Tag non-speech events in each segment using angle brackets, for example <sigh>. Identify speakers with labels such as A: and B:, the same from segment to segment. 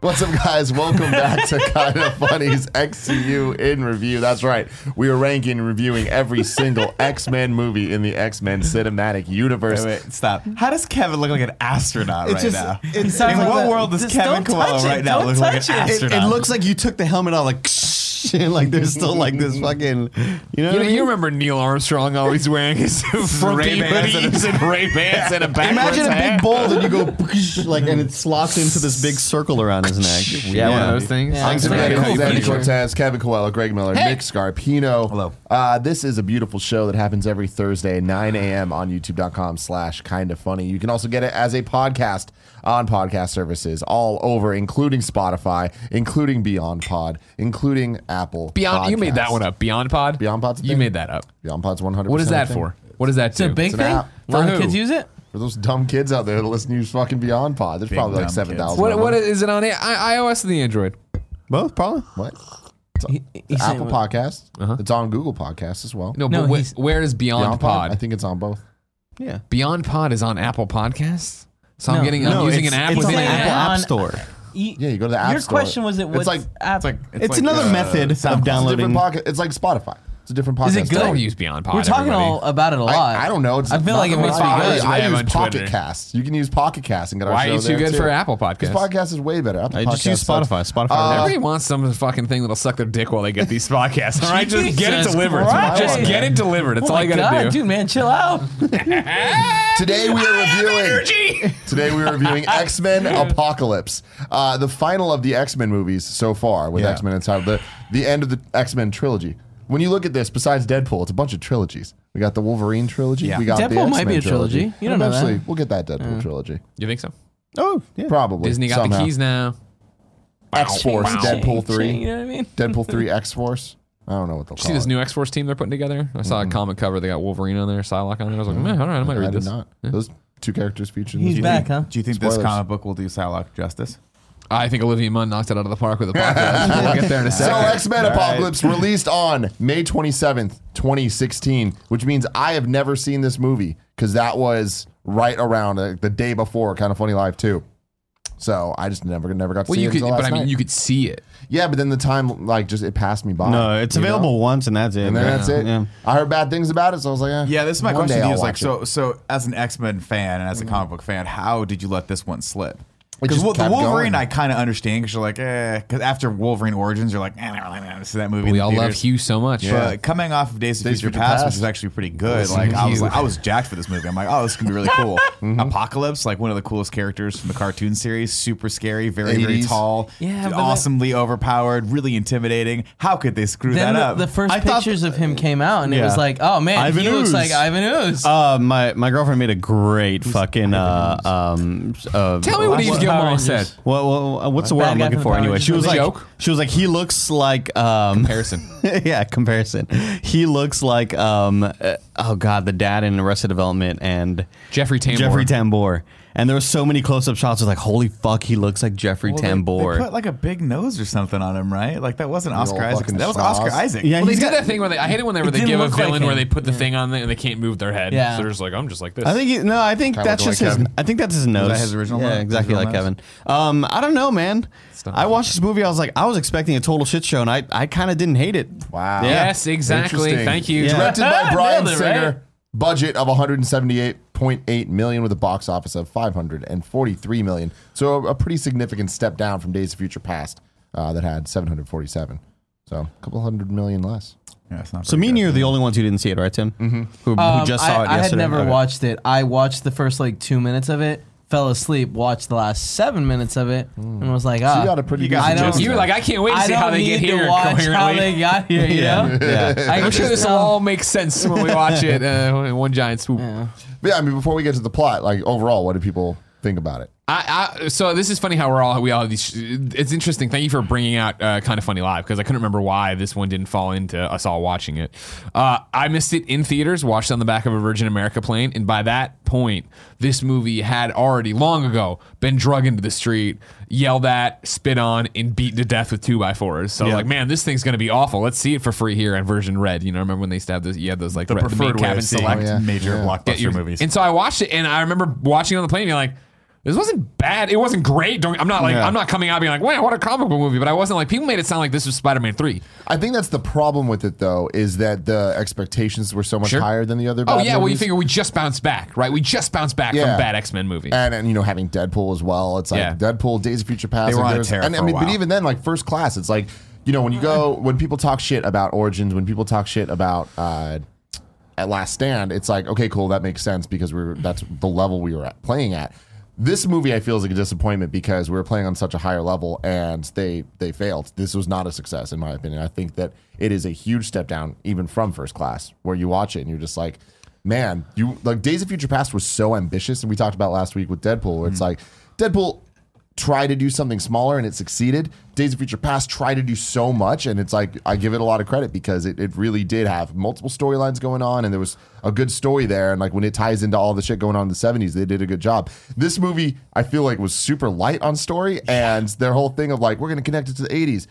A: What's up, guys? Welcome back
B: <laughs>
A: to Kind of Funny's XCU in Review. That's right. We are ranking and reviewing every
B: <laughs>
A: single X Men movie in the X Men cinematic universe.
C: Wait, wait, stop. How does Kevin look like an astronaut right
D: just-
C: now?
D: it
C: In
D: sounds like
C: what
D: that-
C: world does
D: just
C: Kevin
D: don't touch
C: Coelho
D: it,
C: right now
D: don't
C: look like an
D: touch it. It- it
C: astronaut?
E: It looks like you took the helmet off, like, <laughs> and like there's still like this fucking, you know, what I
A: You,
E: mean?
A: you remember Neil Armstrong always wearing
E: <laughs>
A: his Ray
C: Ray-Bans and-
A: Bans and Ray Bans and a backwards
E: Imagine a
B: <laughs>
A: hat.
E: big bowl that you <laughs> go like, and it's locked into this big circle around his neck.
B: Yeah, one of those things.
D: Yeah.
A: I'm
D: Thanks,
A: Samantha
D: man.
A: Coles,
D: Cool
A: Andy
D: feature.
A: Cortez, Kevin Coelho, Greg Miller, Nick Scarpino.
C: Hello.
A: Uh, this is a beautiful show that happens every Thursday, 9 a.m. on youtube.com slash kind of funny. You can also get it as a podcast on podcast services all over, including Spotify, including Beyond Pod, including Apple.
B: Beyond, you made that
A: Podcasts.
B: one up. Beyond Pod.
A: Beyond Pod's a
B: You
A: thing?
B: made that up.
A: Beyond Pod's 100
B: What is that for? What is that?
D: It's a big
A: an
D: thing.
A: app.
D: A lot
B: For
D: of
B: who?
D: kids use it.
A: For those dumb kids out there that listen to you fucking Beyond Pod. There's probably like
C: dumb
A: 7,000.
B: What,
A: of
B: what
A: them.
B: is it on? I- iOS and the Android.
E: Both, probably.
A: What?
D: He's saying
A: E-, Apple
D: what-
A: Podcast. It's on Google Podcasts as well.
B: No,
D: No,
B: but wh-
D: he's-
B: where is Beyond, Pod?
A: I think it's on both.
E: Yeah.
B: Beyond Pod is on Apple Podcasts. So I'm
D: No.
B: getting, I'm
E: No,
B: using
E: it's-
B: an app
E: it's
B: within
E: on
D: an
B: Apple.
D: app.
E: Apple
D: on-
E: App Store.
D: You-
A: Yeah, you go to the App
D: E-, Your
A: Store.
D: question was it
A: It's
D: what's
A: like- uh,
C: It's
D: app-
C: like
E: It's, another method of
A: It's a different
E: downloading.
A: podcast. It's like Spotify. It's a different podcast.
D: Is it good?
B: Don't use Beyond Pod.
D: We're talking
B: everybody.
D: all about it a lot.
A: I, I don't know. It's
D: I feel like it
A: nothing
D: must be
A: wrong.
D: good.
A: I, I
B: Yeah,
A: use
B: on
A: Pocket
B: Twitter.
A: Casts. You can use Pocket Casts and get our
B: Why
A: show
B: are you too
A: there,
B: good
A: too.
B: for Apple
A: 'Cause
B: Podcasts?
A: Podcast is way better. Apple
E: I just
A: Podcast
E: use
A: sucks.
E: Spotify. Spotify.
B: Everybody wants some fucking thing that'll suck their dick while they get <laughs> these podcasts. All right, just get it
D: Jesus
B: delivered.
D: Christ.
B: Just get it delivered. That's
D: Oh
B: all
D: my
B: I gotta
D: God,
B: do.
D: dude, man, chill out.
A: Today we are reviewing. <laughs> today we are reviewing X Men Apocalypse, uh, the final of the X Men movies so far with
E: Yeah.
A: X Men inside the the end of the X Men trilogy. When you look at this, besides Deadpool, it's a bunch of trilogies. We got the Wolverine trilogy.
C: Yeah.
A: We got the
D: Deadpool might
A: X-Men
D: be a trilogy. You don't know that.
A: Eventually, we'll get that Deadpool trilogy.
B: You think so?
E: Oh, yeah.
A: Probably
B: Disney got
A: somehow.
B: the keys now.
A: X Force,
B: Wow.
A: <laughs> Deadpool
D: Ching, ching,
A: three,
D: You know what I mean?
A: Deadpool three X Force. I don't know what they'll
B: See
A: call
B: this
A: it.
B: new X Force team they're putting together. I saw a comic cover. They got Wolverine on there, Psylocke on there. I was like, man, all right, Mm-hmm. I might
A: I
B: read
A: did
B: this.
A: not. Those two characters featured. in
D: He's
A: this
D: back,
A: movie.
D: huh?
C: Do you think this
A: Spoilers.
C: comic book will do Psylocke justice?
B: I think Olivia Munn knocked it out of the park with <laughs> a podcast. we'll get there in a
A: So
B: second.
A: X Men Apocalypse released on May twenty seventh, twenty sixteen, which means I have never seen this movie because that was right around uh, the day before Kind of Funny Live two. So I just never never got to
B: well,
A: see
B: you
A: it.
B: could,
A: until
B: but
A: last
B: I mean,
A: night.
B: you could see it.
A: yeah, but then the time like just it passed me by.
E: No, Uh, it's
A: you know?
E: available once and that's it.
A: And then
E: right?
A: that's it.
E: Yeah.
A: I heard bad things about it, so I was like, eh,
C: Yeah, this is my
A: one
C: question
A: day
C: to you.
A: I'll
C: Is like,
A: watch it.
C: so, so as an X Men fan and as a comic book fan, how did you let this one slip? Because
A: just
C: the
A: kept
C: Wolverine,
A: going.
C: I kind of understand because you're like, eh. Because after Wolverine Origins, you're like, eh, I don't really want to see that movie. in
B: We
C: the
B: all love
C: theaters.
B: Hugh so much.
C: But coming off of Days of
A: Days of
C: Future,
A: Future
C: Past,
A: Past.
C: which is actually pretty good,
B: Listen
C: like
B: to
C: I was,
B: you.
C: like, I was jacked for this movie. I'm like, oh, this can be really cool. Apocalypse, like one of the coolest characters from the cartoon series, super scary, very very
A: 80s.
C: tall,
D: Yeah, but
C: awesomely overpowered, really intimidating. How could they screw
D: Then
C: that
D: the,
C: up?
D: the first
E: I thought-
D: pictures of him came out, and it
E: Yeah.
D: was like, oh man,
E: Ivan
D: he looks
E: Ooze.
D: like Ivan Ooze.
E: Uh, my my girlfriend made a great fucking uh, um uh,
B: Tell me what
D: Watch
B: Eve
D: the Power
B: Gilmore
D: Rangers.
B: said.
E: Well, well, uh, what's the word
D: Bad
E: I'm
D: guy from
E: looking
D: the
E: for
D: Power
E: anyway? She
D: Rangers
E: was like,
D: movie.
B: Joke?
E: she was like, he looks like, um,
B: Harrison.
E: <laughs> yeah, comparison. He looks like, um, uh, oh god, the dad in Arrested Development and
B: Jeffrey Tambor.
E: Jeffrey Tambor. And there were so many close-up shots. I was like, holy fuck, he looks like Jeffrey
C: Well, they-
E: Tambor.
C: They put like a big nose or something on him, right? Like that wasn't
A: old
C: Oscar Isaac.
A: fucking
C: That was
A: schnoz.
C: Oscar Isaac.
E: yeah,
B: Well, they
E: he's
B: did
E: got-
B: that thing where they, I hate it when they, where they
D: didn't
B: give a
D: look like
B: villain where
D: him.
B: they put the thing on there and they can't move their head.
D: Yeah.
B: So they're just like, I'm just like this.
E: I think he, no, I think
A: Kinda
E: that's
A: look
E: just
A: like
E: his.
A: Kevin.
E: I think that's his nose.
C: that his original
E: Yeah,
C: nose?
E: exactly
C: Original
E: like
C: nose?
E: Kevin. Um, I don't know, man.
B: not
E: I
B: like
E: watched this movie. I was like, I was expecting a total shit show, and I, I kind of didn't hate it.
A: Wow.
E: Yeah.
B: yes, exactly.
A: Interesting.
B: Thank you.
E: Yeah.
A: Directed
B: <laughs>
A: by Brian
D: Nailed it,
A: Singer.
D: right?
A: Budget of 178.8 million with a box office of 543 million. So a, a pretty significant step down from Days of Future Past uh, that had 747. So a couple hundred million less.
C: Yeah, it's not
E: So
C: very
E: me and
C: good.
E: you are the only ones who didn't see it, right, Tim? Mm-hmm. Who, who
D: Um,
E: just
D: I,
E: saw it
D: I had
E: yesterday.
D: never
E: Okay.
D: watched it. I watched the first like two minutes of it, fell asleep, watched the last seven minutes of it, and was like, ah,
A: Hmm. got a pretty
C: You guys
A: decent
D: I don't-
A: gist
B: You were
A: there.
B: like, I can't wait to
D: I
B: see
D: don't
B: how they get
D: need
B: here
D: to watch
B: coherently.
D: how they got here.
A: <laughs>
D: You know,
E: Yeah.
D: I
B: I'm sure this will all make sense when we watch it uh, <laughs> in one giant swoop.
A: But yeah, I mean, before we get to the plot, like overall, what do people think about it?
B: I, I, so this is funny how we're all we all have these. It's interesting. Thank you for bringing out uh, kind of funny live because I couldn't remember why this one didn't fall into us all watching it. Uh, I missed it in theaters, watched on the back of a Virgin America plane, and by that point, this movie had already long ago been drug into the street, yelled at, spit on, and beaten to death with two by fours. So
E: Yeah.
B: like, man, this thing's gonna be awful. Let's see it for free here on Virgin Red. You know, remember when they used to have those? You had those like the, red, the main
C: preferred way
B: cabin
C: of seeing
B: select
A: yeah.
C: major
A: Yeah.
C: blockbuster
B: your-
C: movies.
B: And so I watched it, and I remember watching on the plane, and being like, This wasn't bad. It wasn't great. Don't, I'm not like
C: Yeah.
B: I'm not coming out being like, wow, what a comic book movie. But I wasn't like people made it sound like this was Spider-Man three.
A: I think that's the problem with it, though, is that the expectations were so much
B: Sure.
A: higher than the other.
B: Oh
A: Bad
B: yeah, well you
A: movies.
B: figure we just bounced back, right? We just bounced back
A: Yeah.
B: from bad X-Men movie.
A: and, and you know having Deadpool as well. It's like
B: Yeah.
A: Deadpool, Days of Future Past.
C: They were
A: like,
C: on a
A: there's-
C: tear
A: and, I
C: for a
A: mean, but
C: while.
A: even then, like first class, it's like you know when you go when people talk shit about Origins, when people talk shit about uh, at Last Stand, it's like okay, cool, that makes sense because we're that's the level we were at, playing at. This movie, I feel, is like a disappointment because we were playing on such a higher level and they they failed. This was not a success, in my opinion. I think that it is a huge step down, even from First Class, where you watch it and you're just like, man, you like Days of Future Past was so ambitious, and we talked about last week with Deadpool, where it's like
C: Mm-hmm.
A: Deadpool tried to do something smaller and it succeeded. Days of Future Past tried to do so much, and it's like I give it a lot of credit because it, it really did have multiple storylines going on, and there was a good story there. And like when it ties into all the shit going on in the '70s, they did a good job. This movie, I feel like, was super light on story, and their whole thing of like we're going to connect it to the '80s.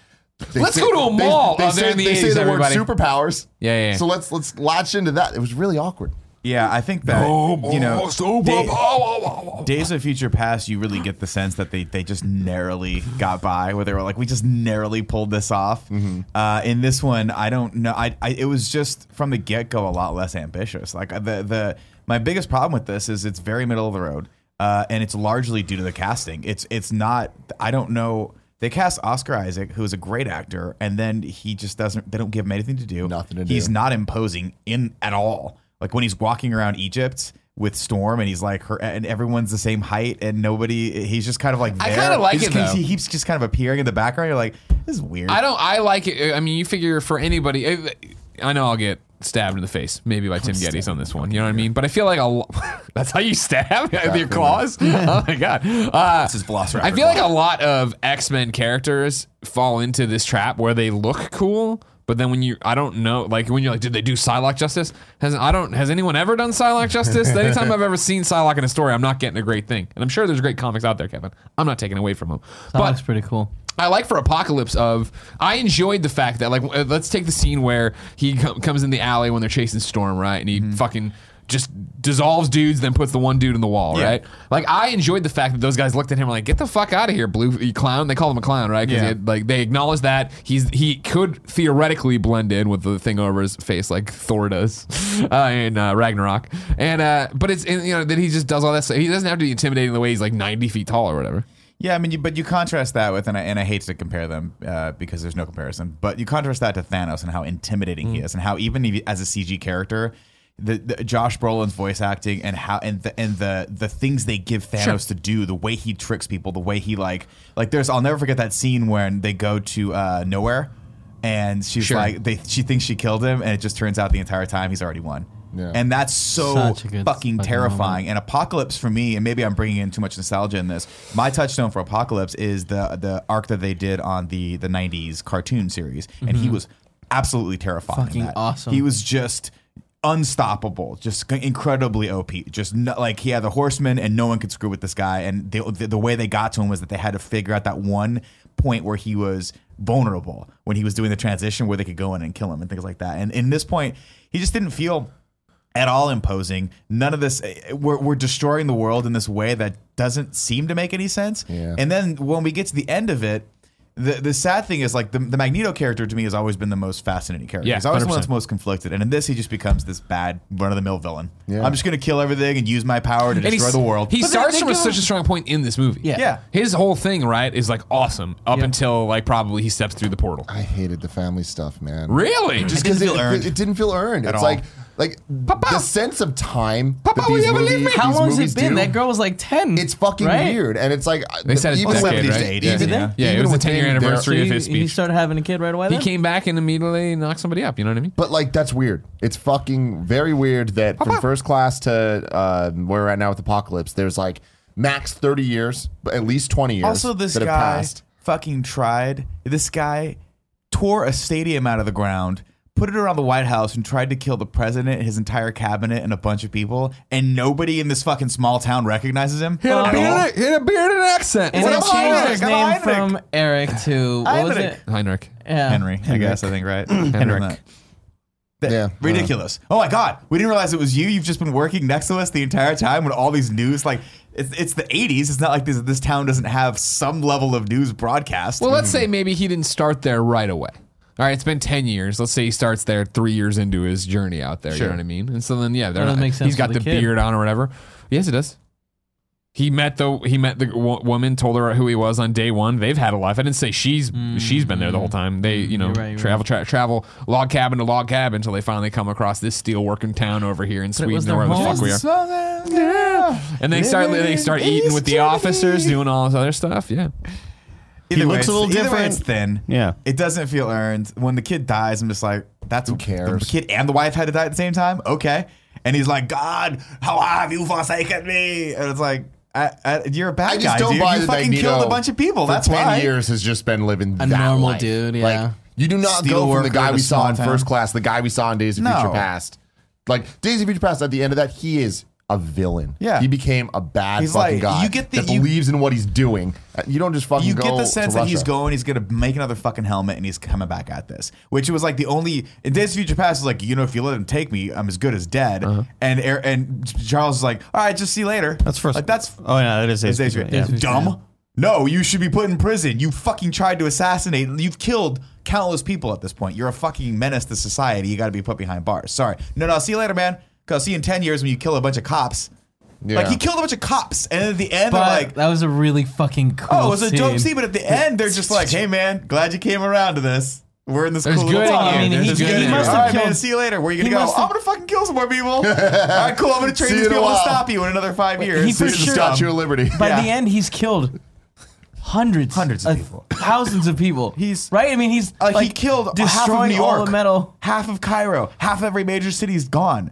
A: They
B: Let's go to a mall
A: They, they
B: out there
A: say,
B: in the
A: they say
B: 80s,
A: the word
B: everybody.
A: superpowers.
B: Yeah, yeah, yeah.
A: So let's let's latch into that. It was really awkward.
C: Yeah, I think that
B: Oh,
C: you know, Day- Days of Future Past, you really get the sense that they they just narrowly got by, where they were like, we just narrowly pulled this off.
A: Mm-hmm.
C: Uh, in this one, I don't know. I, I it was just from the get go a lot less ambitious. Like uh, the the my biggest problem with this is it's very middle of the road, uh, and it's largely due to the casting. It's it's not. I don't know. They cast Oscar Isaac, who is a great actor, and then he just doesn't. They don't give him anything to do.
A: Nothing to do.
C: He's not imposing in at all. Like when he's walking around Egypt with Storm and he's like her and everyone's the same height and nobody he's just kind of like
B: I
C: there.
B: kinda like
C: He's-
B: it, though.
C: He keeps just kind of appearing in the background. You're like, this is weird.
B: I don't. I like it. I mean, you figure for anybody. I- I know I'll get stabbed in the face, maybe by Tim Geddes on this one. You know what I mean? But I feel like a lo- <laughs> that's how you stab with your claws. <laughs> Oh my god! Uh,
C: This is Velociraptor.
B: I feel like a lot of X Men characters fall into this trap where they look cool. But then when you, I don't know, like when you're like, did they do Psylocke justice? Has I don't has anyone ever done Psylocke justice? Anytime I've ever seen Psylocke in a story, I'm not getting a great thing. And I'm sure there's great comics out there, Kevin. I'm not taking away from them.
D: That
B: but
D: looks pretty cool.
B: I like for Apocalypse of I enjoyed the fact that like uh, let's take the scene where he com- comes in the alley when they're chasing Storm right and he
C: Mm-hmm.
B: fucking just dissolves dudes then puts the one dude in the wall
C: Yeah.
B: right like I enjoyed the fact that those guys looked at him like get the fuck out of here blue you clown they call him a clown right 'Cause he
C: Yeah.
B: had, like they acknowledge that he's he could theoretically blend in with the thing over his face like Thor does <laughs> uh, in uh, Ragnarok and uh, but it's and, you know that he just does all that stuff he doesn't have to be intimidating the way he's like 90 feet tall or whatever
C: Yeah, I mean, you, but you contrast that with, and I, and I hate to compare them uh, because there's no comparison, but you contrast that to Thanos and how intimidating
D: Mm.
C: he is, and how even if, as a CG character, the, the Josh Brolin's voice acting and how and the and the the things they give Thanos to do, the way he tricks people, the way he like like there's I'll never forget that scene when they go to uh, nowhere, and she's
B: Sure.
C: like they she thinks she killed him, and it just turns out the entire time he's already won.
A: Yeah.
C: And that's so
D: Such a good
C: fucking,
D: fucking moment.
C: terrifying terrifying. And Apocalypse for me, and maybe I'm bringing in too much nostalgia in this. My touchstone for Apocalypse is the the arc that they did on the the '90s cartoon series, and he was absolutely terrifying. in
D: Mm-hmm. Fucking
C: that.
D: awesome.
C: He was just unstoppable, just incredibly OP. Just no, like he had the horseman, and no one could screw with this guy. And the, the the way they got to him was that they had to figure out that one point where he was vulnerable when he was doing the transition where they could go in and kill him and things like that. And in this point, he just didn't feel at all imposing. None of this. eh, We're, we're destroying the world in this way that doesn't seem to make any sense.
A: Yeah.
C: And then when we get to the end of it, the the sad thing is like the, the Magneto character to me has always been the most fascinating character.
B: Yeah,
C: He's always the one
B: 100%.
C: that's most conflicted. And in this, he just becomes this bad run of the mill villain.
A: Yeah.
C: I'm just gonna kill everything and use my power to
B: And
C: destroy
B: he's-
C: the world.
B: He
C: But
B: starts
C: they-
B: from
C: they
B: a-
C: go-
B: such a strong point in this movie.
D: Yeah.
C: yeah.
B: His whole thing, right, is like awesome up
D: Yeah.
B: until like probably he steps through the portal.
A: I hated the family stuff, man.
B: Really? Just
A: because it,
C: feel earned.
A: it, it didn't feel earned. it's
C: all.
A: like like
B: Papa!
A: the sense of time.
B: Papa,
A: that
B: will
A: these
B: you believe
A: movies-
B: me?
D: How
A: these
D: long has
A: movies
D: it been?
A: do,
D: That girl was like ten.
A: It's fucking
D: right?
A: weird, and it's like I-
B: They said it's
A: even
B: decade,
A: with-
B: right?
A: even-
B: Yeah.
A: even
D: Yeah.
B: yeah, it
A: even
B: was the
A: with
B: 10 year
A: him, they're-
B: anniversary
D: So
B: of
D: he,
B: his
D: he
B: speech.
D: started having a kid right away.
B: He
D: then?
B: came back and immediately knocked somebody up. You know what I mean?
A: But like that's weird. It's fucking very weird that from first class to uh, where we're at now with Apocalypse, there's like max thirty years, but at least twenty years.
C: Also, this
A: that have
C: guy
A: passed.
C: fucking tried. This guy tore a stadium out of the ground, put it around the White House, and tried to kill the president, his entire cabinet, and a bunch of people. And nobody in this fucking small town recognizes him.
B: He
C: at all.
B: he had a beard Uh, and an accent.
D: And
B: What
D: he
B: up,
C: about
D: changed
B: Heinrich?
D: his
C: Heinrich? Heinrich.
D: name from Eric to what was
C: Heinrich.
D: it?
B: Heinrich.
D: Yeah.
C: Henry, I guess I
A: <clears throat>
C: think right. Henrik. That-
A: Yeah.
C: ridiculous. Oh my god, we didn't realize it was you. You've just been working next to us the entire time when all these news like. It's, it's the 80s. It's not like this this town doesn't have some level of news broadcast.
B: Well, let's
D: Mm-hmm.
B: say maybe he didn't start there right away. All right, it's been ten years. Let's say he starts there three years into his journey out there.
C: Sure.
B: You know what I mean? And so then, yeah, they're
D: Well, that
B: not,
D: makes sense
B: he's
D: for
B: got
D: the
B: the,
D: kid.
B: beard on or whatever. Yes, it does. He met the he met the wo- woman, told her who he was on day one. They've had a life. I didn't say she's she's been there the whole time. They you know
D: Mm. You're right, you're
B: travel tra- travel log cabin to log cabin until they finally come across this steel working town over here in
D: was
B: Sweden
D: their
B: or where the fuck
D: home.
B: we are. And they start they start eating with the officers, doing all this other stuff. Yeah,
C: Either way,
E: looks
C: it's-
E: a little
C: either way,
E: different.
C: it's thin.
E: Yeah.
C: It doesn't feel earned. When the kid dies, I'm just like, that's who
A: cares?
C: The kid and the wife had to die at the same time. Okay. And he's like, God, how have you forsaken me? And it's like, I, I, you're a bad
A: I
C: guy,
A: just don't
C: dude.
A: buy
C: you
A: that
C: fucking
A: Magneto
C: killed a bunch of people.
A: for
C: That's
A: 10
C: why.
A: years has just been living that
D: A normal
A: life.
D: dude, yeah.
A: Like you do not
C: Steel
A: go from the
C: worker
A: guy
C: in a
A: we saw
C: small
A: in
C: town.
A: first class, the guy we saw in Days of
C: No.
A: Future Past. Like Days of Future Past, at the end of that, he is a villain.
C: Yeah.
A: he became a bad
C: He's
A: fucking
C: like-
A: guy
C: you get the-
A: that
C: you-
A: believes in what he's doing. Uh, You don't just fucking.
C: you
A: go
C: get the
A: to
C: sense that he's
A: Russia.
C: going, he's gonna make another fucking helmet, and he's coming back at this. Which was like the only in Days of Future Past was like, you know, if you let him take me, I'm as good as dead. And Air- and Charles is like, all right, just see you later.
E: Uh-huh. That's first.
C: Like that's
E: Oh yeah, that is
C: It's Days of Future-
E: Yeah.
C: dumb. No, you should be put in prison. You fucking tried to assassinate. You've killed countless people at this point. You're a fucking menace to society. You got to be put behind bars. Sorry. No, no. See you later, man. Cause I'll see you in ten years when you kill a bunch of cops. Like
A: Yeah.
C: he killed a bunch of cops, and at the end,
D: But
C: they're like,
D: that was a really fucking cool.
C: Oh, it was a dope
D: scene.
C: scene, but at the end, they're just like, "Hey, man, glad you came around to this. We're in this
B: There's
C: cool little
B: good in
C: town.
B: you. I mean, he-
C: There's
B: he
C: good in
B: must
C: you.
B: have
C: All right, man.
D: killed-
C: See you later. Where you gonna
D: he
C: go?
D: must
C: I'm
D: have-
C: gonna fucking kill some more <laughs> people. All right, cool. I'm gonna train
A: See
C: these
A: you in a
C: people to
A: while.
C: stop you in another five years.
D: he
C: This
D: for
C: is
D: sure-
C: dumb.
A: Statue of Liberty.
D: By
C: Yeah.
D: the end, he's killed hundreds, uh,
C: Hundreds of people.
D: thousands of people.
C: He's-
D: right. I mean, he's
C: Like,
D: like,
C: Uh, he killed half of
D: destroying
C: New York,
D: all the metal.
C: half of Cairo, half every major city's gone.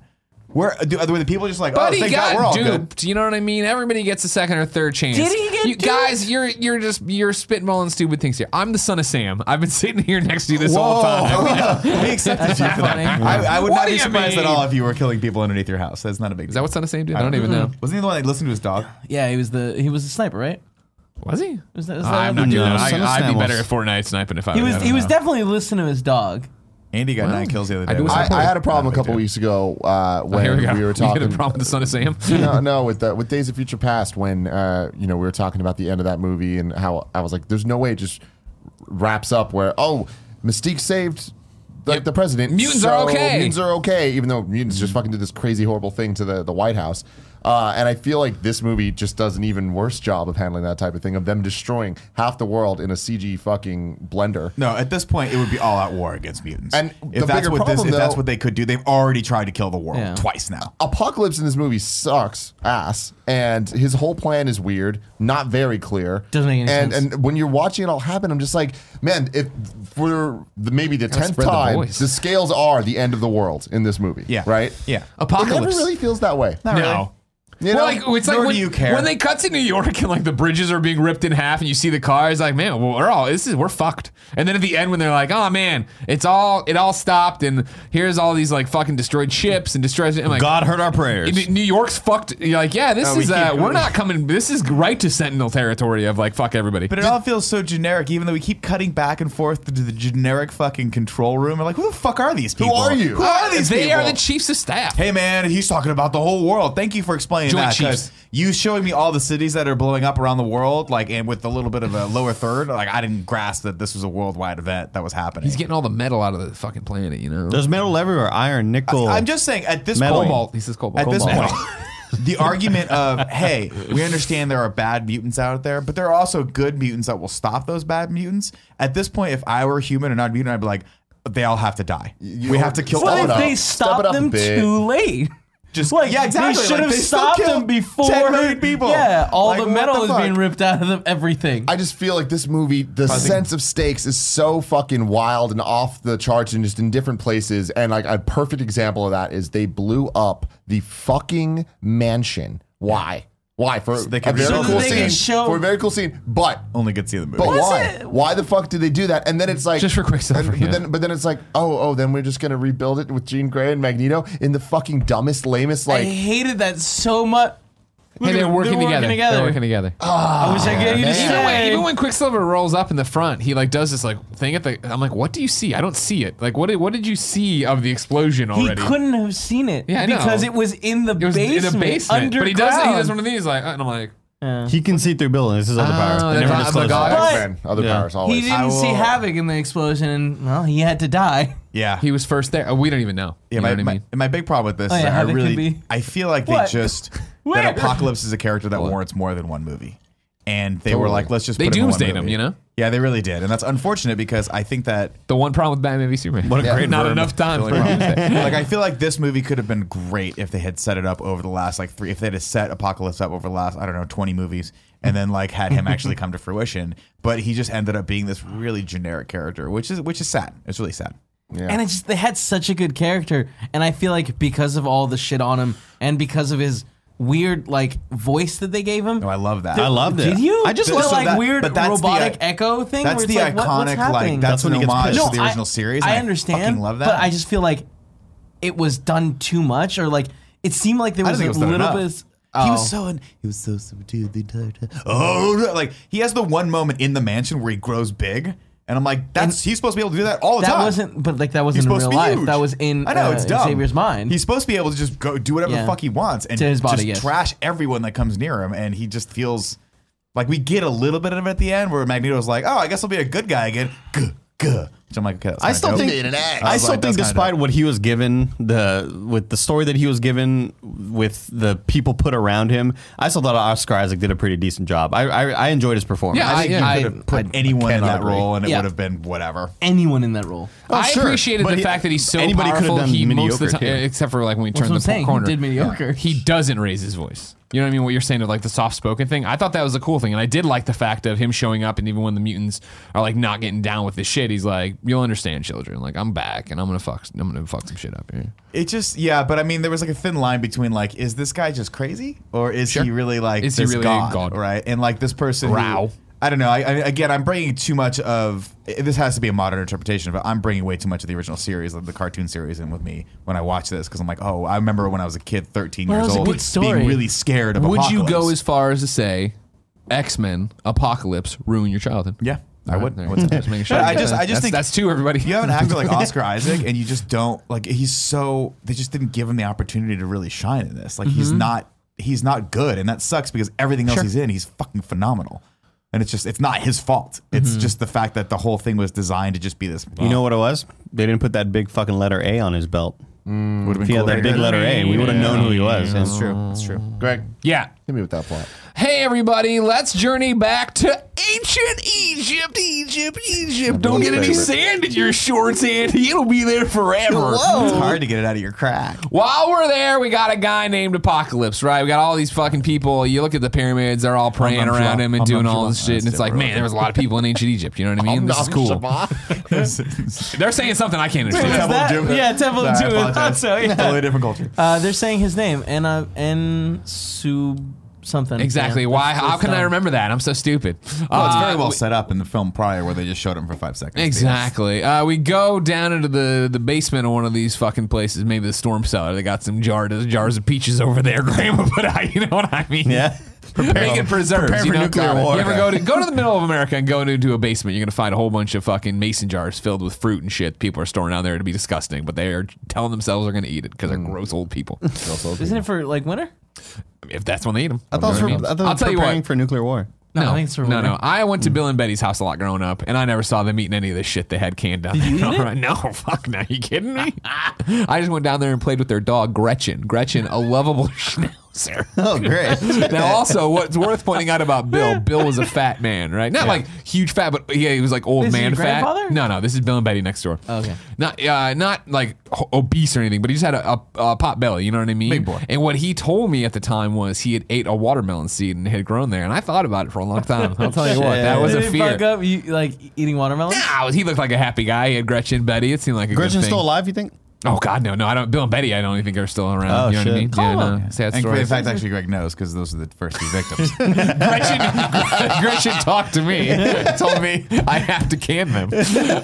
C: Where do, were the people just like,
B: But
C: oh,
B: he
C: thank
B: got
C: God we're all good.
B: duped. You know what I mean? Everybody gets a second or third chance.
D: Did he get
B: you
D: duped?
B: guys? You're you're just you're spitballing stupid things here. I'm the son of Sam. I've been <laughs> sitting here next to you this whole time.
C: Whoa, <laughs>
B: <laughs>
C: we accepted
D: That's
C: you
D: not
C: for that.
D: funny.
C: I, I would
B: What
C: not
B: do
C: be
B: you
C: surprised at
B: mean?
C: all if you were killing people underneath your house. That's not a big. Mm-hmm.
B: Is that what son of Sam did? I don't even
D: Mm-hmm.
B: know.
C: Wasn't he the one that listened to his dog?
D: Yeah, he was the he was a sniper, right?
E: Oh,
B: Was he?
D: Was that- was that
B: I'm not
D: another-
B: doing
E: No,
B: that.
E: son of
B: I, I'd
E: Sam
B: be better
E: was-
B: at Fortnite sniping if I.
D: He
B: would-
D: was
B: I don't
D: he was
B: know.
D: definitely listening to his dog.
C: Andy got nine kills the other
B: I
C: day.
B: do
C: Wow.
A: <laughs>
B: some-
A: I, I had a problem a
C: Big
A: couple
C: deal.
A: weeks ago uh,
B: Oh,
A: when
B: Here we
C: <laughs>
B: go.
A: we were
B: <laughs> You
A: talking.
B: had a problem with the son of Sam. <laughs>
A: no, no, with the, with Days of Future Past, when uh, you know we were talking about the end of that movie and how I was like, "There's no way it just wraps up where oh, Mystique saved like
B: Yep.
A: the president.
B: Mutants are okay."
A: Mutants are okay, even though mutants just fucking did this crazy horrible thing to the the White House. Uh, and I feel like this movie just does an even worse job of handling that type of thing of them destroying half the world in a CG fucking blender.
C: No, at this point, it would be all out war against mutants.
A: And
C: if
A: the
C: that's
A: bigger
C: what this,
A: problem,
C: if that's
A: though-
C: what they could do, they've already tried to kill the world
D: Yeah.
C: twice now.
A: Apocalypse in this movie sucks ass, and his whole plan is weird, not very clear.
D: Doesn't make any
A: and,
D: sense.
A: And when you're watching it all happen, I'm just like, man, if for the, maybe the tenth
B: spread the
A: time, the,
B: voice.
A: scales are the end of the world in this movie.
C: Yeah.
A: right.
C: Yeah.
A: It never
B: Apocalypse.
A: really feels that way.
C: Not really.
B: No.
A: You
B: well,
A: know?
B: like it's like
C: Nor
B: when,
C: do you care.
B: when they cut to New York and like the bridges are being ripped in half and you see the cars, like man, well, we're all this is we're fucked. And then at the end when they're like, oh man, it's all it all stopped and here's all these like fucking destroyed ships and destroyed. I'm like,
E: God heard our prayers.
B: N- New York's fucked. You're like, yeah, this
C: we
B: is
C: keep
B: uh, we're
C: going.
B: not coming. This is right to Sentinel territory of like fuck everybody.
C: But it all feels so generic, even though we keep cutting back and forth to the generic fucking control room. We're like, who the fuck are these people?
A: are you?
C: Who are these
B: they
C: people?
B: are the chiefs of staff.
C: hey, man, he's talking about the whole world. Thank you for explaining
B: Joint
C: that. 'cause
B: Chiefs.
C: You showing me all the cities that are blowing up around the world, like, and with a little bit of a lower third. Like, I didn't grasp that this was a worldwide event that was happening.
B: He's getting all the metal out of the fucking planet, you know.
E: There's metal everywhere. Iron, nickel.
C: I'm just saying, at this
E: Metal.
C: point,
B: Cobalt. He says cobalt.
C: at this
B: Cobalt.
C: point, <laughs> the argument of hey, we understand there are bad mutants out there, but there are also good mutants that will stop those bad mutants. At this point, if I were human and not a mutant, I'd be like, they all have to die. we have to kill
A: Step
C: all
A: it
C: of
D: What
A: up.
D: if
C: them.
D: they
A: Step it
D: stopped
A: up a
D: them
A: bit.
D: too late?
C: Just
D: Like
C: yeah, exactly.
D: They
C: Like,
D: should have
C: still
D: stopped
C: killed
D: them before.
C: 10 million people.
D: Yeah, all
C: Like,
D: the
C: what
D: metal
C: the
D: is
C: fuck?
D: being ripped out of them, everything.
A: I just feel like this movie, the sense of stakes is so fucking wild and off the charts and just in different places. And like a perfect example of that is they blew up the fucking mansion. Why? Why? For
C: they
A: a
C: could
A: very
C: resolve
A: cool
C: it. So they
A: scene.
C: could
D: show-
A: for a very cool scene. But
C: Only could see the movie.
A: but why? Why the fuck did they do that? And then it's like
B: Just for Quicksilver,
A: And,
B: yeah.
A: but then but then it's like oh oh then we're just gonna rebuild it with Jean Grey and Magneto in the fucking dumbest lamest
D: I
A: like
D: hated that so much.
B: Hey, they're working, together. They're working together.
D: I wish I could get you to
B: Even when,
D: say.
B: even when Quicksilver rolls up in the front, he like does this like thing at the. I'm like, what do you see? I don't see it. Like, what did what did you see of the explosion
D: He
B: already?
D: couldn't have seen it
B: Yeah, I know.
D: because it was in the
B: it was
D: basement,
B: in the basement.
D: underground.
B: But he does he does one of these like, "Oh, and I'm like,
E: He can see through buildings. This is other power.
A: Never
E: Never
A: I'm a
E: disclose
A: god
E: that.
D: But-
A: X-Men. Other
E: Yeah.
A: powers
D: He
A: always.
D: didn't
C: I
D: see
C: will-
D: havoc in the explosion, and well, he had to die.
C: Yeah.
B: He was first there. Uh, We don't even know.
C: Yeah,
B: you
C: my,
B: know what I
C: my,
B: mean?
C: my big problem with this
D: Oh,
C: is
D: yeah,
C: that
D: how
C: I
D: they can
C: really
D: be-
C: I feel like
D: What?
C: they
B: <laughs>
C: just
D: Where?
C: that Apocalypse is a character that warrants more than one movie, and they were
A: Totally.
C: like, let's just
B: They
C: put him in one
B: doomsdayed him,
C: movie.
B: you know?
C: Yeah, they really did, and that's unfortunate because I think that
B: The one problem with Batman v Superman. What
A: a great
B: Not
A: verb.
B: enough time for
C: problem.
B: Doomsday.
C: like I feel like this movie could have been great if they had set it up over the last like three if they'd have set Apocalypse up over the last I don't know twenty movies and then like had him actually come to fruition, but he just ended up being this really generic character, which is which is sad. It's really sad.
A: Yeah.
D: And it's just they had such a good character, and I feel like because of all the shit on him, and because of his weird like voice that they gave him.
C: No, I love that.
E: I loved it.
D: Did you?
E: I just
D: the,
C: Th-
E: love
C: so
D: like
C: that-
D: weird
C: but that's the,
D: robotic
C: uh,
D: echo thing.
C: That's
D: where
C: the
D: it's like, what- what's
C: iconic, like
D: happening?
C: that's,
E: when
C: an
E: he gets
C: homage
E: pushed.
C: to the original series. and
D: I
C: I
D: understand.
C: fucking love that.
D: But I just feel like it was done too much, or like it seemed like there
C: I
D: was
C: don't
D: a
C: think it was done
D: little
C: enough.
D: bit.
C: He
D: Oh.
C: was so un- he was so subdued the entire time. Oh, no. like he has the one moment in the mansion where he grows big, and I'm like, that's he's supposed to be able to do that all the
D: that
C: time.
D: wasn't, but like that
C: Oh, He's
D: wasn't in
C: supposed
D: real
C: to be
D: life.
C: huge.
D: That was in
C: I know
D: uh,
C: it's dumb.
D: Xavier's mind.
C: He's supposed to be able to just go do whatever
D: Yeah.
C: the fuck he wants and
D: To his body,
C: just
D: yes.
C: trash everyone that comes near him, and he just feels like we get a little bit of it at the end where Magneto's like, oh, I guess I'll be a good guy again. Guh, guh. Which I'm like, okay, that's
E: I
C: kinda
E: still
C: dope.
E: think
A: Being an ass.
E: I
C: was
E: still
C: like,
E: think
C: that's kinda
E: despite what he was given the with the story that he was given with the people put around him, I still thought Oscar Isaac did a pretty decent job. I I, I enjoyed his performance.
B: Yeah,
C: I think
B: I-
C: you could
B: I-
C: have put anyone in
A: cannot
C: that
A: agree.
C: role, and it
D: Yeah.
C: would have been whatever.
D: anyone in that role.
E: Oh,
B: I
E: sure.
B: appreciated
E: But
B: the
E: he-
B: fact that he's so
E: anybody could've
B: powerful.
E: done
B: he most of the eh,
E: mediocre,
B: time,
E: too.
B: except for like when he
D: That's
B: turned
D: what
B: the
D: I'm saying.
B: corner,
D: He did mediocre.
B: He doesn't raise his voice. You know what I mean? What you're saying of like the soft spoken thing. I thought that was a cool thing, and I did like the fact of him showing up, and even when the mutants are like not getting down with this shit, he's like, "You'll understand, children. Like I'm back, and I'm gonna fuck, I'm gonna fuck some shit up here."
C: It just yeah, but I mean there was like a thin line between like is this guy just crazy or is
B: Sure.
C: he really like
B: Is he
C: this
B: really a
C: god,
B: god?
C: right? And like this person who-
B: Rao.
C: I don't know. I, I again I'm bringing too much of this has to be a modern interpretation, but I'm bringing way too much of the original series, of the cartoon series in with me when I watch this cuz I'm like, "Oh, I remember when I was a kid 13
D: Well,
C: years
D: that was a
C: old
D: good story.
C: being really scared of
B: Would you go
C: apocalypse."
B: as far as to say, X Men, Apocalypse, ruin your childhood?
C: Yeah, I
B: All right,
C: would.
B: there
C: I
B: you
C: would.
B: go. Just making sure.
C: I just- I just
B: That's-
C: think-
B: that's two. Everybody,
C: you have an actor
B: <laughs>
C: like Oscar Isaac, and you just don't like. He's so they just didn't give him the opportunity to really shine in this. Like he's
B: Mm-hmm.
C: not he's not good, and that sucks because everything else he's in, he's fucking phenomenal. And it's just it's not his fault. It's
B: Mm-hmm.
C: just the fact that the whole thing was designed to just be this.
E: You know what it was? They didn't put that big fucking letter A on his belt.
C: would have
E: If he had that big letter A, we would have known who he was. That's
C: It's true. It's true.
A: Greg,
B: yeah.
A: hit me with that plot.
B: Hey everybody, let's journey back to ancient Egypt, Egypt, Egypt. Don't get any
A: favorite.
B: sand in your shorts, Andy. It'll be there forever.
C: It's hard to get it out of your crack.
B: While we're there, we got a guy named Apocalypse, right? We got all these fucking people. You look at the pyramids, they're all praying
C: Om Nam
B: around
C: Shivaya.
B: him and
C: Om
B: doing
C: Nam
B: all
C: Shivaya.
B: this shit. And it's like, man, there was a lot of people in ancient Egypt. You know what I mean? This is cool. They're saying something I can't
D: Is
B: understand.
D: that-
C: Doom.
D: <laughs> Yeah, Temple of
C: Sorry, I
D: Doom. <laughs>
C: apologize.
D: Also, yeah.
C: Totally different culture.
D: Uh, they're saying his name, and uh, and Sub something.
B: Exactly.
D: Yeah,
B: Why?
D: that's-
B: How
D: that's
B: can I
D: dumb.
B: remember that? I'm so stupid.
C: Well, Oh, it's
B: Uh,
C: very well set up in the film prior, where they just showed him for five seconds.
B: Exactly. Uh, we go down into the, the basement of one of these fucking places, maybe the storm cellar. They got some jar, jars of peaches over there, <laughs> Grandma. But I, you know what I mean.
E: Yeah.
B: <laughs> Make it preserves.
E: prepare
B: you
E: for
B: know?
E: nuclear war.
B: You ever go to go to the middle of America and go into a basement? You're gonna find a whole bunch of fucking mason jars filled with fruit and shit. People are storing out there to be disgusting, but they are telling themselves they're gonna eat it because they're
E: Mm.
B: gross old people. <laughs>
D: Isn't it for like winter?
B: if that's when they eat them,
E: I thought, it was for, I thought it
B: will
E: was
B: tell you
E: preparing
B: what.
E: for nuclear war.
D: No,
B: No,
D: I think it's for Hmm.
B: no,
D: winter.
B: no. I went to Bill and Betty's house a lot growing up, and I never saw them eating any of this shit they had canned down there.
D: you
B: <laughs>
D: eat it?
B: Alright, No, fuck, no. You
D: <laughs>
B: kidding me? I just went down there and played with their dog, Gretchen. Gretchen, a lovable <laughs> schnauzer.
E: Oh,
B: <laughs>
E: great.
B: now, also, what's worth pointing out about Bill, Bill was a fat man, right? Not like huge fat, but yeah, he was like old
D: This is
B: man
D: your
B: fat.
D: grandfather?
B: No, no, this is Bill and Betty next door.
D: Okay.
B: Not uh, not like h- obese or anything, but he just had a, a, a pot belly, you know what I mean?
C: Big boy.
B: And what he told me at the time was he had ate a watermelon seed and had grown there. And I thought about it for a long time. I'll tell you what, that was
D: Did
B: a
D: it fuck
B: fear.
D: up you like eating watermelon?
B: Nah, he looked like a happy guy. He had Gretchen, Betty. It seemed like a
E: Gretchen's
B: good thing.
E: still alive, you think?
B: Oh God, no, no. I don't. Bill and Betty, I don't even think are still around.
E: Oh,
B: you know what I
E: shit.
B: mean?
E: Call
B: yeah,
D: them.
B: no, sad
C: And in
B: stories.
C: fact, actually, Greg knows because those are the first two
B: <laughs>
C: victims.
B: Gretchen, Gretchen talked to me, told me I have to can them.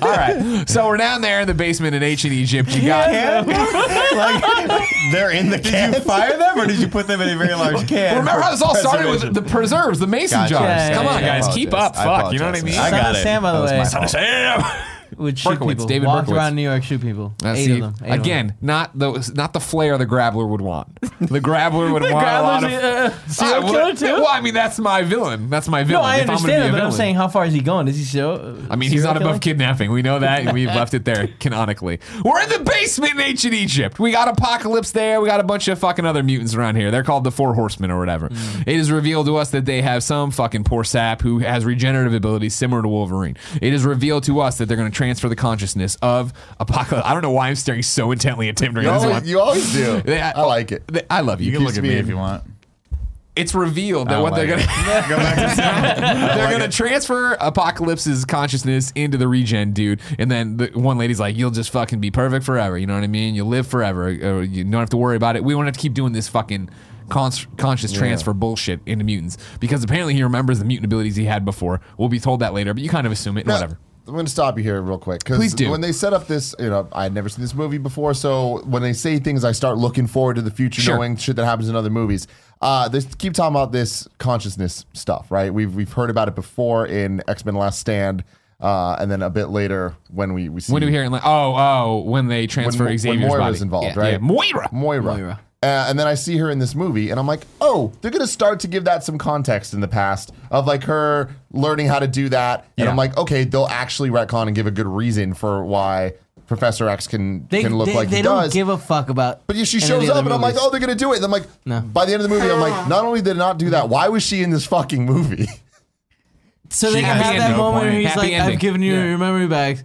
B: All right, so we're down there in the basement in ancient Egypt. E You got
A: <laughs>
C: <laughs>
E: like, they're in the can.
C: Did you fire them or did you put them in a very large can?
B: Remember how this all started with
C: Preservation.
B: the preserves, the mason
C: Gotcha.
B: jars.
D: Yeah,
B: Come
D: yeah,
B: on,
D: yeah.
B: guys, keep up.
C: I
B: Fuck, you know what I
C: apologize.
B: mean?
E: I
D: Son
E: got
D: of
E: it.
D: Sam, by
C: That
D: the
C: was
D: way.
C: my fault.
B: Sam.
D: would shoot
B: Berkowitz,
D: people.
B: David
D: Walked
B: Berkowitz.
D: around New York, shoot people.
B: Uh,
D: Eight
B: see,
D: of them. Eight
A: <laughs>
D: of
B: again, not the not the flair the grabbler would want. The grabbler
D: <laughs>
B: would want a lot of
D: them. Uh, serial
B: Uh,
D: killer
B: well,
D: too.
B: well, I mean, that's my villain. That's my
D: no,
B: villain.
D: I
B: If I'm gonna
D: understand
B: be
D: it,
B: a
D: but I'm
B: villain.
D: saying, how far is he going? Is he still? uh,
B: I mean, he's
D: serial
B: not above
D: killer?
B: kidnapping. We
D: <laughs>
B: know that. We've left it there canonically. We're in the basement in ancient Egypt. We got Apocalypse there. We got a bunch of fucking other mutants around here. They're called the Four Horsemen or whatever.
D: Mm.
B: It is revealed to us that they have some fucking poor sap who has regenerative abilities similar to Wolverine. It is revealed to us that they're going to transfer the consciousness of Apocalypse. I don't know why I'm staring so intently at Tim during
A: You
B: this
A: always,
B: one.
A: you always <laughs> do.
B: They-
A: I like it.
B: they- I love you.
C: You can look
A: keeps
C: at me
A: me
C: if
A: in-
C: you want.
B: It's revealed that
C: I
B: what
C: like
B: they're
C: it.
B: going to.
C: Go back to
B: <laughs> They're gonna transfer Apocalypse's consciousness into the regen dude, and then the one lady's like, "You'll just fucking be perfect forever. You know what I mean? You'll live forever. Or you don't have to worry about it. We won't have to keep doing this fucking." Cons- conscious transfer bullshit into mutants because apparently he remembers the mutant abilities he had before. We'll be told that later, but you kind of assume it. and
A: Now,
B: whatever.
A: I'm going to stop you here real quick. 'cause
B: Please do.
A: When they set up this, you know, I had never seen this movie before, so when they say things, I start looking forward to the future,
B: Sure.
A: knowing shit that happens in other movies. Uh, they keep talking about this consciousness stuff, right? We've we've heard about it before in X Men: Last Stand, uh, and then a bit later when we we see
B: When do we hear it? Like, oh, oh, when they transfer
A: Mo-
B: Xavier's
A: Moira
B: body.
A: is involved,
B: Yeah.
A: right?
B: Yeah, Moira.
A: Moira.
D: Moira.
A: Uh, and then I see her in this movie, and I'm like, oh, they're gonna start to give that some context in the past of like her learning how to do that. And
C: Yeah.
A: I'm like, okay, they'll actually retcon and give a good reason for why Professor X can
D: They,
A: can look
D: they,
A: like
D: they
A: he
D: don't
A: does.
D: give a fuck about.
A: but yeah, she
D: any of the
A: shows up,
D: other
A: and I'm like,
D: movies.
A: oh, they're gonna do it. And I'm like,
D: No.
A: by the end of the movie, I'm like, not only did it not do that, why was she in this fucking movie? <laughs>
D: So they
B: She
D: can
B: has
D: have
B: no
D: that moment
B: point.
D: where he's
B: Happy
D: like,
B: ending.
D: "I've given you
B: Yeah.
D: your memory back."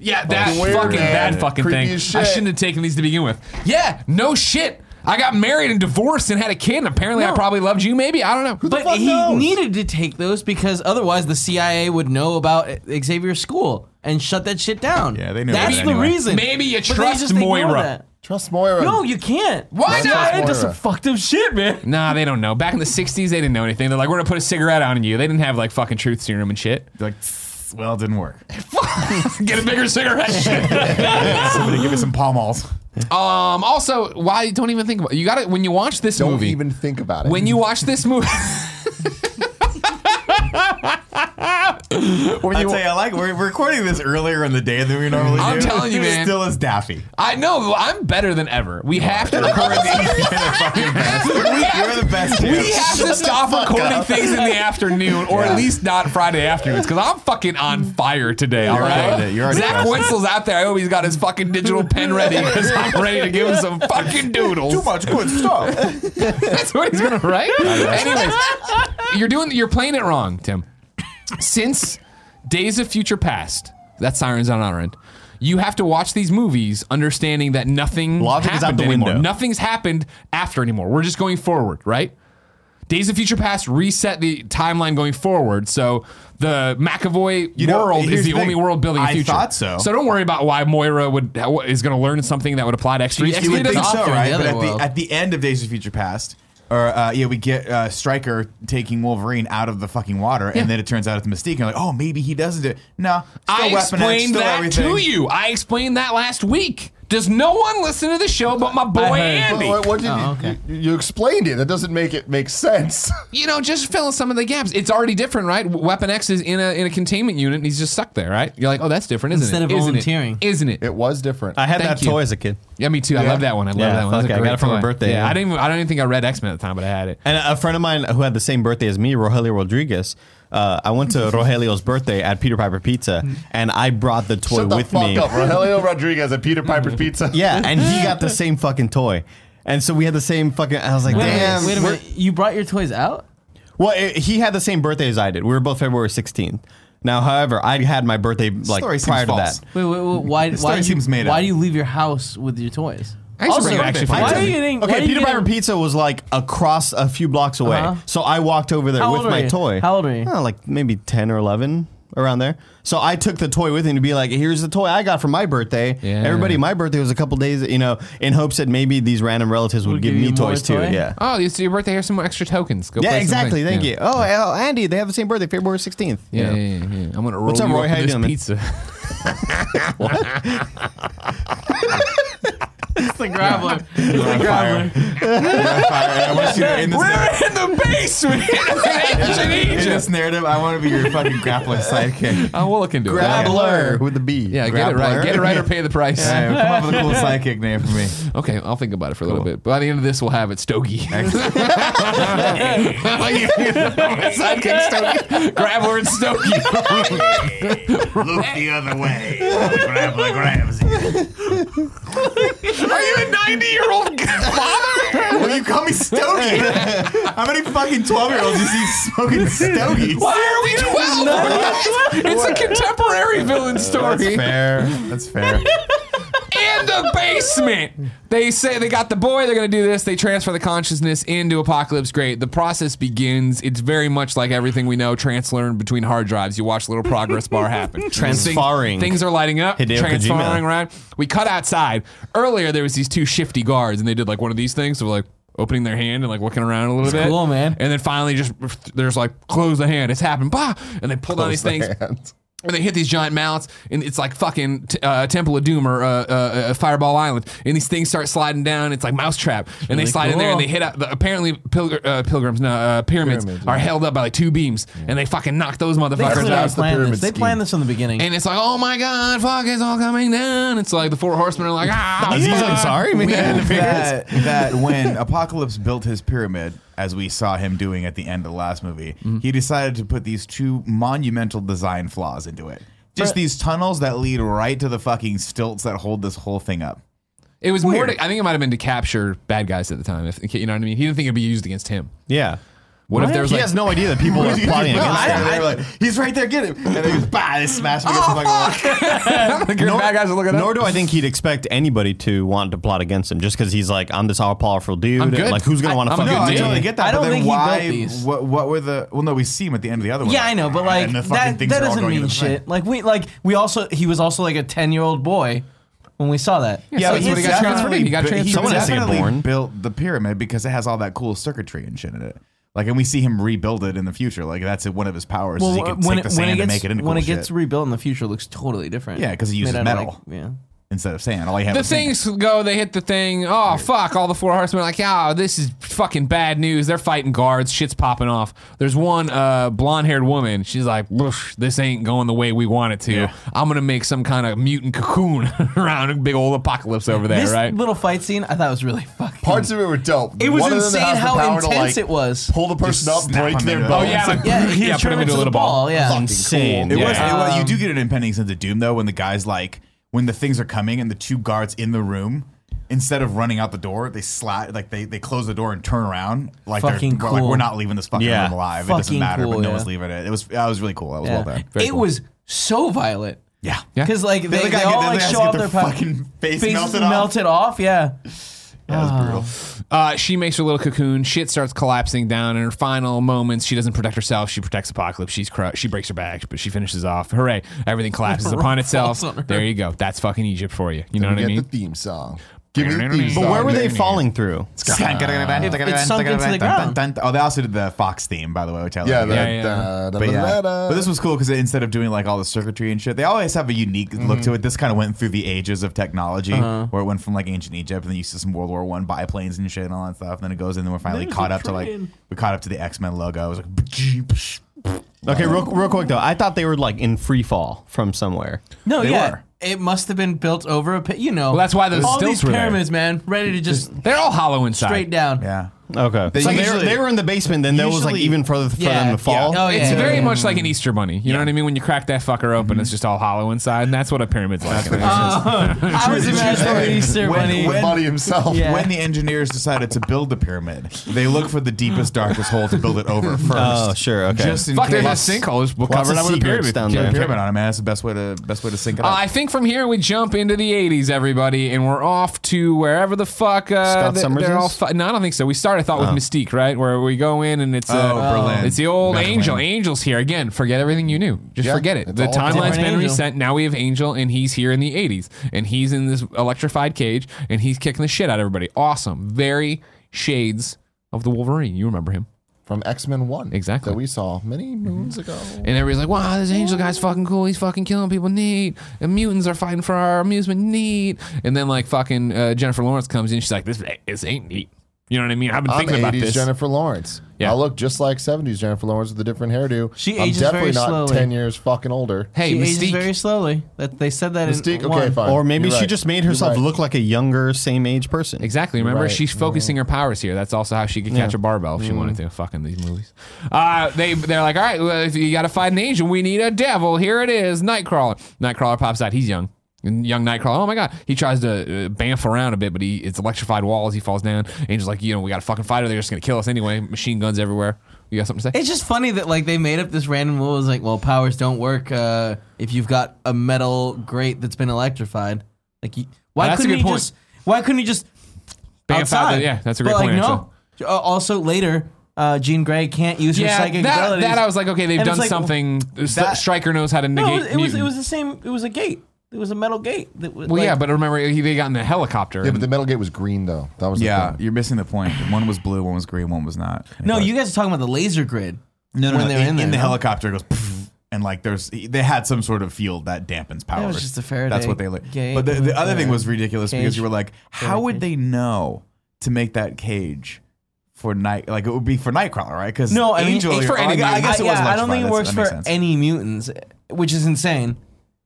B: Yeah, that
A: Weird,
B: fucking
A: man.
B: that fucking
A: Creepy
B: thing.
A: as
B: I
A: shit.
B: shouldn't have taken these to begin with. Yeah, no shit. I got married and divorced and had a kid. And apparently, I
D: No.
B: probably loved you. Maybe I don't know.
A: the
D: But
A: fuck
D: he
A: knows?
D: needed to take those because otherwise the CIA would know about Xavier's school and shut that shit down.
C: Yeah, they knew
D: That's
C: about it
D: the
C: anyway.
D: reason.
B: Maybe you
D: But they
B: trust
D: just ignore
B: Moira.
D: that.
A: Trust Moira.
D: No, you can't.
B: Why
D: The
B: not?
D: CIA does some
A: Moira.
D: fucked up shit, man.
B: nah, they don't know. Back in the '60s, they didn't know anything. They're like, we're gonna put a cigarette on you. They didn't have like fucking truth serum and shit.
A: <laughs>
C: Like, "Tss, well, it didn't <laughs> work.
B: Get a bigger cigarette. <laughs> Shit.
C: Somebody give me some palm malls.
B: um. Also, why don't even think about you got to when you watch this
A: don't
B: movie.
A: even think about it.
B: when you watch this movie. <laughs> when
C: I
B: you,
C: tell you, I like we're we're recording this earlier in the day than we normally <laughs>
B: I'm
C: do.
B: telling you,
C: It
B: man.
C: Still is daffy.
B: I know I'm better than ever. We have to record
A: <laughs>
B: these.
C: You're the
B: <laughs>
C: fucking best. You're the best. dude.
B: We have to stop recording things in the afternoon, or at
C: Yeah.
B: least not Friday afternoons, because I'm fucking on fire today. All
C: killing
B: right,
C: it. You're already
B: Zach
C: crushed it.
B: Wenzel's out there. I hope he's got his fucking digital pen ready because I'm ready to give him some fucking doodles.
C: Too much good stuff.
B: <laughs> That's what he's gonna write. Anyways, you're doing, you're playing it wrong, Tim. Since Days of Future Past, that's Sirens on our end. You have to watch these movies, understanding that nothing
E: Logic is out
B: happened
E: the
B: anymore.
E: window.
B: Nothing's happened after anymore. We're just going forward, right? Days of Future Past reset the timeline going forward, so the McAvoy
C: You know,
B: world
C: here's
B: is the,
C: the
B: only
C: thing.
B: world building
C: I
B: future.
C: thought so.
B: So don't worry about why Moira would is going to learn something that would apply to X three.
D: She- she would
C: I
D: think
C: think so,
D: Often
C: right?
D: the
C: But
D: other
C: at the,
D: world.
C: at the end of Days of Future Past, or uh, yeah, we get uh, Stryker taking Wolverine out of the fucking water, and then it turns out it's Mystique. And you're like, oh, maybe he doesn't do. it. No, still
B: I
C: Weapon X,
B: explained
C: still
B: that
C: everything.
B: to you. I explained that last week. Does no one listen to the show but my boy
D: heard.
B: Andy?
A: What, what did
D: Oh,
A: you,
D: okay.
A: you, you explained it. That doesn't make it make sense. <laughs>
B: You know, just fill in some of the gaps. It's already different, right? Weapon X is in a in a containment unit and he's just stuck there, right? You're like, oh, that's different, isn't
D: Instead
B: it?
D: of
B: Isn't it?
D: volunteering.
B: isn't it?
A: it was different.
E: I had
B: Thank
E: that
B: you.
E: toy as a kid.
B: Yeah, me too. I love that one. I love
E: Yeah,
B: that one. That's
E: fuck
B: a
E: it. I
B: great
E: got it for my
B: toy.
E: birthday,
B: Yeah,
E: yeah.
B: I didn't. Even, I don't even think I read X Men at the time, but I had it.
E: And a friend of mine who had the same birthday as me, Rogelio Rodriguez, uh, I went to Rogelio's birthday at Peter Piper Pizza, and I brought the toy
A: Shut the
E: with
A: fuck
E: me.
A: up, Rogelio Rodriguez at Peter Piper's Pizza. <laughs>
E: Yeah, and he got the same fucking toy. And so we had the same fucking. I was like,
D: Wait a minute,
E: damn.
D: Wait a
E: we're-
D: minute. You brought your toys out?
E: Well, it, he had the same birthday as I did. We were both February 16th. Now, however, I had my birthday like
C: Story seems
E: prior to
C: false.
E: that.
D: Wait, wait, wait why?
C: story
D: Why, do you,
C: seems made
D: why
C: up.
D: do you leave your house with your toys?
B: I used to bring back shit for
D: why
B: kids.
D: are you getting? why are
E: Okay,
D: you
E: Peter
D: getting-
E: Piper Pizza was like across a few blocks away.
D: Uh-huh.
E: So I walked over there
D: How
E: with
D: old were
E: my
D: you?
E: toy.
D: How old were you?
E: Oh, like maybe 10 or 11 around there. So I took the toy with me to be like, here's the toy I got for my birthday.
B: Yeah.
E: Everybody, my birthday was a couple days, you know, in hopes that maybe these random relatives would
D: Would
E: give,
D: give
E: me
D: you more
E: toys
D: toy?
E: too. Yeah.
B: <laughs> Oh, it's your birthday. Here's some more extra tokens. Go
E: yeah,
B: play something.
E: exactly. Thank
B: Yeah.
E: you. Oh, oh, Andy, they have the same birthday, February 16th. you
B: Yeah,
E: know.
B: yeah, yeah, yeah. I'm gonna roll
E: What's up,
B: you
E: Roy?
B: up
E: How
B: in
E: you <laughs>
B: this
E: doing, man?
B: pizza.
D: the graveler.
C: You're on fire. You're on fire. And I want you to- in <laughs> this,
B: We're in the
E: <laughs>
B: basement in <laughs> ancient
C: in this
B: Egypt.
C: narrative, I want to be your fucking grappler sidekick.
B: Uh, we'll look into it.
E: Grappler.
A: with the B.
B: Yeah, get it right.
C: Grappler.
B: Get it right or pay the price.
C: Yeah, come up with
E: <laughs>
C: a cool sidekick name for me.
B: Okay, I'll think about it for a little bit. By the end of this, we'll have
C: <laughs>
B: it Stogie.
C: Excellent.
B: <laughs> Sidekick Stogie. Graveler and
C: <laughs>
B: Stogie.
F: Look the other way. Grappler grabs you.
B: Are you a 90 year old father?
C: Will you call me Stogie? How many fucking 12 year olds you see smoking Stogies?
B: Why are we
C: <laughs>
B: 12? It's a contemporary villain
C: That's
B: story.
C: fair. That's fair.
B: And a basement. They say they got the boy, they're going to do this. They transfer the consciousness into Apocalypse Great. The process begins. It's very much like everything we know transferring between hard drives. You watch little progress bar
E: <laughs>
B: happen.
E: Transferring.
B: Things are lighting up.
E: Hideo
B: transferring
E: Kojima.
B: around. We cut outside. Earlier, there was these two shifty guards, and they did like one of these things of like opening their hand and like looking around a little bit.
D: cool, man.
B: And then finally, just there's like close the hand. It's happened. Bah! And they pull down these things. And they hit these giant mounts, and it's like fucking t- uh, Temple of Doom or uh, uh, uh, Fireball Island. And these things start sliding down. It's like mousetrap, and they slide in there, and they hit. Out, the, apparently, pilgr- uh, pilgrims, no, uh, pyramids, are held up by like two beams, and they fucking knock those
D: They
B: motherfuckers
D: clearly
B: out.
A: that's the
D: planned this.
A: pyramid
D: They
A: scheme.
D: planned this in the beginning.
B: And it's like, oh my god, fuck, it's all coming down. It's like the four horsemen are like, ah,
E: Aziz
B: fuck.
E: Ansari, man.
C: that, that when Apocalypse built his pyramid, as we saw him doing at the end of the last movie, he decided to put these two monumental design flaws into it. Just these tunnels that lead right to the fucking stilts that hold this whole thing up.
B: It was more. To, I think it might have been to capture bad guys at the time. If you know what I mean, he didn't think it'd be used against him.
E: Yeah.
B: What, if there was
E: he
B: like, <laughs>
E: has no idea that
C: <laughs>
E: people are plotting
C: No,
E: against
C: I-
E: him.
C: they were like, he's right there, get him. And they just, bah, they smash
D: Oh,
C: him against the fucking wall.
B: good bad guys are looking
E: Nor
B: up?
E: do I think he'd expect anybody to want to plot against him just because he's like, I'm this all powerful dude.
B: I'm good.
E: Like, who's going
B: I-
E: to want to
B: I'm a
E: fuck
B: good
C: No, I
B: dude.
C: totally get that.
D: I
C: but
D: don't
C: then
D: think he built
C: why,
D: these.
C: What, what were the? Well, no, we see him at the end of the other one.
D: yeah, I know, but like
C: And the fucking
D: that, that
C: things are all
D: doesn't
C: going to
D: mean
C: the thing.
D: shit. Like we like we also he was also like a ten year old boy when we saw that.
B: Yeah, that's
D: so
B: what he
D: he's
B: got transferred
C: definitely
B: in. He got
C: bu-
B: transferred.
E: Someone has to get
C: definitely
E: born.
C: built the pyramid because it has all that cool circuitry and shit in it. Like, and we see him rebuild it in the future. Like, that's one of his powers. is he can take the sand
D: gets,
C: and make it into
D: when
C: cool
D: it gets
C: shit
D: rebuilt in the future, it looks totally different.
C: Yeah, 'cause he
D: Made
C: uses
D: out of,
C: metal.
D: like- yeah.
C: instead of sand. All he had
B: The
C: was sand.
B: things go, they hit the thing. Oh, fuck. All the four horsemen are like, oh, this is fucking bad news. They're fighting guards. Shit's popping off. There's one uh, blonde haired woman. She's like, "Woof, this ain't going the way we want it to. I'm going to make some kind of mutant cocoon <laughs> around a big old apocalypse over there,
D: This
B: right?
D: little fight scene, I thought was really <laughs> fucking.
A: Parts of it were dope.
D: It was
A: One of them
D: insane
A: has the
D: how
A: power to,
D: intense
A: like,
D: it was.
A: Pull the person
C: Just
A: up,
C: snap
A: break
C: them
A: their
C: into-
A: bones.
B: oh, yeah, like,
D: yeah,
B: yeah,
D: he
B: put him
D: turned
B: into a
D: into the
B: little ball.
D: ball. Yeah,
E: Insane.
C: It
B: Yeah.
C: was. It was you do
D: Um,
C: get an impending sense of doom though when the guys like when the things are coming and the two guards in the room. Instead of running out the door, they slide like they, they close the door and turn around like they're
D: Fucking
C: we're like
D: cool.
C: we're not leaving this fucking
E: Yeah.
C: room alive. it doesn't
D: Fucking
C: matter,
D: cool,
C: but no
D: yeah.
C: one's leaving it. It was that was really cool. That was well
D: yeah.
C: done.
B: Very
D: it
B: cool.
D: was so violent.
C: Yeah,
D: Because like they,
C: The other
D: they
C: guy
D: all
C: get- the
D: like
C: other guys
D: show
C: get
D: off their, pow-
C: fucking face
D: faces
C: melted
D: melted,
C: off.
D: off. Yeah,
C: Yeah, it was brutal.
B: Uh, she makes her little cocoon. Shit starts collapsing down. In her final moments, she doesn't protect herself. She protects Apocalypse. She's cru- she breaks her back, but she finishes off. Hooray!
D: <laughs>
B: Everything collapses upon itself.
D: on her.
B: There you go. That's fucking Egypt for you. You know what I
A: Get the
B: mean?
A: theme song. Give me the theme
B: But
A: song.
E: But where were they
A: man.
E: falling through?
D: It's sunk into the ground.
C: Oh, they also did the Fox theme, by the way, which I
A: Yeah,
C: like.
A: the,
B: Yeah, yeah.
A: da- da-
C: But yeah,
A: da- da-
C: but this was cool because instead of doing like all the circuitry and shit, they always have a unique look to it. This kind of went through the ages of technology, where it went from like ancient Egypt, and then you see some World War One biplanes and shit and all that stuff. And then it goes, and then we're finally caught up to like we caught up to the X Men logo. It was like, <laughs> "Psh, psh."
E: Okay, real, real quick though. I thought they were like in free fall from somewhere.
D: no,
C: They
D: yeah.
C: were.
D: It must have been built over a pit. You know,
B: Well, that's why those
D: all
B: stilts
D: these
B: were there.
D: pyramids, man, ready to just
B: They're all hollow inside.
D: straight down.
C: yeah,
E: Okay. so they, were,
C: usually-
E: they were in the basement, then there was like
C: usually-
E: even further for
D: Yeah,
E: them to fall.
D: yeah. Oh,
B: It's
D: yeah.
B: very much like an Easter bunny. You know what I mean? When you crack that fucker open, it's just all hollow inside, and that's what a pyramid's like. Uh,
D: I was imagining <laughs> Easter
C: When-
D: Bunny.
C: when-
A: Buddy himself.
D: Yeah.
C: When the engineers decided to build the pyramid, they look for the deepest, darkest hole to build it over first.
E: Oh, sure. Okay.
C: Just in
B: Fuck,
C: case.
B: there's a sinkhole. Just- We'll
E: Lots
B: cover it
E: of
B: up with a
E: secrets
B: pyramid.
E: down
B: Yeah,
E: there.
B: pyramid.
C: pyramid on it, man. That's the best way to best way to sink it
B: Uh,
C: up.
B: I think from here we jump into the 80s, everybody, and we're off to wherever the fuck. Uh,
E: Scott
B: they-
E: Summers
B: they're all
E: is?
B: fu- no, I don't think so. We start, I thought, with Mystique, right? Where we go in and it's. Uh,
C: Oh, Berlin.
B: It's the old
C: Berlin.
B: Angel. Angel's here. Again, forget everything you knew. Just
A: Yeah,
B: forget it.
A: it's
B: The
A: all different.
B: timeline's been
D: Angel.
B: reset. Now we have Angel, and he's here in the 80s. And he's in this electrified cage, and he's kicking the shit out of everybody. Awesome. Very shades of the Wolverine. You remember him.
A: from X Men One,
B: Exactly.
A: that we saw many moons ago.
B: And everybody's like, wow, this angel guy's fucking cool. He's fucking killing people. Neat. And mutants are fighting for our amusement. Neat. And then, like, fucking uh, Jennifer Lawrence comes in. She's like, this, this ain't neat. You know what I mean? I've been
A: I'm
B: thinking about
A: 80s
B: this.
A: Jennifer Lawrence.
B: Yeah.
A: I look just like 70s Jennifer Lawrence with a different hairdo.
D: She
A: I'm
D: ages
A: definitely
D: very
A: not
D: slowly.
A: 10 years fucking older.
B: hey,
D: she ages
B: Mystique.
D: very slowly. That they said that
A: Mystique,
D: in
A: okay,
D: one.
A: fine.
E: Or maybe
A: You're
E: she
A: right.
E: just made
A: You're
E: herself
A: right.
E: look like a younger, same age person.
B: Exactly. Remember,
A: right.
B: she's focusing her powers here. That's also how she could catch a barbell if
D: Mm-hmm.
B: she wanted to. Fucking these movies. Uh, they they're like, all right, well, if you got to fight an angel, we need a devil. Here it is, Nightcrawler. Nightcrawler pops out. He's young. And Young Nightcrawler, oh my god! He tries to uh, bamf around a bit, but he it's electrified walls. He falls down. Angel's like, you know, we got to fucking fight her. They're just gonna kill us anyway. Machine guns everywhere. You got something to say?
D: It's just funny that like they made up this random rule. It's like, well, powers don't work uh, if you've got a metal grate that's been electrified. Like, you, why
B: That's a
D: couldn't
B: good
D: he
B: point.
D: just? Why couldn't he just?
B: Bamf out
D: outside?
B: the- yeah, that's a great
D: but,
B: point,
D: Like, no. Uh, also later, uh, Jean Grey can't use her
B: yeah,
D: psychic
B: that,
D: abilities.
B: that I was like, okay, they've
D: And it's
B: done
D: like,
B: something. Striker knows how to
D: No,
B: negate.
D: it was, it was it
B: mutant.
D: was the same. It was a gate. It was a metal gate. That was,
B: well,
D: like,
B: yeah, but remember, he, they got in the helicopter.
A: Yeah,
B: and-
A: but the metal gate was green, though. That was the
C: Yeah,
A: thing.
C: you're missing the point. One was blue, one was green, one was not.
D: no, you guys are talking about the laser grid.
C: no, no,
D: when
C: no.
D: they're in there,
C: the
D: no?
C: helicopter it goes. pff, And like, there's they had some sort of field that dampens power.
D: was just a Faraday
C: That's what they like.
D: gate
C: But the,
D: with
C: the other thing
D: a
C: was ridiculous because
D: cage.
C: you were like, how would they know to make that cage for night? Like it would be for Nightcrawler, right? Because
D: No, I mean, it's
C: for
D: for
C: any.
D: any
C: I guess it
D: yeah,
C: was.
D: I don't think it
C: electrified. That's-
D: works
C: that makes sense.
D: for any mutants, which is insane.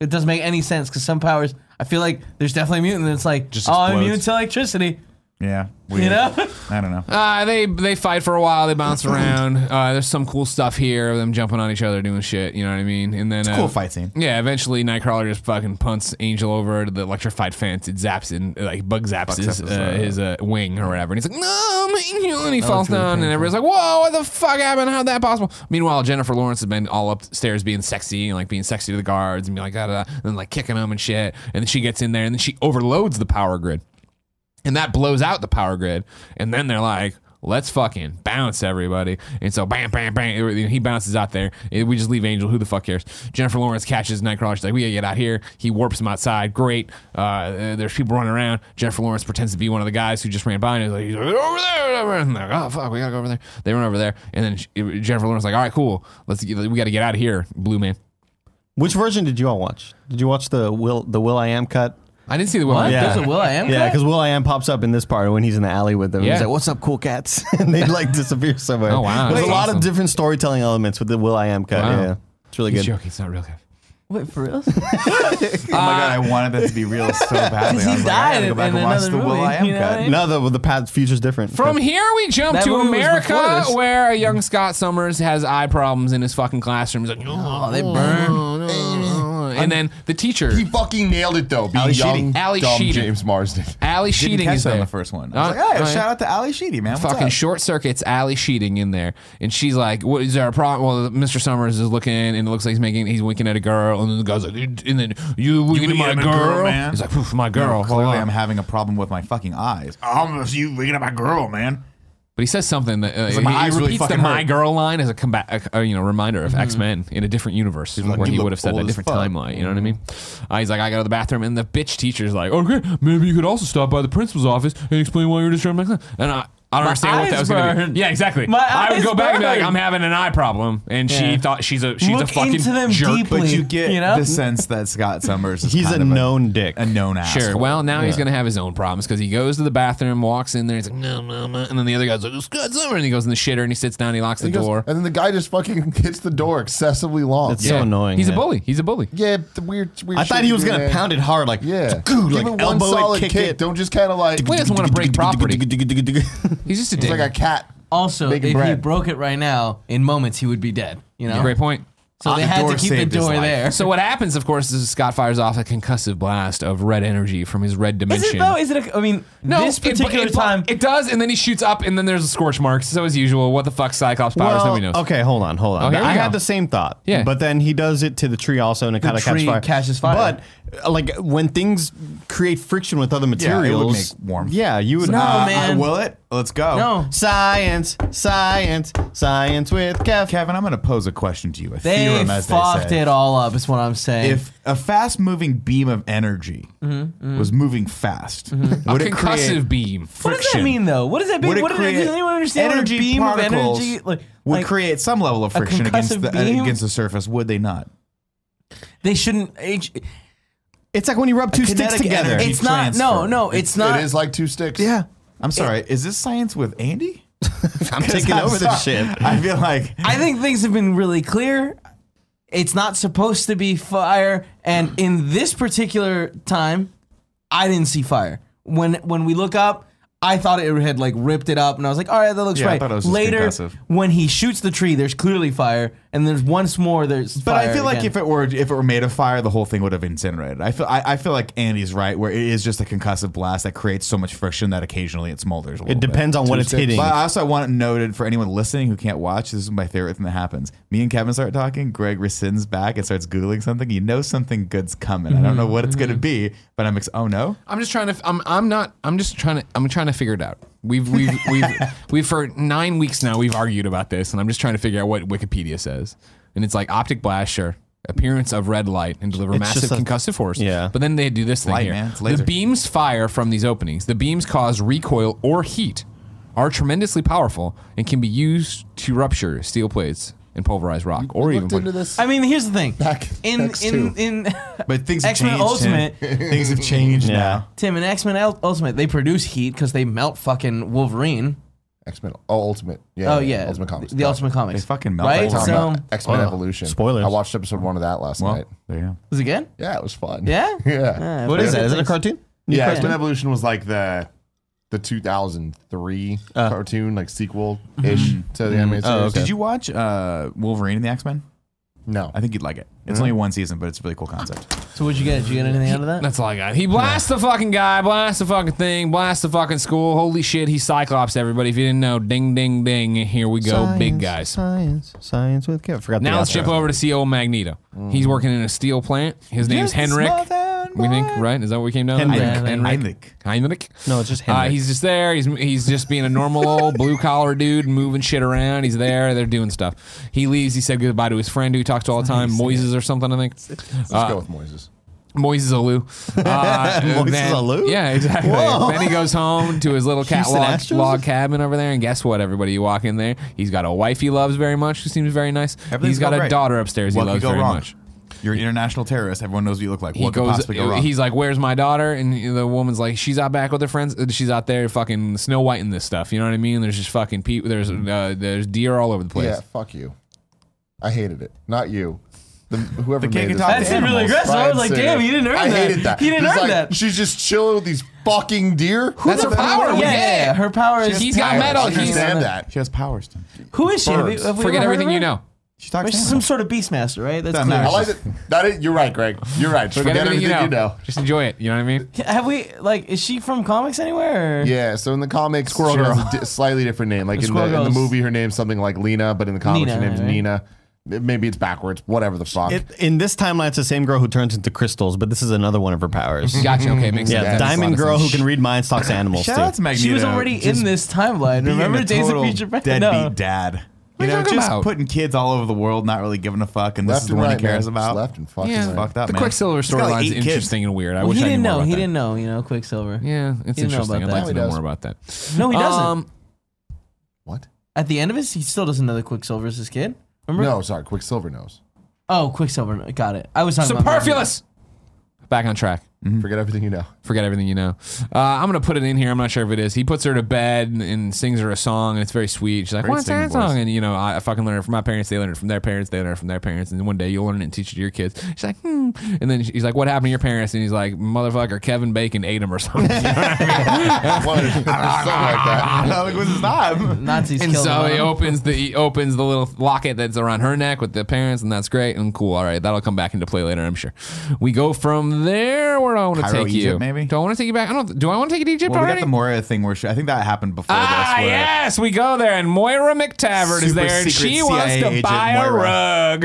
D: It doesn't make any sense because some powers. I feel like there's definitely a mutant that's like,
C: Just
D: oh, I'm
C: explodes.
D: immune to electricity. <laughs>
C: Yeah, weird.
D: know?
C: I don't know.
B: Uh, they they fight for a while. They bounce around. Uh, there's some cool stuff here. Them jumping on each other, doing shit. You know what I mean? And then uh,
C: cool fight scene.
B: Yeah. Eventually, Nightcrawler just fucking punts Angel over to the electrified fence. It zaps and like bug zaps his
C: zaps his,
B: uh,
C: uh,
B: his uh, wing or whatever. And he's like, "No, I'm Angel," and he falls down. And everybody's like, "Whoa, what the fuck happened? How'd that possible?" Meanwhile, Jennifer Lawrence has been all upstairs being sexy and like being sexy to the guards and being like, da, da, da, and then like kicking them and shit. And then she gets in there and then she overloads the power grid. And that blows out the power grid. And then they're like, let's fucking bounce everybody. And so bam, bam, bam. everything- He bounces out there. And We just leave Angel. Who the fuck cares? Jennifer Lawrence catches Nightcrawler. She's like, we gotta get out here. He warps him outside. Great. Uh, there's people running around. Jennifer Lawrence pretends to be one of the guys who just ran by and is like, he's like, over there. Over there. And they're like, oh, fuck, we gotta go over there. They run over there. And then she, Jennifer Lawrence is like, all right, cool. Let's, get- we gotta get out of here, Blue Man.
E: Which version did you all watch? Did you watch the Will the Will I Am cut?
B: I didn't see the one.
E: Yeah.
D: There's a Will I Am.
E: Yeah,
D: cut?
E: because Will I Am pops up in this part when he's in the alley with them.
B: Yeah.
E: He's like, "What's up, cool
C: <laughs>
E: cats?" <laughs> and they like disappear somewhere.
B: Oh, wow.
E: There's
B: Wait.
E: a lot
B: Awesome.
E: of different storytelling elements with the Will I Am cut.
B: Wow.
E: Yeah, it's really
B: He's
E: good.
B: joking. It's not real. Kev.
D: wait
C: <laughs>
D: for real.
C: Oh my god, I wanted that to be real so badly.
D: 'Cause he
C: I was like, I
D: died
C: gotta go back
D: in
C: and watch the
D: another
C: Will I
D: movie,
C: Am
D: you know what I
C: cut.
D: mean?
E: No, the the path future's different.
B: From here, we jump
D: That
B: to
D: movie was before
B: America,
D: this.
B: where young Scott Summers has eye problems in his fucking classroom. He's like,
D: Oh,
B: no,
D: they burn.
B: no, no, no." and then the teacher,
A: He fucking nailed it, though. Being
E: Ali
A: young,
E: Sheedy.
B: Ali
A: dumb
B: Sheedy.
A: James Marsden.
B: Ali
C: Didn't
B: Sheeting
C: catch
B: is
C: that
B: there.
C: on the first one. I was
B: Uh,
C: like, hey,
B: uh,
C: shout out to Ali Sheedy, man. What's
B: Fucking
C: up?
B: short circuits, Ali Sheeting in there, and she's like, "What is there a problem?" Well, Mr. Summers is looking, and it looks like he's making, he's winking at a girl, and then the guy's like, "And then you winking
F: winking
B: at my
F: at my
B: girl?"
F: girl, man.
B: He's like, "Oof, "My
D: Oh,
B: girl." Hold
C: Clearly,
B: on.
C: I'm having a problem with my fucking eyes.
F: Almost you waking up my girl, man.
B: But he says something that uh,
C: like, my
B: he, he
C: eyes really
B: repeats the
C: fucking
B: "my
C: hurt.
B: girl" line as a combat, a, you know, reminder of X Men in a different universe
C: like,
B: where
C: "You
B: he
C: look
B: would have said
C: old
B: a
C: as
B: different
C: fuck."
B: timeline. You know what I mean? Uh, he's like, "I go to the bathroom," and the bitch teacher's like, "Okay, maybe you could also stop by the principal's office and explain why you're disturbing my class." And I, I don't understand what that
D: eyes
B: was going to
D: burned.
B: be. Yeah, exactly.
D: My
B: I would
D: eyes
B: go back and be like,
D: burned.
B: "I'm having an eye problem," and she
D: Yeah.
B: thought she's a she's a
D: Look
B: fucking
D: into them
B: jerk.
D: deeply.
C: But you get
D: You know?
C: the sense that Scott Summers is
E: He's
C: kind
E: a
C: of
E: known dick.
C: a known asshole.
B: Sure. Well, now he's gonna have his own problems because he goes to the bathroom, walks in there, he's like, "No, no, no," and then the other guy's like, "Scott Summer," and he goes in the shitter and he sits down, he locks the
A: He goes-
B: door.
A: and then the guy just fucking <laughs> hits the door excessively long.
E: It's so annoying.
B: He's a
E: yeah.
B: bully. He's a bully.
A: yeah, the weird, weird
E: I
A: shit
E: thought
A: you
E: he was
A: do
E: gonna
A: there.
E: pound it hard, like
A: Yeah.
E: good, like
A: Give it
E: elbow
A: one solid
E: it, kick, it.
A: Don't just kind of like.
B: Well, he doesn't want
D: <laughs>
B: to break property. He's just a dick.
A: It's like a cat.
D: Also,
A: Making
D: if he
A: bread.
D: broke it right now, in moments he would be dead. You know.
B: Great point.
D: So they
C: Ah, The
D: had
C: door
D: to keep the
C: saved his
D: door
C: life.
D: there.
B: So what happens, of course, is Scott fires off a concussive blast of red energy from his red dimension.
D: Is it though? Is it? A, I mean, this
B: it- it-
D: particular
B: it-
D: time,
B: it does, and then he shoots up, and then there's the scorch marks. So as usual, what the fuck, Cyclops powers?
E: Well,
B: Nobody knows.
E: okay, hold on, hold
B: Oh,
E: on.
B: here we
E: I
B: go.
E: had the same thought.
B: Yeah.
E: But then he does it to the tree also, and it kind of
D: tree
E: catches fire.
D: catches fire.
E: But uh, like when things create friction with
C: Yeah,
E: other
C: it would
E: materials.
C: make warmth.
E: Yeah, you would. Ah,
D: No,
C: Uh,
D: man.
C: I- will it? Let's go.
D: No.
E: Science, science, science with Kev.
C: Kevin, I'm going to pose a question to you. A
D: They
C: theorem, as they
D: fucked
C: say.
D: it all up. Is what I'm saying.
C: If a fast-moving beam of energy
D: Mm-hmm,
C: was moving fast,
B: A
C: would it
B: concussive
C: create
B: beam.
D: what does that
C: friction?
D: mean though? What does that mean?
C: Would it
D: What does-
C: create
D: does anyone understand what a
C: energy
D: beam of
C: particles
D: energy like?
C: would
D: like,
C: create some level of friction against
D: concussive
C: the uh,
D: beam?
C: against the surface? Would they not?
D: they shouldn't. It,
E: It's like when you rub two sticks
C: kinetic
E: together.
C: energy.
E: It's-
D: it's not. No,
C: transfer.
D: no, it's, not.
A: it is like two sticks.
C: Yeah. I'm sorry. Is this science with Andy? <laughs>
E: I'm taking over this shit.
C: I feel like
D: I think things have been really clear. It's not supposed to be fire, and in this particular time, I didn't see fire. When when we look up, I thought it had like ripped it up, and I was like, "All right, that looks
C: Yeah, I
D: right."
C: thought it was just
D: Later,
C: concussive.
D: when he shoots the tree, there's clearly fire, and there's once more. There's
C: But I
D: fire
C: feel like
D: again.
C: if it were if it were made of fire, the whole thing would have incinerated. I feel I, I feel like Andy's right, where it is just a concussive blast that creates so much friction that occasionally it smolders. A little
E: It depends on what it's
A: sticks.
E: hitting.
C: Bit. But I also want it noted for anyone listening who can't watch. This is my favorite thing that happens. Me and Kevin start talking. Greg rescinds back and starts googling something. You know something good's coming. I don't know what it's gonna be, but I'm ex- oh no.
B: I'm just trying to. I'm. I'm not. I'm just trying to. I'm trying to figure it out.
C: <laughs>
B: We've we've we've we've for nine weeks now. We've argued about this, and I'm just trying to figure out what Wikipedia says. And it's like optic blast, sure. Appearance of red light and deliver massive
E: just a-
B: concussive force.
E: Yeah.
B: But then they do this thing
C: Light,
B: here.
C: man. It's
B: the
C: laser.
B: beams fire from these openings. The beams cause recoil or heat, are tremendously powerful, and can be used to rupture steel plates and pulverize rock, or even
A: Looked into this.
D: I mean, here's the thing.
A: Back-
D: in
A: X
D: in
A: two.
D: in <laughs>
C: But things have
D: X-Men
C: changed. Tim. <laughs> things have changed
E: Yeah.
C: now.
D: Tim and X Men Ultimate, they produce heat because they melt fucking Wolverine.
A: X Men. Oh, Ultimate. Yeah.
D: Oh yeah,
A: Ultimate Comics.
D: The, the Ultimate Comics.
C: They fucking melt
D: right.
C: that
A: Talking
D: So
A: about X Men Evolution.
E: spoilers.
A: I watched episode one of that last
C: Well,
A: night.
C: there you go.
D: was it good?
A: Yeah, it was fun.
D: Yeah?
A: <laughs> Yeah.
E: what is that? Is it a cartoon?
A: Yeah, X Men Evolution was like the the 2003
D: Uh.
A: cartoon,
D: Mm-hmm.
A: like sequel ish to the animated series.
E: Oh, okay.
C: Did you watch uh, Wolverine and the X Men?
A: No. Mm-hmm.
C: I think you'd like it. It's only one season, but it's a really cool concept.
D: So what'd you get? Did you get anything out of that?
B: That's all I got. He blasts the fucking guy, blasts the fucking thing, blasts the fucking school. Holy shit, he cyclops everybody. If you didn't know, ding, ding, ding. Here we go, big guys.
E: Science, science with Kev. Forgot
B: Now
E: the
B: let's
E: outro.
B: jip over to see old Magneto.
E: Mm.
B: He's working in a steel plant. His name's Henrik. We think, right? Is that what we came down? to?
E: Henrik.
B: Henrik. Henrik.
C: Heinrich.
B: Heinrich?
E: No, it's just
B: Uh,
E: Henrik.
B: he's just there. He's he's just being a
E: <laughs>
B: normal old blue collar dude, moving shit around. He's there. They're doing stuff. He leaves. He said goodbye to his friend who he talks to all the time, Moises or something. I think Uh,
A: Let's
D: Uh,
A: go with Moises.
B: Moises Alou. Uh,
E: Moises
B: then-
E: Alou?
B: Yeah, exactly. Then he goes home to his little cat
E: Houston
B: log,
E: Astros?
B: log cabin over there, and guess what, everybody? You walk in there, he's got a wife he loves very much, who seems very nice.
C: Everything's
B: He's got
C: going
B: a
C: great.
B: daughter upstairs
C: What
B: he
C: could
B: loves
C: go
B: very
C: wrong?
B: much.
C: You're an international terrorist. Everyone knows what you look like.
B: He
C: what could
B: goes.
C: possibly go wrong?
B: He's like, "Where's my daughter?" And the woman's like, "She's out back with her friends. Uh, She's out there fucking Snow White and this stuff. You know what I mean? There's just fucking people. There's uh, there's deer all over the place.
A: Yeah, fuck you. I hated it. Not you. The, whoever
C: The
A: made
C: king
A: this.
C: of top
A: movie.
C: That's really
A: Animals.
D: aggressive. I
A: Bryan
D: was like,
A: Singer.
D: damn, you didn't earn
A: I
D: that.
A: hated that.
D: You didn't
A: He's
D: earn
A: like,
D: that.
A: She's just chilling with these fucking deer. That's
B: the
A: her
B: fuck-
A: power.
B: Yeah,
D: Yeah, yeah, yeah. her power is.
B: He's got metal.
A: I
B: He's-
A: understand that.
C: she has powers. Tim.
D: Who is she? Have we-
A: Birds.
D: have we
B: Forget
D: ever heard of
B: everything
D: her?
B: you know.
C: She talks.
D: She's
C: animals.
D: some sort of beastmaster, right? That's
C: Doesn't
D: clear.
A: I
C: matter.
A: like it. That is, you're right, Greg. You're right. Forget,
B: Forget everything you know.
A: you know.
B: Just enjoy it. You know what I mean?
D: Have we like? Is she from comics anywhere? Or?
A: Yeah, so in the comics, Squirrel she
B: Girl.
A: has a di- slightly different name. Like in
D: Squirrel
A: the, in the
D: Girl's-
A: movie, her name's something like Lena, but in the comics,
D: Nina,
A: her name's
D: right?
A: Nina. M- Maybe it's backwards. Whatever the fuck.
E: It, in this timeline, it's the same girl who turns into crystals, but this is another one of her
B: <laughs>
E: powers.
B: Gotcha. Okay, makes
E: Yeah,
B: sense. That makes a lot
E: diamond
B: of
E: girl
B: sense.
E: who can read minds, <laughs> talks to animals
C: Shout out to
E: too.
C: Magneto.
D: She was already in this timeline.
C: being
D: Remember
C: a
D: Days of
C: total
D: Future Past?
C: Deadbeat
D: No.
C: dad. You
B: What are you
C: know,
B: talking
C: just
B: about?
C: putting kids all over the world, not really giving a fuck, and this
A: left
C: is the
A: and
C: one
A: right,
C: he cares
A: man. Just
C: about.
A: left and fucking
B: Yeah.
A: right.
C: Fucked up.
B: the
C: man.
B: Quicksilver
C: He's got like
B: storyline's
C: eight kids.
B: interesting and weird. I
D: Well,
B: wish
D: he
B: I
D: didn't
B: knew more
D: know.
B: about
D: He
B: that.
D: didn't know. You know, Quicksilver.
B: Yeah, it's
D: He didn't know
B: interesting.
D: about that.
B: I'd like
A: No,
B: to know
A: he
B: more
A: doesn't.
B: about that.
D: No, he doesn't.
B: Um,
A: What?
D: At the end of his, he still doesn't know that Quicksilver's his kid. Remember?
A: No, sorry. Quicksilver knows.
D: Oh, Quicksilver. Got it. I was talking about
B: superfluous. Back on track.
A: Forget everything you know. <laughs>
B: Forget everything you know. Uh, I'm gonna put it in here. I'm not sure if it is. He puts her to bed and, and sings her a song, and it's very sweet. She's like, "What's
C: singing
B: that
C: voice.
B: song?" And you know, I, I fucking learned it from my parents. They learned it from their parents. They learned it from their parents. And then one day you'll learn it and teach it to your kids. She's like, "Hmm." And then she's like, "What happened to your parents?" And he's like, "Motherfucker, Kevin Bacon ate him
D: <laughs>
B: or something." <laughs>
A: One or something like that.
C: <laughs> I was like, what's his name?
D: Nazis
B: and oh,
D: killed
B: so
D: him.
B: he opens the he opens the little locket that's around her neck with the parents, and that's great and cool. All right, that'll come back into play later, I'm sure. We go from there. We're where do I want to
C: Cairo,
B: take you?
C: Egypt, maybe?
B: Do I want to take you back? I don't. Do I want to take you to Egypt
C: Well, we got
B: already?
C: the Moira thing where she, I think that happened before
B: Ah,
C: this. Where,
B: yes, we go there, and Moira McTavern
C: Super
B: is there, and
C: secret
B: she wants
C: CIA
B: to
C: agent
B: buy a
D: <laughs>
B: rug.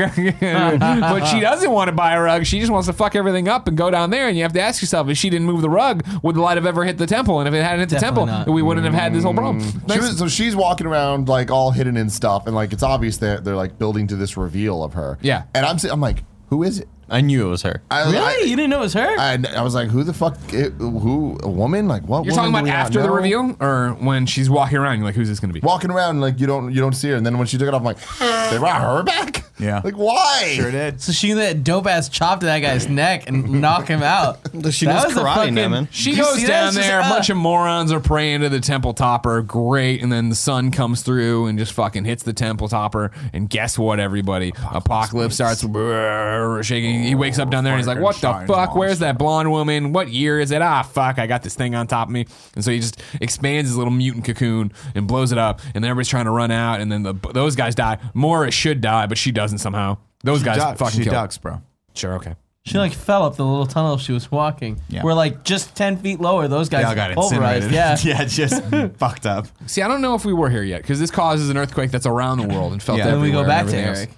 B: but she doesn't want to buy a rug. She just wants to fuck everything up and go down there. And you have to ask yourself if she didn't move the rug, would the light have ever hit the temple? And if it hadn't hit
D: Definitely
B: the temple,
D: not.
B: we wouldn't have had this whole problem.
A: She
C: Mm.
B: Next-
A: was, so she's walking around like all hidden in stuff, and like it's obvious that they're like building to this reveal of her.
B: Yeah.
A: and I'm si- I'm like, who is it?
E: I knew it was her.
A: I,
D: Really?
A: I-
D: you didn't know it was her?
A: I, I was like, who the fuck? It, who? A woman? Like what?
B: You're
A: woman
B: talking
A: do
B: about
A: we not
B: after the
A: know?
B: reveal, or when she's walking around? You're like, who's this going to be?
A: Walking around like you don't you don't see her, and then when she took it off, I'm like,
D: <sighs>
A: they brought her back.
C: Yeah.
A: Like why?
C: Sure did.
D: so she that dope ass chop to that guy's neck and knock him out.
E: She
D: That
E: knows
D: was a
E: karate
D: fucking-
E: now, man.
B: She
D: You
B: goes
D: see that?
B: down
D: It's just
B: there.
D: like,
B: a
D: ah.
B: bunch of morons are praying to the temple topper. Great, and then the sun comes through and just fucking hits the temple topper. And guess what, everybody? Apocalypse, starts brrr, shaking. He wakes up down there and he's like, "What the fuck?
C: Frankenstein's
B: Where's that blonde woman? What year is it? Ah, fuck! I got this thing on top of me." And so he just expands his little mutant cocoon and blows it up. And then everybody's trying to run out. And then the, those guys die. Mora should die, but she doesn't somehow. Those guys
C: Duck,
B: fucking
C: she
B: kill. her.
C: ducks, bro.
B: Sure, okay.
D: She like fell up the little tunnel she was walking.
C: Yeah.
D: We're like just ten feet lower. Those
C: They
D: guys
C: all got
D: pulverized.
C: incinerated. <laughs>
D: Yeah.
C: yeah,
D: <laughs>
C: just fucked up.
B: See, I don't know if we were here yet because this causes an earthquake that's around the world and felt
C: Yeah.
B: everywhere.
C: Then
D: Then we go back
B: and
D: to
B: everything else.
D: Eric.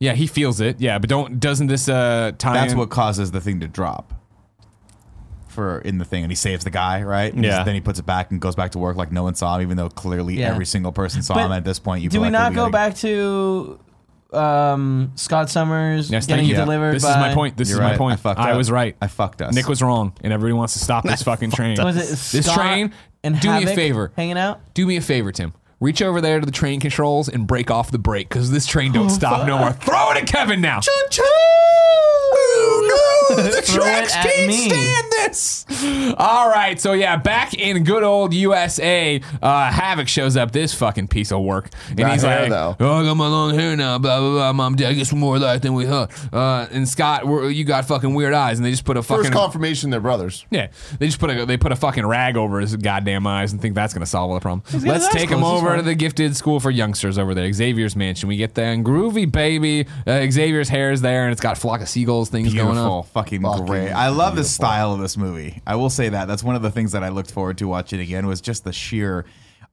B: Yeah, he feels it. Yeah, but don't doesn't this uh time?
C: That's what causes the thing to drop. For in the thing, and he saves the guy, right? And
E: Yeah.
C: just- Then he puts it back and goes back to work like no one saw him, even though clearly
D: Yeah.
C: every single person saw
D: But
C: him at this point. You
D: Do
C: feel
D: we
C: like,
D: not
C: we
D: go
C: gotta-
D: back to um, Scott Summers
B: Yes,
D: getting
B: thank you.
D: delivered?
B: This
D: by,
B: is my point. This
C: You're
B: is
C: right.
B: my point.
C: I fucked
B: I
C: up.
B: was right.
C: I fucked us.
B: Nick was wrong, and everybody wants
C: <laughs>
B: to stop this fucking train.
D: Was it
B: this
D: Scott
B: train?
D: and
B: do me a
D: Havoc
B: favor.
D: Hanging out.
B: Do me a favor, Tim. Reach over there to the train controls and break off the brake because this train
D: Oh,
B: don't stop no more. Throw it at Kevin now. Oh no! The
D: Throw
B: tracks
D: it at
B: can't
D: me.
B: stand this. All right, so yeah, back in good old USA, uh, Havoc shows up. This fucking piece of work, and
A: That
B: he's
A: hair,
B: like,
A: though.
B: "Oh, I got my long hair now, blah blah blah. Mom, dad, I guess we're more alike than we thought." Uh, and Scott, we're, you got fucking weird eyes, and they just put a fucking
A: First confirmation they're brothers.
B: yeah, they just put a they put a fucking rag over his goddamn eyes and think that's gonna solve all the problem. Let's
D: eyes
B: take him
D: closed, he's
B: over to
D: fine.
B: the gifted school for youngsters over there, Xavier's mansion. We get there and groovy baby. Uh, Xavier's hair is there and it's got flock of seagulls things going
C: Beautiful,
B: on.
C: fucking,
A: Fucking
C: great. I love the
A: beautiful.
C: style of this movie. I will say that. That's one of the things that I looked forward to watching again was just the sheer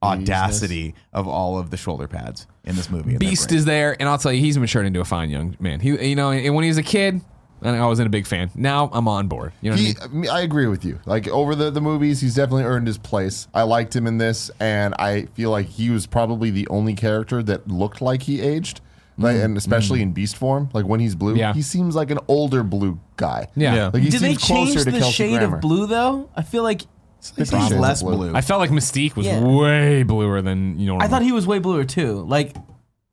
C: audacity of all of the shoulder pads in this movie. and their
B: Beast
C: brain.
B: is there, and I'll tell you, he's matured into a fine young man. He, you know, and when he was a kid, and I wasn't a big fan. Now I'm on board. You know what I
A: He,
B: mean?
A: I mean, I agree with you. Like over the, the movies, he's definitely earned his place. I liked him in this, and I feel like he was probably the only character that looked like he aged. Like, and especially in beast form, like when he's blue,
B: Mm. Yeah.
A: he seems like an older blue guy.
B: Yeah. Yeah.
A: like he
D: Did they
A: seems
D: change
A: closer to
D: the
A: Kelsey
D: shade
A: Grammer.
D: of blue though? I feel like
C: He's
A: Shades of
C: less
A: Blue.
C: blue.
B: I felt like Mystique was
D: Yeah.
B: way bluer than you know.
D: I thought he was way bluer too, like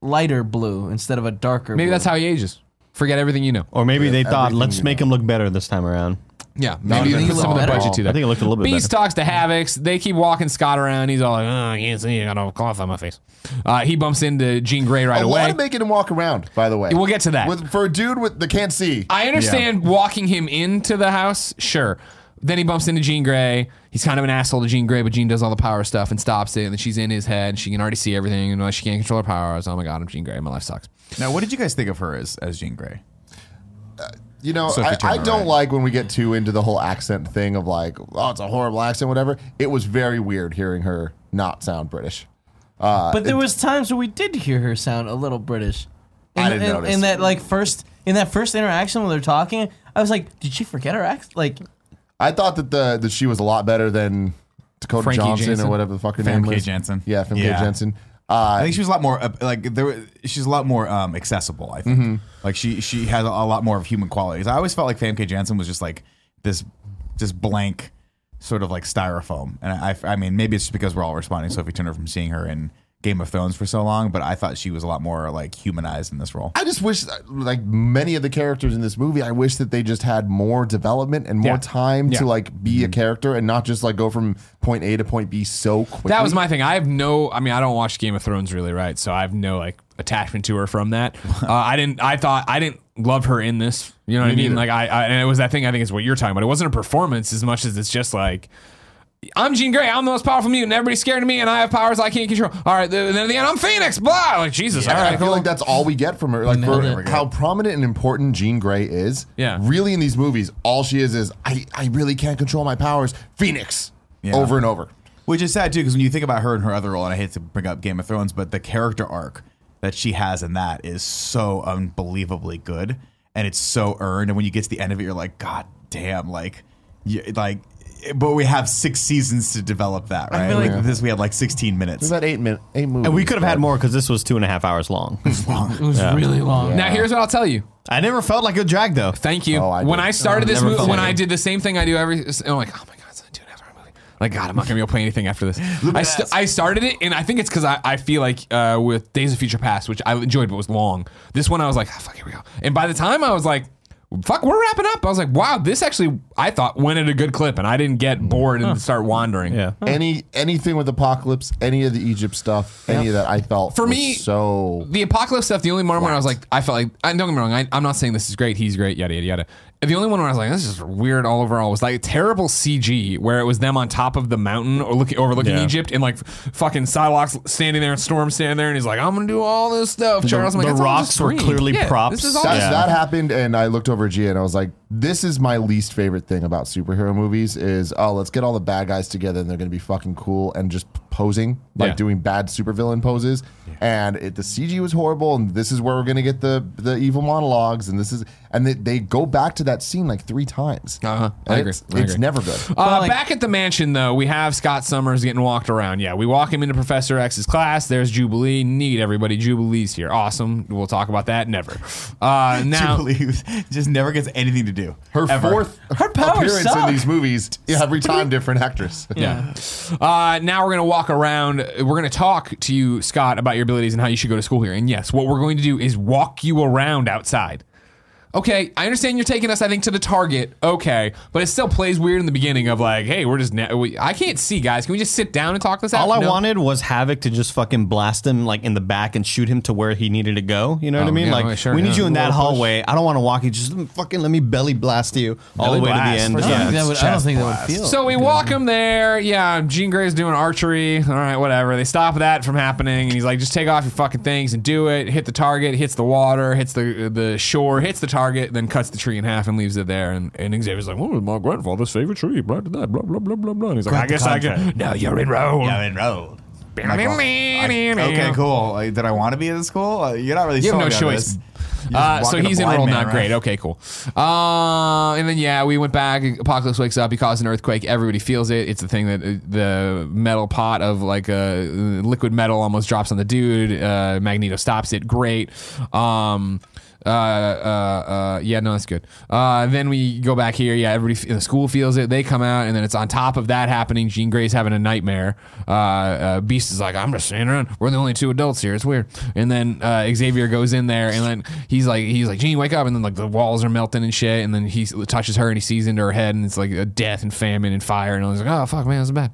D: lighter blue instead of a darker.
B: maybe
D: blue.
B: that's how he ages. Forget everything you know.
E: Or maybe they thought,
A: everything
E: let's
A: you
E: make him look better this time around.
B: Yeah, maybe
A: I
B: they
A: think
B: put
A: it
B: some of the
A: looked
B: budget
A: better.
B: to that.
E: I think it looked a little bit
B: Beast
E: better.
B: talks to Havocs. They keep walking Scott around. He's all like, oh, I can't see. I got a cloth on my face. Uh, he bumps into Jean Grey right
A: A lot
B: away.
A: of making him walk around, by the way.
B: We'll get to that.
A: With, for a dude with that can't see,
B: I understand walking him into the house, sure. Then he bumps into Jean Grey. He's kind of an asshole to Jean Grey, but Jean does all the power stuff and stops it. And then she's in his head. She can already see everything. And like, she can't control her powers. Oh my God, I'm Jean Grey. My life sucks.
C: Now, what did you guys think of her as as Jean Grey?
A: You know,
C: Sophie
A: I, I
C: Turner,
A: don't
C: right?
A: like when we get too into the whole accent thing of like, oh, it's a horrible accent, whatever. It was very weird hearing her not sound British.
D: But there was times where we did hear her sound a little British. In,
A: I didn't
D: in,
A: notice.
D: in that like first in that first interaction when they're talking, I was like, did she forget her accent? Like,
A: I thought that the that she was a lot better than Dakota
B: Frankie
A: Johnson
B: Jansen.
A: or whatever the fuck her
C: Famke
A: name is.
C: Jansen.
A: Yeah, Famke
C: Yeah.
A: Jansen. Uh,
C: I think she was a lot more uh, like there. were- She's a lot more um, accessible. I think like she she had a lot more of human qualities. I always felt like Famke Janssen was just like this this blank sort of like styrofoam. And I I mean maybe it's just because we're all responding to Sophie Turner from seeing her in Game of Thrones for so long, but I thought she was a lot more like humanized in this role.
A: I just wish, like many of the characters in this movie, I wish that they just had more development and more
B: Yeah.
A: time
B: Yeah. Mm-hmm.
A: to like be a character and not just like go from point A to point B so quickly.
B: That was my thing. I have no. I mean, I don't watch Game of Thrones really, right? So I have no like attachment to her from that. Uh, I didn't. I thought I didn't love her in this. You know what I mean? Like I, I. And it was that thing. I think is what you're talking about. It wasn't a performance as much as it's just like. I'm Jean Grey. I'm the most powerful mutant. Everybody's scared of me, and I have powers I can't control. All right, then at the end, I'm Phoenix. Blah. Like Jesus. all
A: I,
B: right,
A: feel
B: cool.
A: like that's all we get from her. Like
D: Nailed
A: for
D: it.
A: how prominent and important Jean Grey is.
B: Yeah.
A: Really, in these movies, all she is is I, I really can't control my powers. Phoenix.
C: Yeah.
A: Over and over.
C: Which is sad too, because when you think about her and her other role, and I hate to bring up Game of Thrones, but the character arc that she has in that is so unbelievably good, and it's so earned. And when you get to the end of it, you're like, God damn, like, you, like. But we have six seasons to develop that, right?
A: feel like-
C: With this we had like 16
A: Is
C: minutes.
A: that eight minute eight movies?
E: And we could have had
A: but-
E: more because this was two and a half hours long.
D: It was really long.
B: Now here's what I'll tell you.
E: I never felt like a drag though.
B: Thank you.
A: Oh, I
B: when
A: did.
B: I started this
E: never
B: movie,
E: felt
B: when
E: like
B: I
E: it.
B: did the same thing I do every, I'm like, oh my god, it's a two and a half hour movie. Like God, I'm not gonna be able to play anything after this. I, st- I started it, and I think it's because I, I feel like uh, with Days of Future Past, which I enjoyed but was long. This one I was like, ah, fuck, here we go. And by the time I was like, fuck, we're wrapping up. I was like, wow, this actually I thought went at a good clip, and I didn't get bored and start wandering.
E: Yeah.
A: any anything with apocalypse, any of the Egypt stuff, any of that. I felt
B: For
A: was
B: me-
A: so
B: The apocalypse stuff, the only one where I was like, I felt like, I don't get me wrong, I, I'm not saying this is great, he's great, yada, yada, yada. The only one where I was like, this is weird all overall was like terrible CG where it was them on top of the mountain or looking overlooking
E: Yeah.
B: Egypt and like fucking Psylocke's standing there and Storm standing there and he's like, I'm gonna do all this stuff. Charles, I'm like,
E: the
B: "That's all
E: rocks
B: just
E: were
B: green."
E: clearly
B: Yeah,
E: props.
B: This is all
A: That,
B: just-
E: Yeah.
A: that happened, and I looked over at Gia and I was like, "This is my least favorite thing about superhero movies is oh, let's get all the bad guys together and they're going to be fucking cool and just posing like
B: Yeah.
A: doing bad supervillain poses." And it, the CG was horrible, and this is where we're going to get the the evil monologues, and this is and they, they go back to that scene like three times.
B: Uh-huh. I
A: And
B: agree.
A: It's,
B: I
A: it's
B: agree.
A: never good.
B: Uh,
D: like-
B: back at the mansion, though, we have Scott Summers getting walked around. Yeah, we walk him into Professor X's class. There's Jubilee. Neat, everybody. Jubilee's here. Awesome. We'll talk about that. Never.
E: <laughs>
B: Uh,
C: <laughs>
B: now,
C: Jubilee just never gets anything to do.
A: Her
C: Ever.
A: fourth
D: Her powers
A: appearance
D: suck.
A: in these movies every time different actress. <laughs>
B: Yeah. Uh, now we're going to walk around. We're going to talk to you, Scott, about your abilities and how you should go to school here. And yes, what we're going to do is walk you around outside. Okay, I understand you're taking us, I think, to the target. Okay, but it still plays weird in the beginning of like, hey, we're just, na- we, I can't see, guys. Can we just sit down and talk this out?
E: All I
B: No.
E: wanted was Havoc to just fucking blast him like in the back and shoot him to where he needed to go. You know what
B: Oh,
E: I mean?
B: yeah,
E: like
B: oh, sure,
E: we need
B: yeah.
E: you in that hallway. I don't want to walk you. Just "Mm, fucking let me belly blast you all the way
C: blast.
E: to the
C: First
E: end.
D: I,
C: Yeah,
D: don't think
C: it's
D: that would, I don't
C: chest
D: think that
C: blast.
D: would feel.
B: So we walk him there. Yeah, Jean Grey's doing archery. All right, whatever. They stop that from happening, and he's like, "Just take off your fucking things and do it. Hit the target. Hits the water. Hits the the shore. Hits the target. Then cuts the tree in half and leaves it there." And, and Xavier's like, "What was my grandfather's favorite tree? Blah blah blah blah blah blah." blah." And he's like, "I guess I can." No, you're enrolled.
C: Yeah, enrolled. Like, well, I- okay, cool. Like, did I want to be in this school? Uh, You're not really.
B: You
C: sold
B: have no
C: me on
B: choice.
C: this. You're just
B: Uh, so
C: walking a
B: he's
C: blind
B: enrolled,
C: man
B: not
C: around.
B: great. Okay, cool. Uh, and then yeah, we went back. Apocalypse wakes up. He caused an earthquake. Everybody feels it. It's the thing that uh, the metal pot of like a liquid metal almost drops on the dude. Uh, Magneto stops it. Great. Um, uh, uh, uh, yeah, no, that's good. Uh, then we go back here. Yeah, everybody f- in the school feels it. They come out, and then it's on top of that happening. Jean Grey's having a nightmare. Uh, uh, Beast is like, I'm just standing around. We're the only two adults here. It's weird. And then uh, Xavier goes in there, and then he's like, he's like, Jean, wake up. And then like the walls are melting and shit. And then he s- touches her, and he sees into her head, and it's like a death and famine and fire. And I was like, oh fuck, man, that's bad.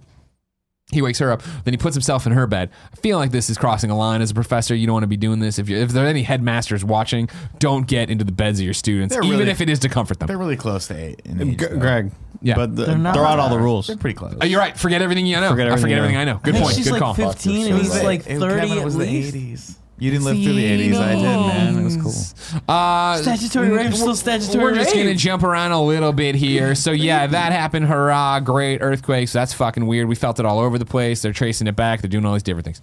B: He wakes her up. Then he puts himself in her bed. I feel like this is crossing a line as a professor. You don't want to be doing this. If, you if there are any headmasters watching, don't get into the beds of your students,
C: They're
B: even
C: really-
B: if it is to comfort them.
C: They're really close to eight. In age,
E: G-
C: though.
E: Greg.
B: Yeah.
E: But the,
D: They're
E: they're,
D: not-
E: on all the rules.
C: They're pretty close.
B: Oh, you're right. Forget everything you know.
E: Forget
B: I forget
E: everything
B: everything
E: you
B: I know. Good
D: I think
B: point.
D: she's
B: Good
D: like
B: call.
D: 15 and
A: Fuck,
D: he's
A: you're so
D: like
C: It- Kevin,
D: 30
C: it
D: at
C: was
D: least.
C: the 80s. You didn't live through the 80s. I did, man. It was cool.
B: Uh,
D: Statutory rape, still statutory
B: We're just
D: rape.
B: gonna jump around a little bit here. So yeah, that happened. Hurrah! Great earthquakes. That's fucking weird. We felt it all over the place. They're tracing it back. They're doing all these different things.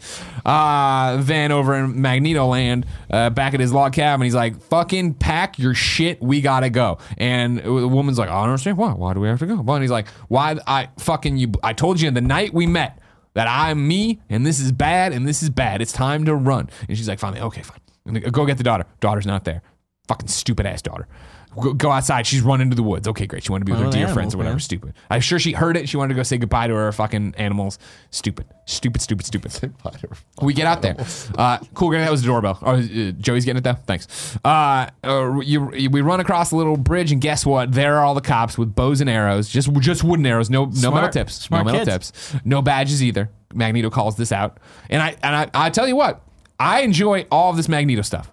B: Uh, then over in Magneto Land, uh, back at his log cabin, he's like, "Fucking pack your shit. We gotta go." And the woman's like, "I don't understand why. Why do we have to go?" Well, and he's like, "Why? I fucking you. I told you the night we met." That I'm me, and this is bad, and this is bad. It's time to run. And she's like, finally, okay, fine. And they go, Go get the daughter. Daughter's not there fucking stupid ass daughter. Go, go outside. She's run into the woods. Okay, great. She wanted to be with
D: Well,
B: her
D: the
B: dear
D: animals,
B: friends or whatever.
D: man.
B: Stupid. I'm sure she heard it. She wanted to go say goodbye to her fucking animals. Stupid. Stupid. Stupid. Stupid. We get
D: <laughs>
B: out there. Uh, cool. That was the doorbell. Oh, uh, Joey's getting it though. Thanks. Uh, uh, you, you- we run across a little bridge, and guess what? There are all the cops with bows and arrows. Just just wooden arrows. No no metal tips.
D: smart
B: no metal
D: kids.
B: tips. No badges either. Magneto calls this out, and I and I, I tell you what, I enjoy all of this Magneto stuff.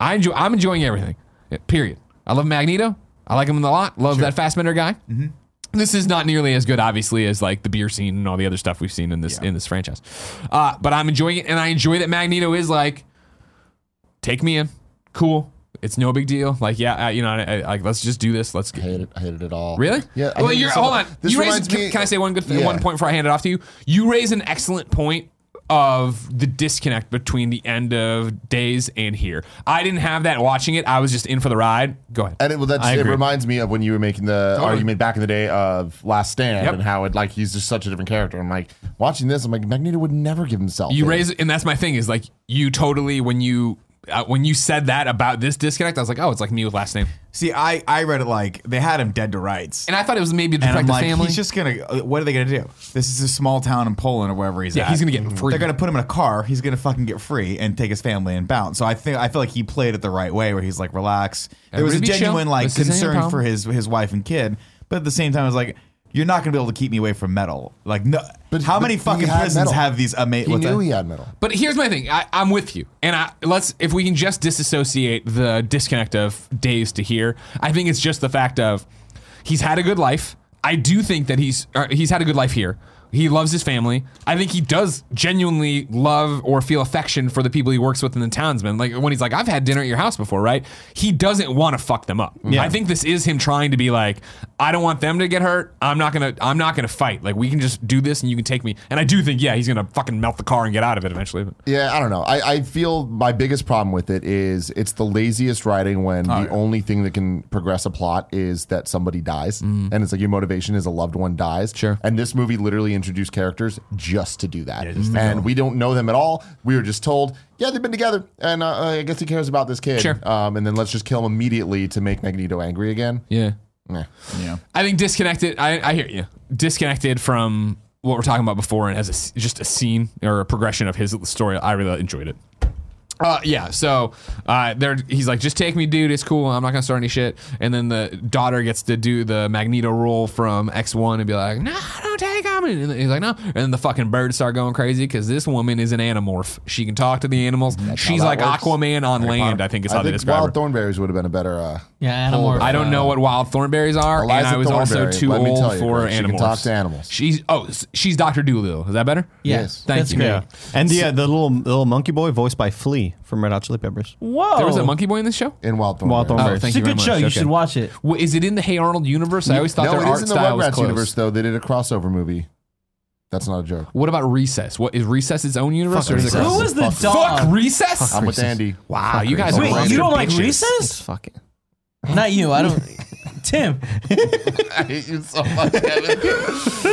B: I enjoy. I'm enjoying everything. Yeah, Period. I love Magneto. I like him a lot. Love that Fastbender guy. this is not nearly as good, obviously, as like the beer scene and all the other stuff we've seen in this in this franchise. Uh, but I'm enjoying it, and I enjoy that Magneto is like, take me in, cool. It's no big deal. Like, yeah, uh, you know, I, I, like let's just do this. Let's
A: I
B: get.
A: hated, I hated it all.
B: Really?
A: Yeah. I
B: Well,
A: hated
B: you're
A: it so
B: hold on.
A: much. This
B: you raise.
A: reminds
B: Can,
A: me-
B: can I say one good
A: Yeah.
B: one point before I hand it off to you? You raise an excellent point of the disconnect between the end of days and here. I didn't have that watching it. I was just in for the ride. Go ahead.
A: And it, well, that's,
E: I
A: it
E: agree.
A: reminds me of when you were making the argument back in the day of Last Stand
B: Yep.
A: and how it like he's just such a different character. I'm like watching this. I'm like Magneto would never give himself.
B: you
A: in.
B: raise and that's my thing is like you totally when you uh, when you said that about this disconnect i was like oh it's like me with last name
C: See, I, I read it like they had him dead to rights.
B: and i thought it was maybe to
C: And
B: protect
C: I'm
B: the
C: like,
B: family
C: he's just gonna. uh, What are they gonna do? This is a small town in Poland or wherever he's
B: Yeah,
C: at.
B: he's gonna get free.
C: They're gonna put him in a car. He's gonna fucking get free and take his family and bounce. So I think I feel like he played it the right way, where he's like, relax. There was a
B: Everybody be chill.
C: genuine like
B: This isn't your
C: concern for
B: problem.
C: his his wife and kid, but at the same time, I was like, you're not gonna be able to keep me away from metal. Like, no.
A: But-
C: how
A: but
C: many
A: he
C: fucking
A: had
C: prisons
A: metal.
C: have these amazing?
A: He knew he had metal.
B: but here's my thing I, i'm with you and i let's if we can just disassociate the disconnect of days to here i think it's just the fact of he's had a good life i do think that he's uh, he's had a good life here he loves his family. I think he does genuinely love or feel affection for the people he works with in the townsmen. Like when he's like, I've had dinner at your house before, right? He doesn't want to fuck them up. I think this is him trying to be like, I don't want them to get hurt. I'm not gonna I'm not gonna fight. Like we can just do this and you can take me. And I do think, yeah, he's gonna fucking melt the car and get out of it eventually. But
A: Yeah, I don't know. I, I feel my biggest problem with it is it's the laziest writing when
B: Oh,
A: the only thing that can progress a plot is that somebody dies. And it's like your motivation is a loved one dies.
B: Mm-hmm. Sure.
A: And this movie literally introduced characters just to do that. and we don't know them at all. We were just told, yeah, they've been together. And uh, I guess he cares about this kid.
B: Sure.
A: Um, and then let's just kill him immediately to make Magneto angry again.
B: yeah.
A: Meh.
C: Yeah.
B: I think disconnected I, I hear you. Disconnected from what we're talking about before and as a s just a scene or a progression of his story. I really enjoyed it. Uh, yeah, so uh, there he's like, just take me, dude. It's cool. I'm not gonna start any shit. And then the daughter gets to do the Magneto role from X1 and be like, no, don't take him. And he's like, no. And then the fucking birds start going crazy because this woman is an animorph. She can talk to the animals. She's
A: that
B: like
A: works.
B: Aquaman on land. I think is how
A: I
B: they
A: think
B: describe her.
A: Wild Thornberries would have been a better. Uh,
D: Yeah,
A: Hold
D: Animorph.
A: on.
B: I don't know what wild thornberries are, and
A: Eliza
B: I was also
A: Thornberry,
B: too
A: let me
B: old
A: tell you,
B: for
A: girl, she can
B: animals.
A: talk to animals.
B: She's oh, s- she's Doctor Doolittle. Is that better?
D: Yeah,
A: Yes.
B: Thank
D: that's
B: you.
D: great.
E: Yeah. And yeah, the little the little monkey boy voiced by Flea from Red Hot Chili Peppers.
D: Whoa,
B: There was a
A: Oh.
B: monkey boy in this show.
A: in Wild Thornberries.
E: Wild Thornberries.
B: Oh, thank
D: It's a
B: you very
D: good show.
B: much.
D: You
B: Okay.
D: should watch it.
B: Wha- Is it in the Hey Arnold universe? I always thought
A: No,
B: their
A: it
B: art
A: is in the
B: style was
A: Rugrats
B: close.
A: universe, though. They did a crossover movie. That's not a joke.
B: What about Recess? What is Recess its own universe? or is it
A: Recess.
D: Who
B: close?
D: was the
A: Fuck
D: dog?
B: Fuck Recess?
A: I'm with Andy.
B: Wow, you guys
D: Wait,
B: are
D: you don't like
B: bitches.
E: It's
D: Recess?
E: fucking.
D: Not you. I don't. Tim.
A: <laughs> I hate you so much, Kevin.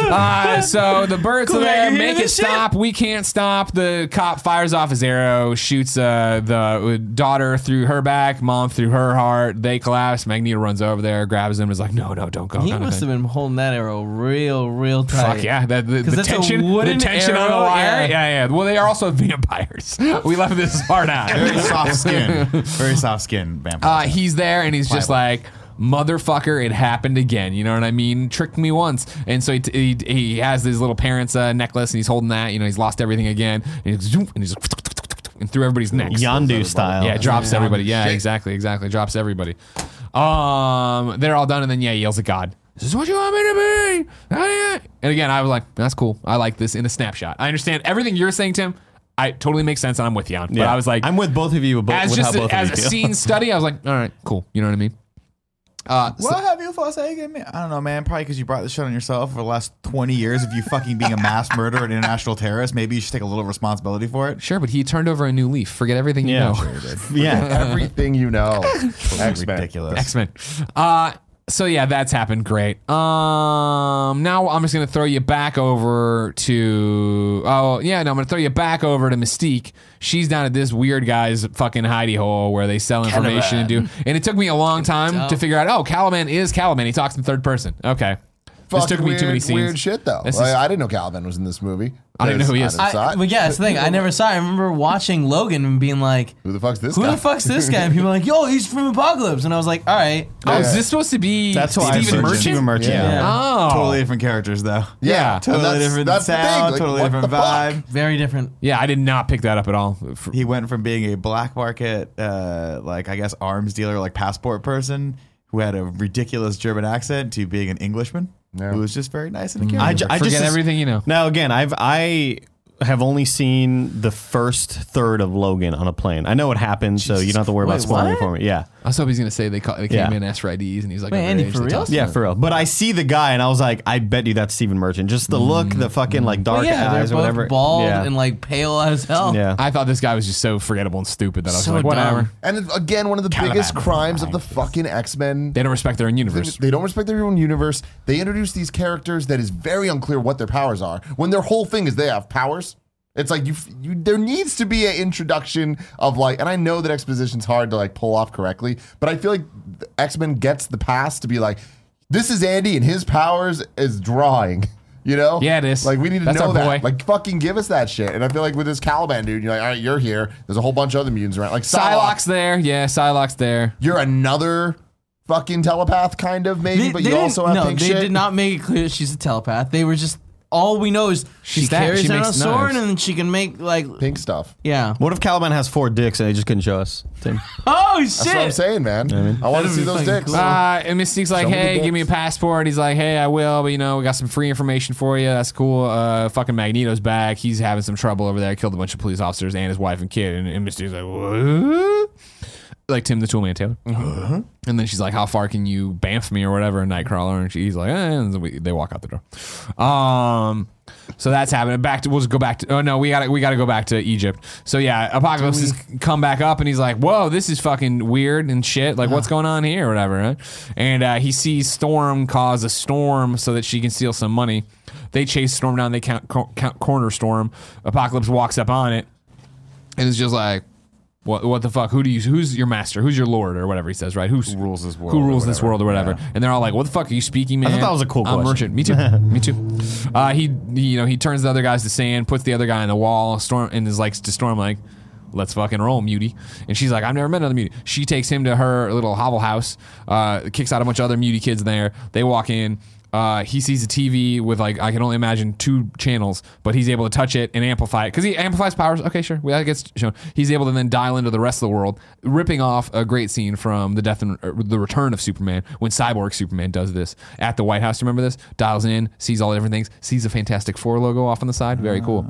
B: Uh, so the birds are
D: Cool,
B: there.
D: you hear
B: Make it
D: this shit?
B: stop. We can't stop. The cop fires off his arrow, shoots uh, the daughter through her back, mom through her heart. They collapse. Magneto runs over there, grabs him, is like, no, no, don't go.
D: He
B: kind of
D: must have
B: thing.
D: been holding that arrow real, real tight.
B: Fuck yeah! That, the, the
D: that's a
B: tension, the
D: wooden
B: tension on the
D: arrow,
B: wire. Yeah.
D: yeah.
B: yeah, Well, they are also <laughs> vampires. we left this
D: <laughs>
B: part out.
C: Very
B: <laughs>
C: soft skin. Very soft skin vampire.
B: Uh, he's there and he's just like, motherfucker, it happened again. You know what I mean? Tricked me once. And so he, he, he has his little parents' uh, necklace and he's holding that. You know, he's lost everything again. And he's, zoom, and he's like, and through everybody's necks.
E: Yandu style.
B: Yeah, drops everybody. Yeah, exactly, exactly. Drops everybody. Um, they're all done, and then yeah, he yells at God. This is what you want me to be. How do you-" And again, I was like, that's cool. I like this in a snapshot. I understand everything you're saying, Tim. I totally makes sense, and I'm with you on. But I was like,
E: I'm with both of you. But
B: as
E: with
B: just
E: how
B: a,
E: both
B: as a
E: of you feel.
B: scene study, I was like, all right, cool. You know what I mean? Uh, so-
C: What have you forsaken me? I don't know, man. Probably because you brought this shit on yourself for the last 20 years of you fucking being a
A: <laughs>
C: mass murderer and international terrorist. Maybe you should take a little responsibility for it.
B: sure, but he turned over a new leaf. Forget everything you
E: Yeah.
B: know.
E: <laughs>
B: <laughs>
A: <laughs>
E: yeah.
A: Everything you know. X-Men.
C: Ridiculous.
B: X Men. Uh, so yeah, that's happened. Great. Um, now I'm just gonna throw you back over to. Oh yeah, no, I'm gonna throw you back over to Mystique. She's down at this weird guy's fucking hidey hole where they sell information and do. And it took me a long time to figure out. Oh, Caliban is Caliban. He talks in third person. Okay. this
A: Fucking
B: took me
A: weird,
B: too many scenes.
A: Weird shit, though.
B: This is-
A: I, I didn't know Calvin was in this movie.
B: I don't even know who he
A: I
B: is.
A: never saw
D: I,
A: it.
D: but yeah, that's the thing. I never saw. it. I remember watching Logan and being like,
A: who the fuck's this
D: "Who
A: guy?
D: the fuck's this guy?" And people were like, "Yo, he's from Apocalypse." And I was like, "All right."
B: Oh, is
A: Yeah.
B: this supposed to be
E: That's why
B: Steven
E: I
B: Merchant?
E: Steven Merchant.
A: Yeah.
E: Yeah.
B: Oh,
C: Totally different characters, though.
B: Yeah.
A: and
C: <laughs> Totally
A: that's-
C: different
A: that's the thing,
C: sound,
A: like,
C: totally
A: what
C: different
A: the fuck?
C: vibe.
D: Very different.
B: Yeah, I did not pick that up at all. F-
C: He went from being a black market, uh, like, I guess, arms dealer, like passport person who had a ridiculous German accent to being an Englishman who was just very nice
A: Mm.
C: and a caring.
E: I, ju- I
B: Forget
E: just
B: everything you know.
E: Now again, I've I have only seen the first third of Logan on a plane. I know what happened, so you don't have to worry about spoiling it for me. Yeah,
B: I was hoping he's gonna say they call, they came
E: Yeah.
B: in and asked for IDs and he's like,
D: Wait, Andy,
B: underage,
D: for
B: they
D: real?
B: tossed him
E: yeah,
B: out.
E: for real. But I see the guy, and I was like, I bet you that's Steven Merchant. Just the look, the fucking
B: Mm.
E: like dark
D: yeah,
E: eyes
D: they're
E: or
D: both
E: whatever.
D: bald
E: yeah.
D: and like pale as hell.
E: yeah.
B: I thought this guy was just so forgettable and stupid that I
D: <laughs>
B: was
D: So
B: like, whatever.
D: dumb.
A: And it- again, one of the biggest crimes of the fucking X Men.
B: They don't respect their
E: <laughs>
B: own universe.
A: They don't respect their own universe. They introduce these characters that is very unclear what their powers are. When their whole thing is they have powers. It's like you, you. There needs to be an introduction of like, and I know that exposition's hard to like pull off correctly, but I feel like X Men gets the pass to be like, this is Andy and his powers is drawing. <laughs> You know?
B: Yeah, it is.
A: Like we need to
B: That's
A: know
B: our
A: that.
B: boy.
A: Like fucking give us that shit. And I feel like with this Caliban dude, you're like, all right, you're here. There's a whole bunch of other mutants around. Like Psylocke,
B: Psylocke's there. Yeah, Psylocke's there.
A: you're another fucking telepath, kind of maybe,
D: They-
A: but
D: they
A: you
D: didn't-
A: also have
D: no.
A: pink
D: they
A: shit.
D: did not make it clear that she's a telepath. They were just all we know is she
B: She's that-
D: carries
B: she
D: around a
B: makes
D: sword
B: knives.
D: and she can make like
A: pink stuff.
D: yeah.
E: What if Caliban has four dicks and they just couldn't show us? Tim?
D: Oh
A: That's what I'm
D: shit!
A: saying, man. I, want to see those dicks.
B: Uh, and Mystique's like,
A: Show me the
B: hey,
A: dicks.
B: give me a passport. He's like, hey, I will, but you know, we got some free information for you. That's cool. Uh, fucking Magneto's back. He's having some trouble over there. Killed a bunch of police officers and his wife and kid. And, and Mystique's like, what? Like Tim the Toolman Taylor. And then she's like, how far can you bamf me or whatever, and Nightcrawler? And she's like, eh, and we, they walk out the door. Um, so that's happening. Back to we'll just go back to. Oh no, we got to we got to go back to Egypt. So yeah, Apocalypse has come back up, and he's like, "Whoa, this is fucking weird and shit. Like, what's going on here, or whatever." Right? And uh, he sees Storm cause a storm so that she can steal some money. They chase Storm down. They count, co- count corner Storm. Apocalypse walks up on it, and it's just like, "What? What the fuck? Who do you? Who's your master? Who's your lord, or whatever he says? Right? Who's, who
C: rules this world
B: Who
C: or
B: rules this
C: whatever.
B: world, or whatever?" And they're all like, "What the fuck are you speaking, man?"
E: thought that was a cool
B: I'm
E: question.
B: merchant. Me too. Me too. Uh, he, he, you know, he turns the other guys to sand, puts the other guy on the wall, storm, and is like to storm like, "Let's fucking roll, mutie." And she's like, "I've never met another mutie." She takes him to her little hovel house, uh, kicks out a bunch of other mutie kids in there. They walk in. Uh, he sees a TV with like I can only imagine two channels, but he's able to touch it and amplify it because he amplifies powers. Okay, sure, well, that gets shown. He's able to then dial into the rest of the world, ripping off a great scene from the death and uh, the return of Superman when Cyborg Superman does this at the White House. Remember this? Dials in, sees all the different things, sees a Fantastic Four logo off on the side. Very cool.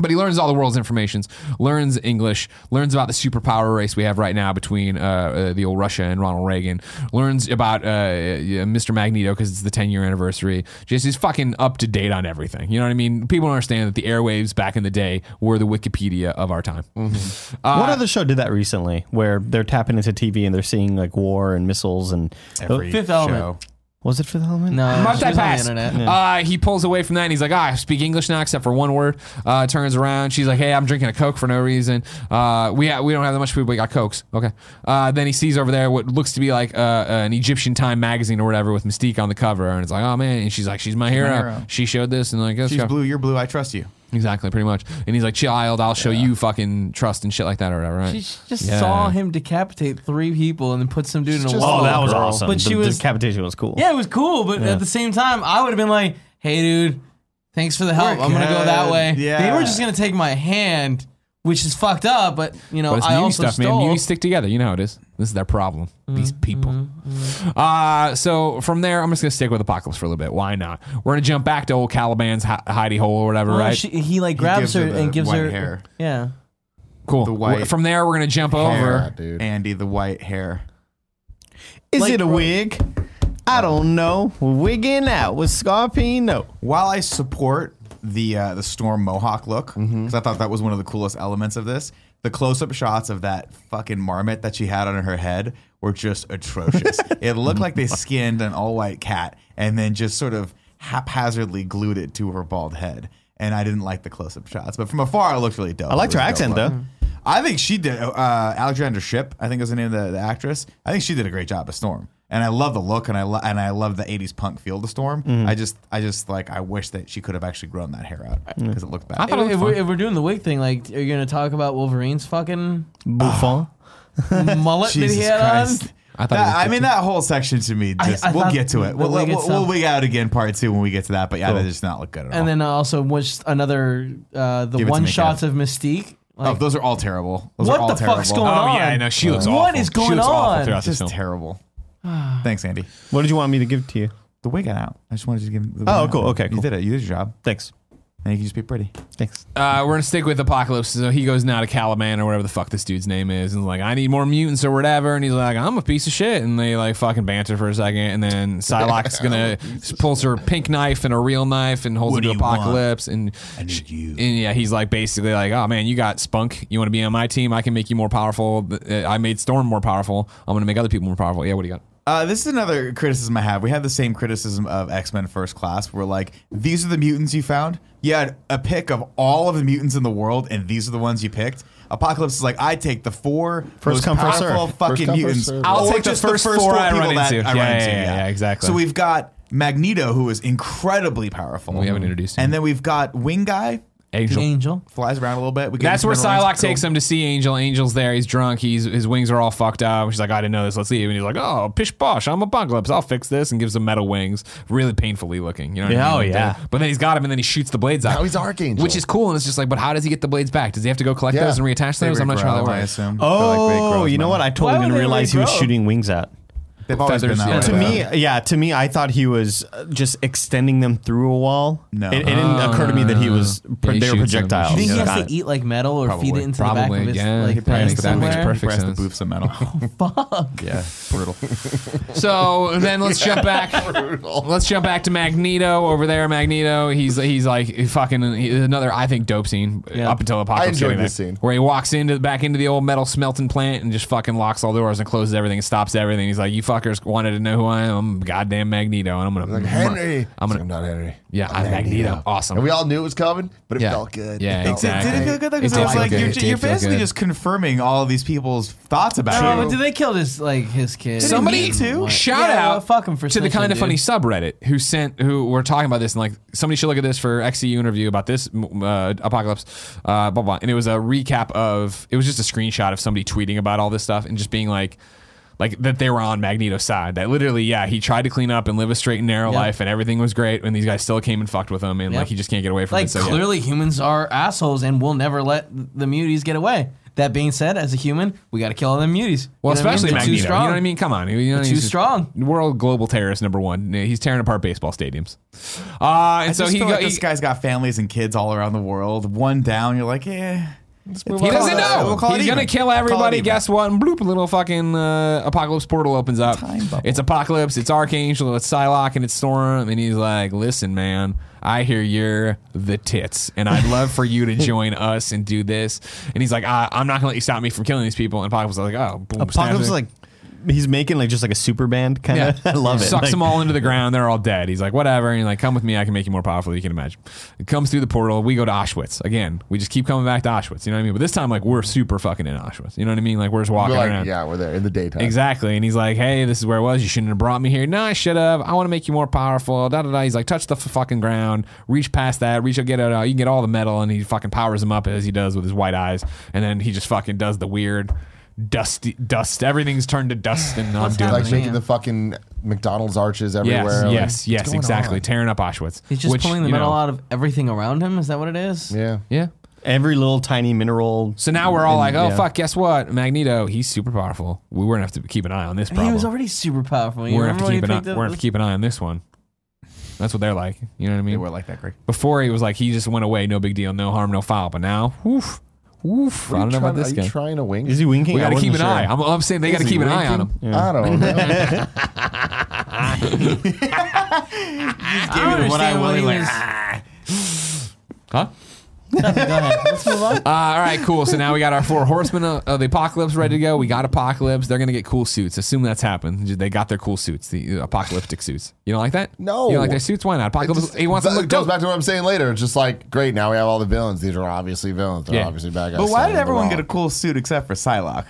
B: But he learns all the world's informations, learns English, learns about the superpower race we have right now between uh, uh, the old Russia and Ronald Reagan, learns about uh, uh, Mr. Magneto because it's the 10 year anniversary. Just is fucking up to date on everything. You know what I mean? People don't understand that the airwaves back in the day were the Wikipedia of our time. Uh,
D: Uh,
E: what other show did that recently where they're tapping into TV and they're seeing like war and missiles and Oh,
C: Every
D: Fifth
C: show.
D: Element.
E: was it for the element?
D: No,
B: Mark
D: she
B: that
D: was on the
B: pass.
D: internet.
B: Uh, he pulls away from that and he's like, ah, I speak English now except for one word. Uh, turns around. She's like, hey, I'm drinking a Coke for no reason. Uh, we, ha- we don't have that much food, but we got Cokes. Okay. Uh, then he sees over there what looks to be like uh, an Egyptian Time magazine or whatever with Mystique on the cover. And it's like, oh, man. And she's like, she's my hero.
C: hero.
B: She showed this. And like, let's
C: She's
B: go.
C: blue, you're blue, I trust you.
B: Exactly, pretty much. And he's like, child, I'll show you fucking trust and shit like that or whatever. Right?
D: She just
B: Yeah.
D: saw him decapitate three people and then put some dude in a
A: just-
D: wall.
E: Oh, that was
A: Girl.
E: awesome.
D: But
E: the,
D: she was-
E: decapitation was cool.
D: Yeah, it was cool, but at the same time, I would have been like, "Hey, dude, thanks for the help.
C: We're
D: I'm gonna go that
C: good."
D: way."
C: Yeah.
D: They were just gonna take my hand, which is fucked up. But you know,
B: But it's
D: I
B: muty
D: also
B: stuff,
D: stole.
B: man. Muties stick together. You know how it is. This is their problem. These people. Uh, so from there, I'm just gonna stick with Apocalypse for a little bit. Why not? We're gonna jump back to old Caliban's hi- hidey hole or whatever,
D: Oh,
B: right?
D: she- he like grabs
C: gives her
D: her,
C: the
D: and gives
C: white
D: her
C: hair.
D: Yeah.
B: cool.
C: the white
B: from there, we're gonna jump
C: Hair,
B: over.
A: dude.
C: Andy the white hair.
E: Is
D: Like,
E: it a
D: bro-
E: wig? I don't know. We're wigging out with Scarpino.
C: While I support the uh, the storm mohawk look, because
E: Mm-hmm.
C: I thought that was one of the coolest elements of this, the close up shots of that fucking marmot that she had on her head were just
E: <laughs>
C: atrocious. it looked like they skinned an all white cat and then just sort of haphazardly glued it to her bald head. And I didn't like the close up shots, but from afar it looked really dope.
E: I liked
C: It was
E: her
C: a dope
E: accent,
C: look.
E: though.
C: I think she did. Uh, Alexandra Ship, I think is the name of the, the actress. I think she did a great job as Storm, and I love the look, and I lo- and I love the '80s punk feel to Storm. I just, I just like, I wish that she could have actually grown that hair out because it looked bad.
B: I thought it
D: If
B: was
D: we're,
B: fun.
D: if we're doing the wig thing, like, are you gonna talk about Wolverine's fucking <laughs>
E: Buffon.
D: mullet that he
C: Jesus
D: had
C: Christ.
B: I
C: I,
B: thought it was
C: that, I mean that whole section to me. Just
D: I
C: we'll
D: thought
C: get to it.
D: the
C: We'll, we'll,
D: wig
C: we'll,
D: itself-
C: wig out again part two when we get to that. But yeah, that does not look good at
D: on?
C: all.
D: And then I also watched another uh, the
C: Give it to
D: one
C: me,
D: shots
C: Kev.
D: of Mystique.
C: oh,
D: Like,
C: those are all terrible. Those
D: What
C: are all
D: the fuck's
C: terrible.
B: Oh
D: going on?
B: yeah, I know she looks awful.
D: What is
B: she
D: going
B: looks awful
D: on?
B: throughout
C: It's
B: this
C: just
B: film.
C: terrible. Thanks, Andy.
E: What did you want me to give to you?
C: The wig got out. I just wanted you to give. The wig
E: Oh,
C: out.
E: cool. Okay,
C: You
E: cool.
C: did it. You did your job.
E: Thanks.
C: Now you can just be pretty.
E: Thanks.
B: Uh, we're gonna stick with Apocalypse. So he goes now to Caliban or whatever the fuck this dude's name is, and is like, I need more mutants or whatever. And he's like, I'm a piece of shit. And they like fucking banter for a second, and then
F: <laughs>
B: Psylocke's gonna pulls her pink knife and a real knife and holds
F: What
B: it to
F: do you want?
B: Apocalypse. And
F: I need you.
B: and yeah, he's like basically like, oh man, you got spunk. You want to be on my team? I can make you more powerful. Uh, I made Storm more powerful. I'm gonna make other people more powerful. Yeah, what do you got?
C: Uh, this is another criticism I have. We had the same criticism of X Men First Class. We're like, these are the mutants you found. You had a pick of all of the mutants in the world, and these are the ones you picked. Apocalypse is like, I take the four
E: First
C: most
E: come, first
C: powerful
E: serve.
C: fucking
A: First come, first
C: mutants.
A: serve.
B: I'll
C: Or
B: take the
C: just
B: first four I run
C: people that
B: into.
C: I
B: Yeah,
C: run
B: yeah,
C: into,
B: yeah, yeah, exactly.
C: So we've got Magneto, who is incredibly powerful.
B: We haven't introduced him.
C: And then we've got Wing Guy,
B: Angel.
D: Angel.
C: flies around a little bit. We get
B: That's
C: him
B: where
C: some runs.
B: Psylocke
C: Cool.
B: takes him to see Angel. Angel's there. He's drunk. He's his wings are all fucked up. She's like, I didn't know this. Let's leave. And he's like, Oh, pish posh. I'm apocalypse. I'll fix this. And gives him metal wings, really painfully looking. You know? What
E: Yeah,
B: I mean?
E: oh,
B: Like
E: yeah.
B: that. But then he's got him, and then he shoots the blades out.
A: Now he's Archangel.
B: which is cool. And it's just like, but how does he get the blades back? Does he have to go collect
A: Yeah.
B: those and reattach
C: They
B: those? I'm not sure how that
C: regrow, I
B: works.
C: assume. They're like big
E: Oh,
C: growth
E: you know
C: mode.
E: what? I totally
D: Why would
E: didn't
D: they
E: realize he was
D: regrow?
E: shooting wings out.
C: They've always been
B: Feathers,
C: that
B: yeah.
C: way.
E: to
B: Right.
E: me, yeah, to me, I thought he was uh, just extending them through a wall.
C: No.
E: it, it didn't occur to me that he was
B: Yeah, Oh. he
E: they were
B: shoots them.
E: projectiles.
B: Oh,
D: Do you think he
E: Got
D: has
E: it.
D: to eat like metal or feed it into the back
B: Probably,
D: of his
B: yeah. He
D: like
B: probably
D: thing
B: has to- that makes
D: somewhere?
B: perfect
C: Press the
B: sense. Oh,
C: boobs of
B: <laughs>
C: metal. Yeah, <laughs> brutal.
B: So then let's jump back. Let's jump back to Magneto over there. Magneto, he's he's like fucking he- another I think dope scene
D: Yeah.
B: up until
A: I
B: apocalypse.
A: enjoyed
B: getting
A: this
B: there,
A: scene.
B: where he walks into back into the old metal smelting plant and just fucking locks all the doors and closes everything and stops everything. He's like, "You fuckers wanted to know who I am? I'm goddamn Magneto, and I'm gonna
A: Like Henry.
B: I'm
A: He's like,
B: gonna
A: not Henry.
B: yeah, I'm Magneto. Awesome.
A: And we all knew it was coming, but it
B: Yeah.
A: felt good.
B: Yeah,
A: It felt
B: exactly.
C: Did it
A: good.
C: feel good though?
B: It
C: Because I
B: did
C: was
B: feel
C: like,
B: good.
C: you're,
B: It did
C: you're
B: feel
C: basically
B: good.
C: just confirming all these people's thoughts about
D: Oh, but
C: you.
D: did they kill this like his kid?
B: Somebody
C: need to?
B: shout
D: Yeah,
B: out
D: fuck 'em for
B: to the
D: snitching,
B: kind of
D: dude.
B: funny subreddit who sent who were talking about this and like somebody should look at this for XCU interview about this m- uh, apocalypse uh, blah blah and it was a recap of it was just a screenshot of somebody tweeting about all this stuff and just being like like that they were on Magneto's side that literally yeah he tried to clean up and live a straight and narrow
D: Yeah.
B: life and everything was great and these guys still came and fucked with him and
D: Yeah.
B: like he just can't get away from
D: Like
B: it so yeah.
D: clearly humans are assholes and will never let the muties get away. That being said, as a human, we got to kill all them muties.
B: Well,
D: You know what I mean?
B: especially
D: They're
B: Magneto.
D: Too
B: You know
D: strong.
B: what I mean? Come on. You know what I mean?
D: too
B: He's just
D: strong.
B: World global terrorist number one. He's tearing apart baseball stadiums. Uh, and
C: I
B: so
C: just
B: he,
C: feel
B: go,
C: like
B: he,
C: this guy's got families and kids all around the world. One down, you're like, eh.
B: he doesn't
C: We'll call it-
B: know.
C: we'll call it
B: He's gonna
C: even.
B: kill
C: We'll call it
B: everybody.
C: even.
B: Guess what? And bloop, a little fucking uh, apocalypse portal opens up.
C: bubble.
B: It's apocalypse. It's Archangel. It's Psylocke and it's Storm. And he's like, "Listen, man, I hear you're the tits, and I'd love
C: <laughs>
B: for you to join us and do this." And he's like, I, "I'm not gonna let you stop me from killing these people." And apocalypse is like, "Oh, boom." snaps
E: Apocalypse
B: it.
E: is like he's making like just like a super band kind of. <laughs> I love it.
B: Sucks
E: Like,
B: them all into the ground. They're all dead. He's like, whatever. And like, come with me. I can make you more powerful. than You can imagine. It comes through the portal. We go to Auschwitz again. We just keep coming back to Auschwitz. You know what I mean? But this time, like, we're super fucking in Auschwitz. You know what I mean? Like, we're just walking
A: We're like,
B: around.
A: yeah, we're there in the daytime.
B: Exactly. And he's like, hey, this is where I was. You shouldn't have brought me here. No, I should have. I want to make you more powerful. Da da da. He's like, touch the f- fucking ground. Reach past that. Reach up, get it out. You can get all the metal. And he fucking powers him up as he does with his white eyes. And then he just fucking does the weird dusty dust. Everything's turned to dust and I'm doing
A: Like
D: happening?
A: making the fucking McDonald's arches everywhere. like,
B: Yes,
A: what's
B: yes, yes
A: going
B: exactly.
A: on?
B: Tearing up Auschwitz.
D: He's just
B: which,
D: pulling the
B: you
D: metal
B: know,
D: out of everything around him. Is that what it is?
A: Yeah.
B: Yeah.
E: every little tiny mineral.
B: So now we're all
E: And-
B: like, oh
E: yeah.
B: fuck, guess what? Magneto, he's super powerful. We we're gonna have to keep an eye on this problem.
D: He was already super powerful. You
B: we're gonna have to keep
D: remember when
B: an
D: he
B: eye.
D: picked
B: We're
D: up
B: gonna have to keep an eye on this one. That's what they're like. You know what I
C: They
B: mean?
C: were like that, Greg.
B: Before he was like, he just went away, no big deal, no harm, no foul. But now, woof, woof. I
A: Are
B: don't
A: you
B: know about
A: trying-
B: this
A: Are
B: guy.
A: you trying to wink?
E: Is he winking?
B: we
E: I
B: gotta keep
E: wasn't
B: an eye.
E: sure.
B: I'm, I'm saying they gotta keep an eye on him.
A: I don't know.
D: I don't
C: What I
D: understand what
C: really
D: he
C: like. "Ah,
D: was-
B: Huh?
D: Go ahead. Let's move on.
B: Uh, all right, cool. So now we got our four horsemen of, of the apocalypse ready to go. We got apocalypse. They're gonna get cool suits. Assume that's happened. They got their cool suits, the uh, apocalyptic suits. You don't like that?
A: No.
B: You don't like their suits? Why not? Apocalypse. <laughs> he wants
A: That
B: to look
A: goes
B: dope.
A: back to what I'm saying later. It's just like, great, now we have all the villains. These are obviously villains. They're
B: Yeah.
A: obviously bad guys.
C: But why
A: standing
C: did
A: in the
C: everyone
A: wrong.
C: get a cool suit except for Psylocke?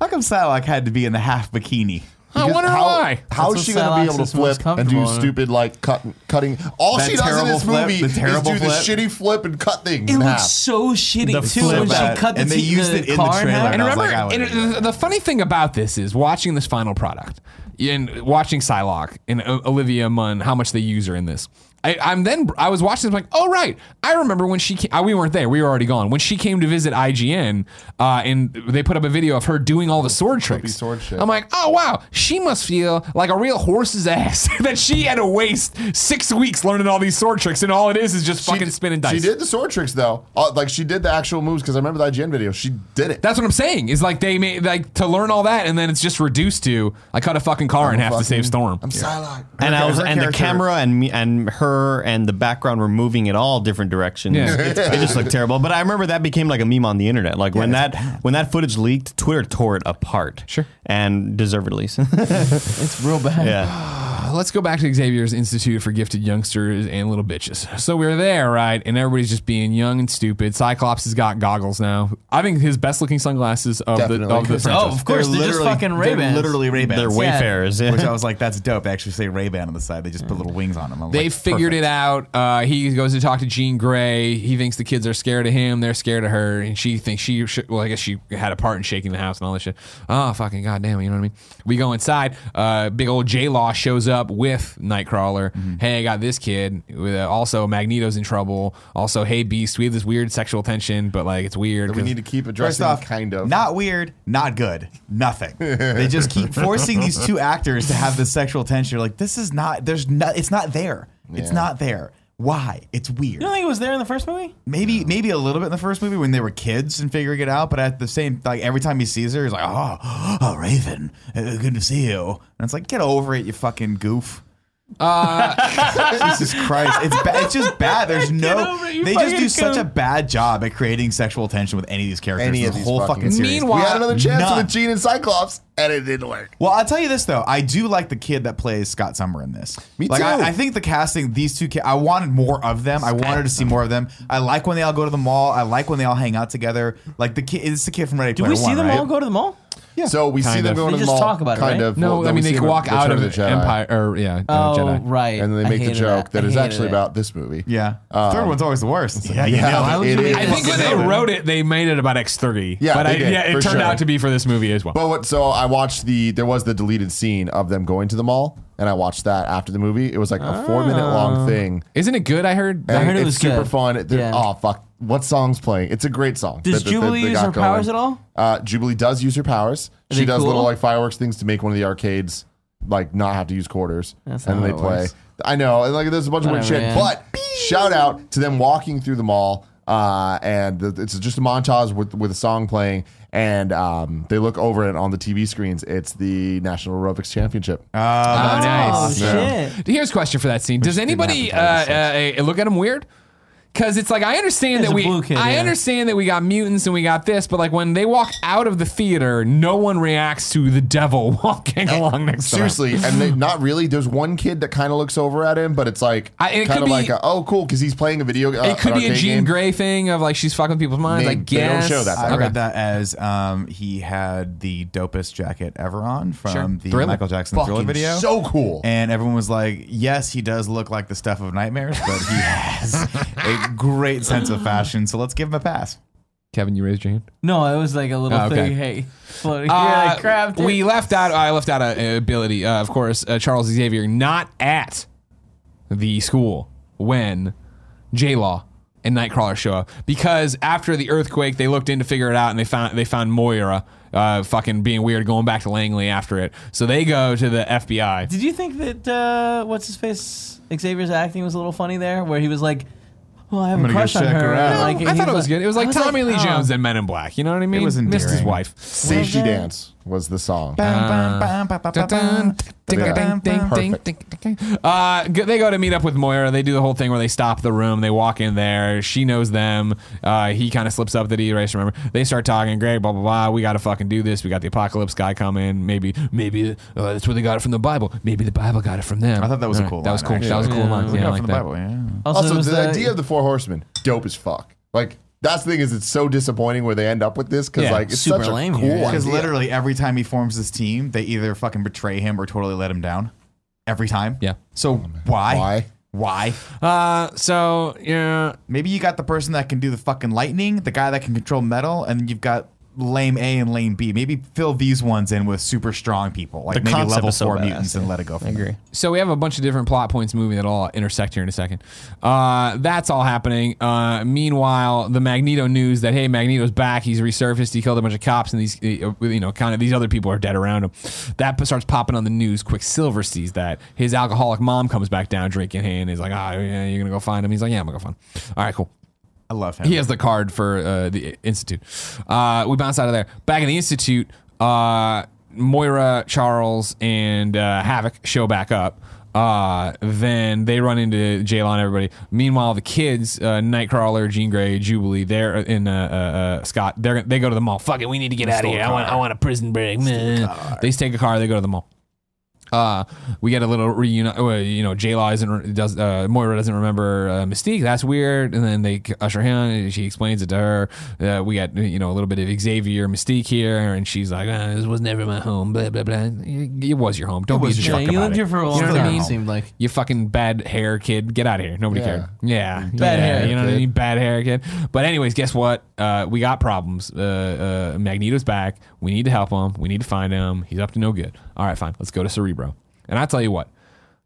C: How come Psylocke had to be in the half bikini?
B: I
A: Because
B: wonder
A: how,
B: why.
A: How
D: That's
A: is she
D: what
A: going to be
D: Psylocke's
A: able to
D: is most
A: flip and do
D: comfortable in.
A: stupid like cut, cutting? All
C: That
A: she does in
C: terrible
A: this
C: flip,
A: movie
C: the
A: is
C: terrible
A: do the
C: flip.
A: shitty flip and cut things
D: It
A: in half.
D: looks so shitty
E: The
D: too when
E: flip
D: she
C: out.
D: cut the,
C: And they
D: te-
C: used
D: the
C: it in the
D: car in
C: trailer.
D: half.
B: And
C: I was
B: remember,
C: like, I would've done
B: and the, the funny thing about this is watching uh, this final product and watching Psylocke and O- Olivia Munn, how much they use her in this. I, I'm then I was watching. this, I'm like, oh right, I remember when she came, uh, we weren't there. We were already gone. When she came to visit IGN, uh, and they put up a video of her doing all the sword tricks.
A: sword shit.
B: I'm like, oh wow, she must feel like a real horse's ass <laughs> that she had to waste six weeks learning all these sword tricks, and all it is is just fucking spinning dice.
A: She did the sword tricks though. Uh, like she did the actual moves because I remember the IGN video. She did it.
B: That's what I'm saying. Is like they made like to learn all that, and then it's just reduced to I cut a fucking car in half to save Storm.
A: I'm Psylocke.
E: and I was,
A: Her
E: and the
A: character-
E: camera and me and her and the background were moving in all different directions.
B: Yeah.
E: It, it just looked terrible. But I remember that became like a meme on the internet. Like when that when that footage leaked, Twitter tore it apart.
B: Sure.
E: and deservedly. <laughs> so.
D: It's real bad.
E: yeah,
B: let's go back to Xavier's Institute for Gifted Youngsters and Little Bitches. So we're there, right? And everybody's just being young and stupid. Cyclops has got goggles now. I think his best looking sunglasses of
A: Definitely.
B: the of the
D: Oh,
B: franchise.
D: of course, they're, just
C: literally-
D: fucking
C: they're
D: Ray Bans.
C: Literally Ray
E: they're
C: Bans.
E: wayfarers.
C: Which
E: Yeah.
B: <laughs>
C: I was like, that's dope. They actually say Ray Ban on the side. They just put little wings on them. I'm
B: They
C: like,
B: figured
C: perfect.
B: it out. Uh, he goes to talk to Jean Grey. He thinks the kids are scared of him. They're scared of her, and she thinks she. Should, well, I guess she had a part in shaking the house and all that shit. Oh fucking goddamn! You know what I mean? We go inside. Uh, big old J Law shows up with Nightcrawler.
A: Mm-hmm.
B: Hey, I got this kid. With, uh, also, Magneto's in trouble. Also, hey Beast, we have this weird sexual tension, but like it's weird.
A: We
B: 'cause-
A: need to keep
C: First
A: addressing
C: off,
A: kind of.
C: not weird, not good, nothing. they just
A: <laughs>
C: keep forcing these two actors to have this sexual tension. You're like, this is not. There's no. It's not there. It's
A: Yeah.
C: not there. Why? It's weird.
D: You don't think it was there in the first movie?
C: Maybe maybe a little bit in the first movie when they were kids and figuring it out, but at the same like every time he sees her, he's like, oh, oh Raven, uh, good to see you. And it's like, get over it, you fucking goof. <laughs> Jesus Christ, it's ba- it's just bad. There's no.
D: Uh, over it, you
C: They just do
D: fucking
C: such
D: goof.
C: a bad job at creating sexual tension with any of these characters.
A: Any
C: in
A: of
C: the
A: these
C: whole
A: fucking
C: fucking series.
B: Meanwhile-
A: we had another chance
C: None.
A: with Jean and Cyclops, and it didn't work.
C: Well, I'll tell you this though, I do like the kid that plays Scott Summer in this.
A: Me
C: like,
A: too.
C: I, I think the casting, these two, ki- I wanted more of them. I wanted to see more of them. I like when they all go to the mall. I like when they all hang out together. Like the kid, it's the kid from Ready
D: Did
C: Player
D: we see
C: One,
D: them
C: right?
D: all go to the mall?
A: So we see
B: Kind
A: them
B: of.
A: going to
D: They
A: the mall.
D: just talk about it,
A: kind
D: right?
A: of.
B: No,
A: Well,
B: I
A: we
B: mean
A: see
B: they
A: them in
B: walk
A: Return
B: out
A: of
B: of
A: the Jedi.
B: Empire or yeah, uh,
D: Oh,
B: Jedi.
D: right.
A: and then they
D: I
A: make the
D: hated
A: joke
D: that
A: that is
D: I hated
A: actually
D: that.
A: about this movie.
C: Yeah. Third one's always the worst. Yeah, you know.
A: Um, yeah,
D: why would
A: it
D: you
A: is.
D: make
B: I think when they wrote it, they made it about X30.
A: Yeah,
B: but
A: they
B: I,
A: did,
B: yeah, it
A: for
B: turned
A: sure.
B: out to be for this movie as well.
A: But what, so I watched the there was the deleted scene of them going to the mall, and I watched that after the movie. It was like a four minute long thing.
B: Isn't it good? I heard.
A: And
B: I heard
D: it
A: it's
D: was
A: super
D: good.
A: fun. They're-
D: Yeah.
A: Oh fuck! What song's playing? It's a great song.
D: Does
A: that- that- that
D: Jubilee
A: they
D: use
A: got
D: her powers
A: going.
D: at all?
A: Uh, Jubilee does use her powers.
D: Are
A: she
D: they
A: does little
D: cool?
A: like fireworks things to make one of the arcades like not have to use quarters, and then they play. I know, and like there's a bunch of weird
D: Whatever,
A: shit.
D: man.
A: But shout out to them walking through the mall, uh, and the, it's just a montage with with a song playing, and um, they look over and on the TV screens, it's the National Aerobics Championship.
B: oh,
D: Oh,
B: nice.
A: uh, Yeah.
D: shit.
B: Here's a question for that scene. Does anybody uh, uh, uh, look at him weird? Because it's like I understand
D: There's
B: that
D: a
B: we,
D: blue kid,
B: I
D: yeah.
B: understand that we got mutants and we got this, but like when they walk out of the theater, no one reacts to the devil <laughs> walking along next to them.
A: Eh, Seriously, and they, not really. There's one kid that kind of looks over at him, but it's like
B: I-
A: kind
B: it could
A: of
B: be-
A: like, a, oh, cool, because he's playing a video. Uh,
B: It could
A: an
B: be a
A: arcade
B: Jean
A: game.
B: Grey thing of like she's fucking people's minds. I
A: Maybe. They don't
B: guess
A: show that
C: I
A: Okay.
C: read that as um, he had the dopest jacket ever on from
B: Sure.
C: the
B: Thriller.
C: Michael Jackson
A: Fucking
C: thriller video.
A: so cool.
C: And everyone was like, yes, he does look like the stuff of nightmares, but
A: <laughs>
C: he has a great sense of fashion. So let's give him a pass.
B: Kevin, you raised your hand.
D: No, it was like a little
B: Oh, okay.
D: thing. Hey, floating.
B: Uh,
D: yeah, I grabbed it.
B: we left out. I left out a, a ability, uh, of course. Uh, Charles Xavier not at the school when J Law and Nightcrawler show up because after the earthquake, they looked in to figure it out and they found they found Moira. Uh, fucking being weird, going back to Langley after it. So they go to the FBI.
D: Did you think that uh, what's his face Xavier's acting was a little funny there, where he was like, "Well, I have a
C: go
D: crush on
C: check
D: her."
C: her
D: and,
C: out.
D: like,
B: I
D: he
B: thought it was good. It was
D: I
B: like Tommy Lee
D: oh.
B: Jones and Men in Black. You know what I mean?
C: was
B: Missed his
C: endearing.
B: wife.
A: Seishi
D: that?
A: Dance was the song.
B: Uh, g- they go to meet up with Moira. They do the whole thing where they stop the room. They walk in there. She knows them. Uh, he kind of slips up that he erased. Remember? They start talking. Greg, blah blah blah. We got to fucking do this. We got the apocalypse guy coming. Maybe, maybe uh, that's where they got it from the Bible. Maybe the Bible got it from them.
C: I thought that was a
B: Alright,
C: cool
B: That was
C: line,
B: cool. That was a cool
D: actually.
B: line.
C: We
B: Yeah,
C: got
B: I
C: it
B: like
C: from the
B: that.
C: Bible, yeah.
D: Also,
A: Also,
D: it was
A: the, idea of the Four Horsemen, dope as fuck. Like that's the thing is, it's so disappointing where they end up with this because
B: Yeah,
A: like it's
D: super
A: such a
D: lame
A: cool
D: here.
A: idea.
C: Because literally every time he forms this team, they either fucking betray him or totally let him down. Every time.
B: Yeah.
C: So why?
A: Why?
C: Why?
B: Uh, so yeah.
C: Maybe you got the person that can do the fucking lightning, the guy that can control metal, and you've got lame A and lame B. Maybe fill these ones in with super strong people, like
E: The
C: maybe
E: concept
C: level
E: is so
C: four
E: badass,
C: mutants, and
E: yeah.
C: let it go. From
E: I agree.
B: So we have a bunch of different plot points moving that all intersect here in a second. Uh, that's all happening. Uh, meanwhile, the Magneto news that hey, Magneto's back. He's resurfaced. He killed a bunch of cops, and these uh, you know kind of these other people are dead around him. That p- starts popping on the news. Quicksilver sees that his alcoholic mom comes back down, drink in hand. He's like, ah, yeah, you're gonna go find him. He's like, yeah, I'm gonna go find. Him. All right, cool.
C: I love him.
B: He has the card for uh, the institute. Uh, we bounce out of there. Back in the institute, uh, Moira, Charles, and uh, Havoc show back up. Uh, then they run into Jaylon. Everybody. Meanwhile, the kids, uh, Nightcrawler, Jean Grey, Jubilee, they're in uh, uh, uh, Scott. They they go to the mall. Fuck it, we need to get out of here. I want I want a prison break. Meh. They take a car. They go to the mall. Uh, we get a little reunion. Uh, you know, J Law isn't does uh, Moira doesn't remember uh, Mystique. That's weird. And then they usher him. And she explains it to her. Uh, we got you know a little bit of Xavier Mystique here, and she's like, uh, "This was never my home." Blah blah blah. It, it was your home. Don't be a
C: was your
B: jerk
C: home.
B: about
D: you
B: it.
D: lived here for a long
B: know what I
D: time.
B: mean?
D: It seemed like
B: you fucking bad hair kid. Get out of here. Nobody
A: Yeah.
B: cared. Yeah.
D: Bad
B: Yeah,
D: hair
B: You know what I
A: kid.
B: mean? Bad hair kid. But anyways, guess what? Uh, we got problems. Uh, uh, Magneto's back. We need to help him. We need to find him. He's up to no good. All right, fine. Let's go to Cerebro. And I tell you what.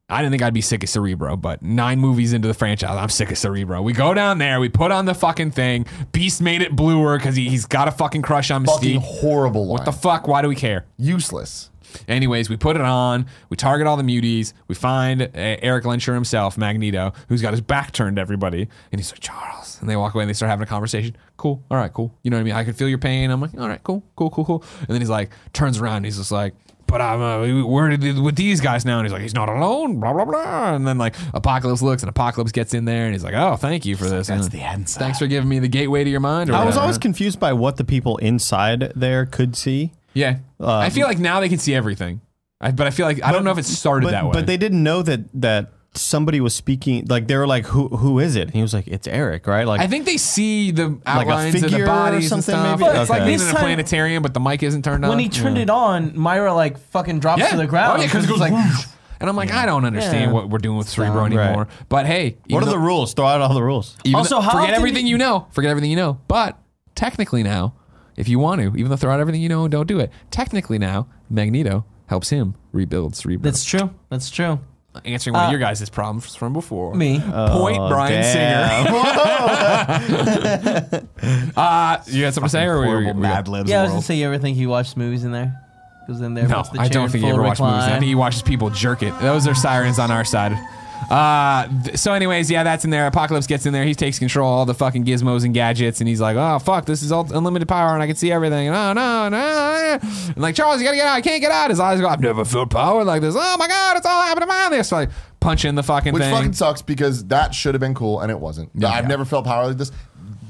B: I didn't think I'd be sick of Cerebro, but nine movies into the franchise, I'm sick of Cerebro. We go down there, we put on the fucking thing. Beast made it bluer because he, he's got a fucking crush on
A: Fucking
B: Mystique.
A: horrible line.
B: What the fuck? Why do we care?
A: Useless.
B: Anyways, we put it on. We target all the muties. We find uh, Eric Lyncher himself, Magneto, who's got his back turned to everybody. And he's like, Charles. And they walk away and they start having a conversation. Cool. All right, cool. You know what I mean? I can feel your pain. I'm like, all right, cool, cool, cool, cool. And then he's like, turns around. And he's just like, but I'm uh, where did, with these guys now? And he's like, he's not alone, blah, blah, blah. And then like Apocalypse looks and Apocalypse gets in there and he's like, oh, thank you for this.
C: "That's
B: And,
C: the answer."
B: Thanks for giving me the gateway to your mind. Or
E: I was
B: whatever.
E: always confused by what the people inside there could see.
B: yeah. I feel like now they can see everything. I, but I feel like, I don't know if it started
E: Um, but,
B: that way.
E: But they didn't know that that somebody was speaking. Like they were like, "Who who is it?" And he was like, "It's Eric," right? Like
B: I think they see the
E: a
B: outlines of
E: figure
B: the
E: or
B: bodies and
E: something,
B: stuff.
E: maybe?
B: It's like
E: Okay.
B: being
D: This
B: in a
D: time-
B: planetarium, but the mic isn't turned on.
D: when he turned it on, Myra like fucking drops
B: yeah.
D: to the ground
B: oh, yeah, because
D: it's
B: it goes like, and I'm like, I don't
D: Yeah.
B: understand what we're doing with Cerebro anymore. But hey,
E: what
B: even
E: are
B: though-
E: the rules? Throw out all the rules.
B: even
D: Also,
B: though-
D: how
B: forget
D: often
B: everything
D: do-
B: you know. Forget everything you know. But technically now, if you want to, even though throw out everything you know and don't do it, technically now, Magneto helps him rebuild Cerebro.
D: That's true. That's true.
B: answering one
D: uh,
B: of your guys' problems from before.
D: Me.
B: Point
E: Oh,
B: Brian Singer.
E: <laughs>
B: <laughs> Uh, you had something to say, or we were
C: horrible
B: we
C: Mad
B: good?
C: Libs
D: yeah, I was
C: world.
D: gonna say you ever think he watched movies in there? Because in there,
B: No,
D: what's the
B: I don't
D: chair,
B: think he
D: full
B: ever watched movies. I
D: recline.
B: think he watches people jerk it. Those are sirens on our side. Uh, th- so, anyways, yeah, that's in there. Apocalypse gets in there. He takes control of all the fucking gizmos and gadgets, and he's like, "Oh fuck, this is all unlimited power, and I can see everything." And, oh no, no, no. and like Charles, you gotta get out. I can't get out. His eyes go. I've never felt power like this. Oh my god, it's all happening behind me. So like punching the fucking
A: Which
B: thing.
A: fucking sucks because that should have been cool and it wasn't. I've never felt power like this.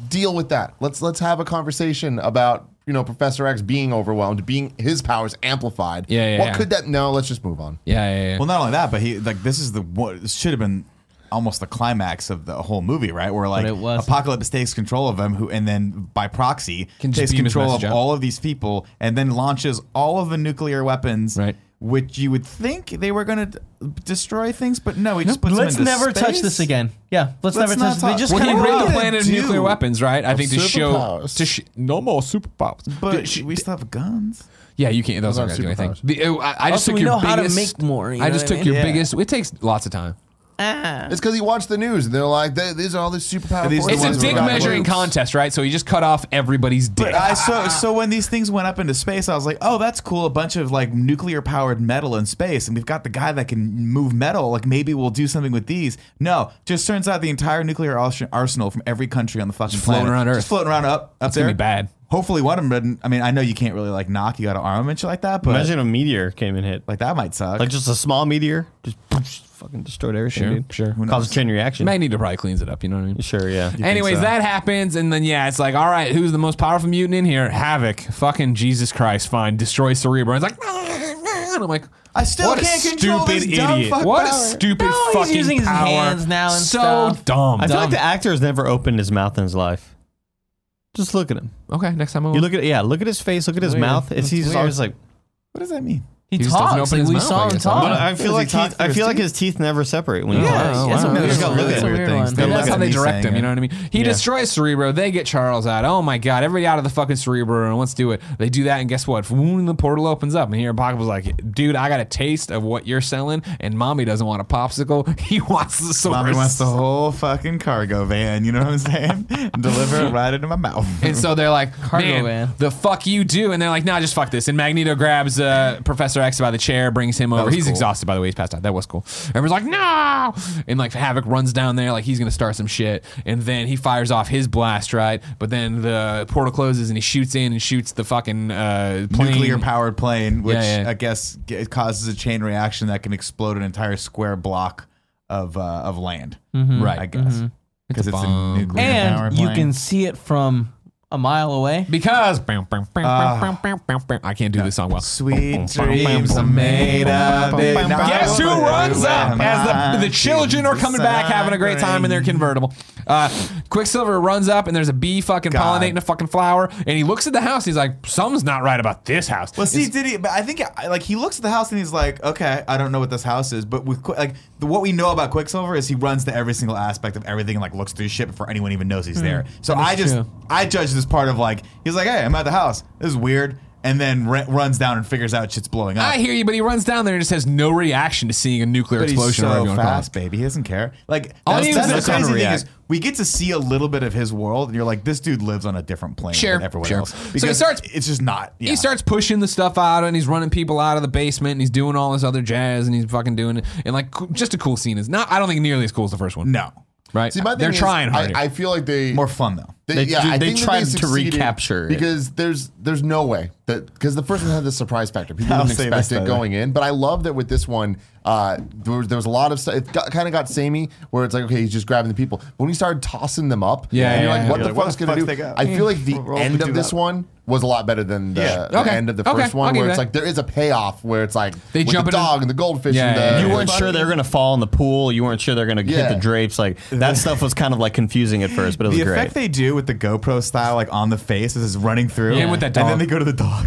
A: Deal with that. Let's let's have a conversation about you know Professor X being overwhelmed, being his powers amplified.
B: Yeah, yeah,
A: What
B: yeah.
A: could that? No, let's just move on.
B: yeah, yeah, yeah.
C: Well, not only that, but he like this is the what this should have been almost the climax of the whole movie, right? Where like
D: it wasn't.
C: Apocalypse takes control of him, who and then by proxy
B: Can just
C: takes
B: beam his
C: control of
B: message out.
C: all of these people, and then launches all of the nuclear weapons,
B: Right.
C: Which you would think they were going to destroy things, but no, he just puts
D: Let's
C: them into
D: never touch
C: space.
D: this again. Yeah, let's,
C: Let's
D: never
C: not
D: touch. They
C: talk-
D: just
B: Well,
C: What
B: he
D: kind
C: do you
B: rigged
C: really
B: the plan
C: gonna
B: of nuclear
C: do?
B: weapons, right? I think to show
A: superpowers.
B: to sh- no more superpowers.
C: But we still have guns.
B: Yeah, you can't. Those aren't
A: Those
B: gonna do
A: aren't
B: anything. The- uh, I, I just
D: Also,
B: took
D: we
B: your
D: know how to
B: biggest,
D: make more, you
B: I
D: know what
B: just
D: I
B: took
D: mean?
B: your
C: Yeah.
B: biggest. It takes lots of time.
A: It's because he watched the news and they're like, "Th- these are all these superpower.
C: These are
A: forces
C: the
B: It's a
C: ones
A: we
B: dick
A: got."
B: measuring contest, right? So you just cut off everybody's dick.
C: But I so so when these things went up into space, I was like, oh, that's cool. A bunch of like nuclear powered metal in space, and we've got the guy that can move metal. Like maybe we'll do something with these. No, just turns out the entire nuclear ars- arsenal from every country on the fucking
B: floating
C: planet,
B: around Earth.
C: just floating around up up there.
B: gonna be bad.
C: Hopefully, one of them doesn't. I mean, I know you can't really like knock. You got to arm him and shit like that, but
E: Imagine a meteor came and hit, like,
C: like that might suck.
E: like just a small meteor, just poof, fucking destroyed everything.
B: Sure,
E: dude.
B: sure. Who
E: Caused a chain reaction.
B: Magneto probably cleans it up. You know what I mean?
E: Sure, yeah.
B: Anyways,
C: so?
B: that happens, and then yeah, it's like, all right, who's the most powerful mutant in here? Havoc, fucking Jesus Christ, fine, destroy Cerebro. And it's like, <laughs> and I'm like,
C: I still
B: what a
C: can't control
B: stupid
C: this dumb
B: idiot.
C: fuck
B: What a
C: power.
B: stupid
D: No, he's
B: fucking
D: using his
B: power.
D: hands now and
B: so
D: stuff.
B: dumb.
E: I feel like the actor has never opened his mouth in his life. Just look at him.
B: okay, next time I
E: You look at yeah, look at his face, look at his mouth. It's he's always like
C: what does that mean?
D: He,
B: just doesn't
D: talks.
B: open
D: Like,
B: his
D: we
B: mouth, I
D: saw him
B: guess, huh?
D: talk.
E: But I feel Oh, like
D: Does he talk
E: teeth, I
D: through
E: feel like his teeth never separate when he
D: Yeah,
E: talks.
D: it's a
C: They
D: weird,
C: just gotta look
D: it's
C: at
D: a
C: weird
D: weird
C: things.
D: one.
C: They
B: And
C: look
B: that's
C: at
B: how they
C: me
B: direct
C: saying
B: him.
C: it.
B: You know what I mean? He destroys Cerebro. They get Charles out. Oh my god! Everybody out of the fucking Cerebro. And let's do it. They do that, and guess what? Boom, the portal opens up, and here Apocalypse was like, "Dude, I got a taste of what you're selling, and mommy doesn't want a popsicle. <laughs> He wants the source.
C: Mommy wants the whole fucking cargo van. You know what I'm saying?
B: <laughs>
C: Deliver it right into my mouth.
B: And so they're like,
D: Cargo
B: man,
D: van.
B: the fuck you do? And they're like, nah, just fuck this. And Magneto grabs uh, Professor X by the chair, brings him over.
C: was
B: He's
C: cool.
B: exhausted, by the way. He's passed out. That was cool. Everyone's like, no. And like Havoc runs down there, like he's gonna start some shit. And then he fires off his blast, right? But then the portal closes and he shoots in and shoots the fucking uh, plane.
C: Nuclear powered plane, which
B: Yeah, yeah.
C: I guess g- it causes a chain reaction that can explode an entire square block of uh, of land.
B: Mm-hmm. Right.
C: I guess because
B: It's a
C: it's, a
B: bomb.
C: nuclear power
D: And you
C: plane.
D: can see it from a mile away.
B: Because I can't do this song well.
C: Sweet dreams are made of it. Now
B: Guess who
C: I
B: runs
C: will
B: up as the, the
C: remind
B: children are
C: you
B: coming back
C: the
B: having a great time in their
C: sun
B: convertible. Uh, Quicksilver runs up and there's a bee fucking
C: God.
B: pollinating a fucking flower and he looks at the house. He's like, something's not right about this house.
C: Well, see,
B: It's-
C: did he? But I think I- like he looks at the house and he's like, "Okay, I don't know what this house is." But with Qui- like the, what we know about Quicksilver is he runs to every single aspect of everything and like looks through shit before anyone even knows
B: Hmm.
C: he's there. So I just
D: true.
C: I judge this part of like he's like, "Hey, I'm at the house. This is weird," and then r- runs down and figures out shit's blowing up.
B: I hear you, but he runs down there and just has no reaction to seeing a nuclear
C: But
B: explosion.
C: He's
B: or
C: so
B: whatever you wanna call it.
C: fast, baby. He doesn't care. Like
B: All
C: that's,
B: he
C: that's
B: needs
C: the
B: is to
C: crazy thing
B: counteract.
C: is we get to see a little bit of his world, and you're like, this dude lives on a different plane
B: Sure,
C: than everyone
B: sure.
C: else.
B: So he
C: Because
B: starts-
C: It's just not. Yeah.
B: He starts pushing the stuff out and he's running people out of the basement and he's doing all this other jazz and he's fucking doing it. And like, co- just a cool scene is not, I don't think nearly as cool as the first one.
C: no
B: Right?
A: See, my thing
B: They're
A: is,
B: trying harder.
A: I, I feel like they
C: more fun though.
E: They do- they
A: that
E: tried to
A: succeeded
E: recapture it.
A: because there's there's no way that because the first one had the surprise factor. People
C: I'll
A: didn't
C: say
A: expect
C: this, by
A: it
C: the way.
A: going in, but I love that with this one, uh, there, was, there was a lot of stuff. It got, kind of got samey where it's like okay, he's just grabbing the people. But when he started tossing them up,
B: Yeah,
A: and you're
B: yeah,
A: like,
B: yeah.
A: what
C: You're
A: the
C: like, what
A: fuck's
C: the
A: gonna
C: fuck's
A: do?
C: they got?
A: I feel like the
C: We're all
A: end
C: gonna
A: of
C: do
A: this
C: that.
A: one was a lot better than the,
C: Yeah.
A: the
B: Okay.
A: end of the
B: Okay.
A: first one,
B: I'll give
A: where
B: you
A: it's
B: that.
A: like there is a payoff where it's like
B: They
A: with
B: jump
A: the
B: into-
A: dog and the goldfish.
B: Yeah,
A: and
B: yeah,
A: the,
B: yeah.
E: You weren't sure they were gonna fall in the pool. You weren't sure they were gonna
A: Yeah.
E: hit the drapes. <laughs> Like that stuff was kind of like confusing at first, but it was
C: The
E: great.
C: effect they do with the GoPro style, like on the face as it's running through,
B: Yeah, with that
C: and
B: dog.
C: then they go to the
E: <laughs>
C: dog.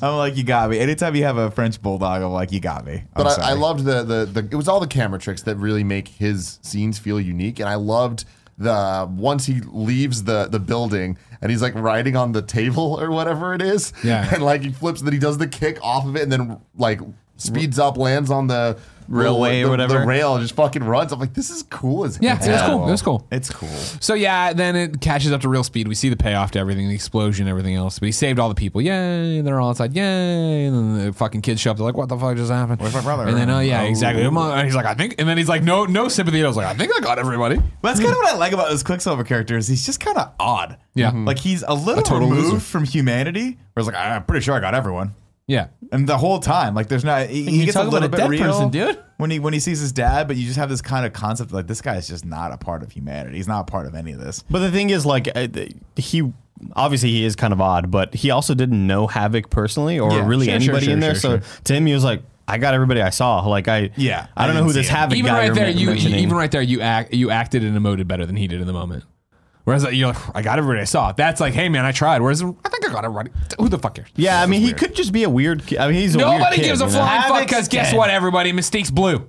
C: <laughs> I'm like, you got me. Anytime you have a French bulldog, I'm like, you got me. I'm
A: But I, I
C: sorry.
A: loved the, the the it was all the camera tricks that really make his scenes feel unique, and I loved the once he leaves the the building and he's like riding on the table or whatever it is,
B: Yeah.
A: and like he flips, then he does the kick off of it, and then like speeds up, lands on the
E: Railway or
A: the-
E: whatever.
A: the rail, and just fucking runs. I'm like, this is cool as
B: yeah,
A: hell.
B: it was cool. It was cool.
C: It's cool.
B: So yeah, then it catches up to real speed. We see the payoff to everything, the explosion, everything else. But he saved all the people. Yay! They're all outside. Yay! And then the fucking kids show up. They're like, "What the fuck just happened?" Where's
C: my brother?
B: And then oh yeah,
C: Oh.
B: exactly. And he's like, "I think." And then he's like, "No, no sympathy." I was like, "I think I got everybody."
C: But that's kind of what I like about this Quicksilver character is he's just kind of odd.
B: Yeah.
A: Mm-hmm.
B: Mhm.
C: like he's a little
B: total
C: removed
B: loser.
C: from humanity. Where it's like, I'm pretty sure I got everyone.
B: Yeah.
C: And the whole time, like there's not he, he
D: you
C: gets a
D: talk about
C: little
D: a
C: bit
D: dead
C: real,
D: person, dude.
C: When he when he sees his dad, but you just have this kind of concept like this guy is just not a part of humanity. He's not a part of any of this.
E: But the thing is, like, uh, th- he obviously he is kind of odd, but he also didn't know Havoc personally or
C: Yeah,
E: really
B: sure, sure,
E: anybody
B: sure,
E: in there.
B: sure,
E: so to him, he was like, "I got everybody I saw." Like, I
C: Yeah,
E: I don't
C: I
E: know who
C: didn't
E: this
C: see it.
E: Havoc
B: Even
E: guy
B: right
E: you're
B: there,
E: men-
B: you e,
E: mentioning.
B: even right there, you act you acted and emoted better than he did in the moment. Whereas like, you're like, "I got everybody I saw." That's like, "Hey man, I tried." Whereas I think I got everybody. Who the fuck cares?
E: yeah, I mean, he could just be a weird. ki- I mean, he's a weird
B: Nobody
E: kid,
B: gives a
E: you know?
B: flying fuck
C: Havoc's
B: because guess
C: dead.
B: what, everybody? Mystique's blue.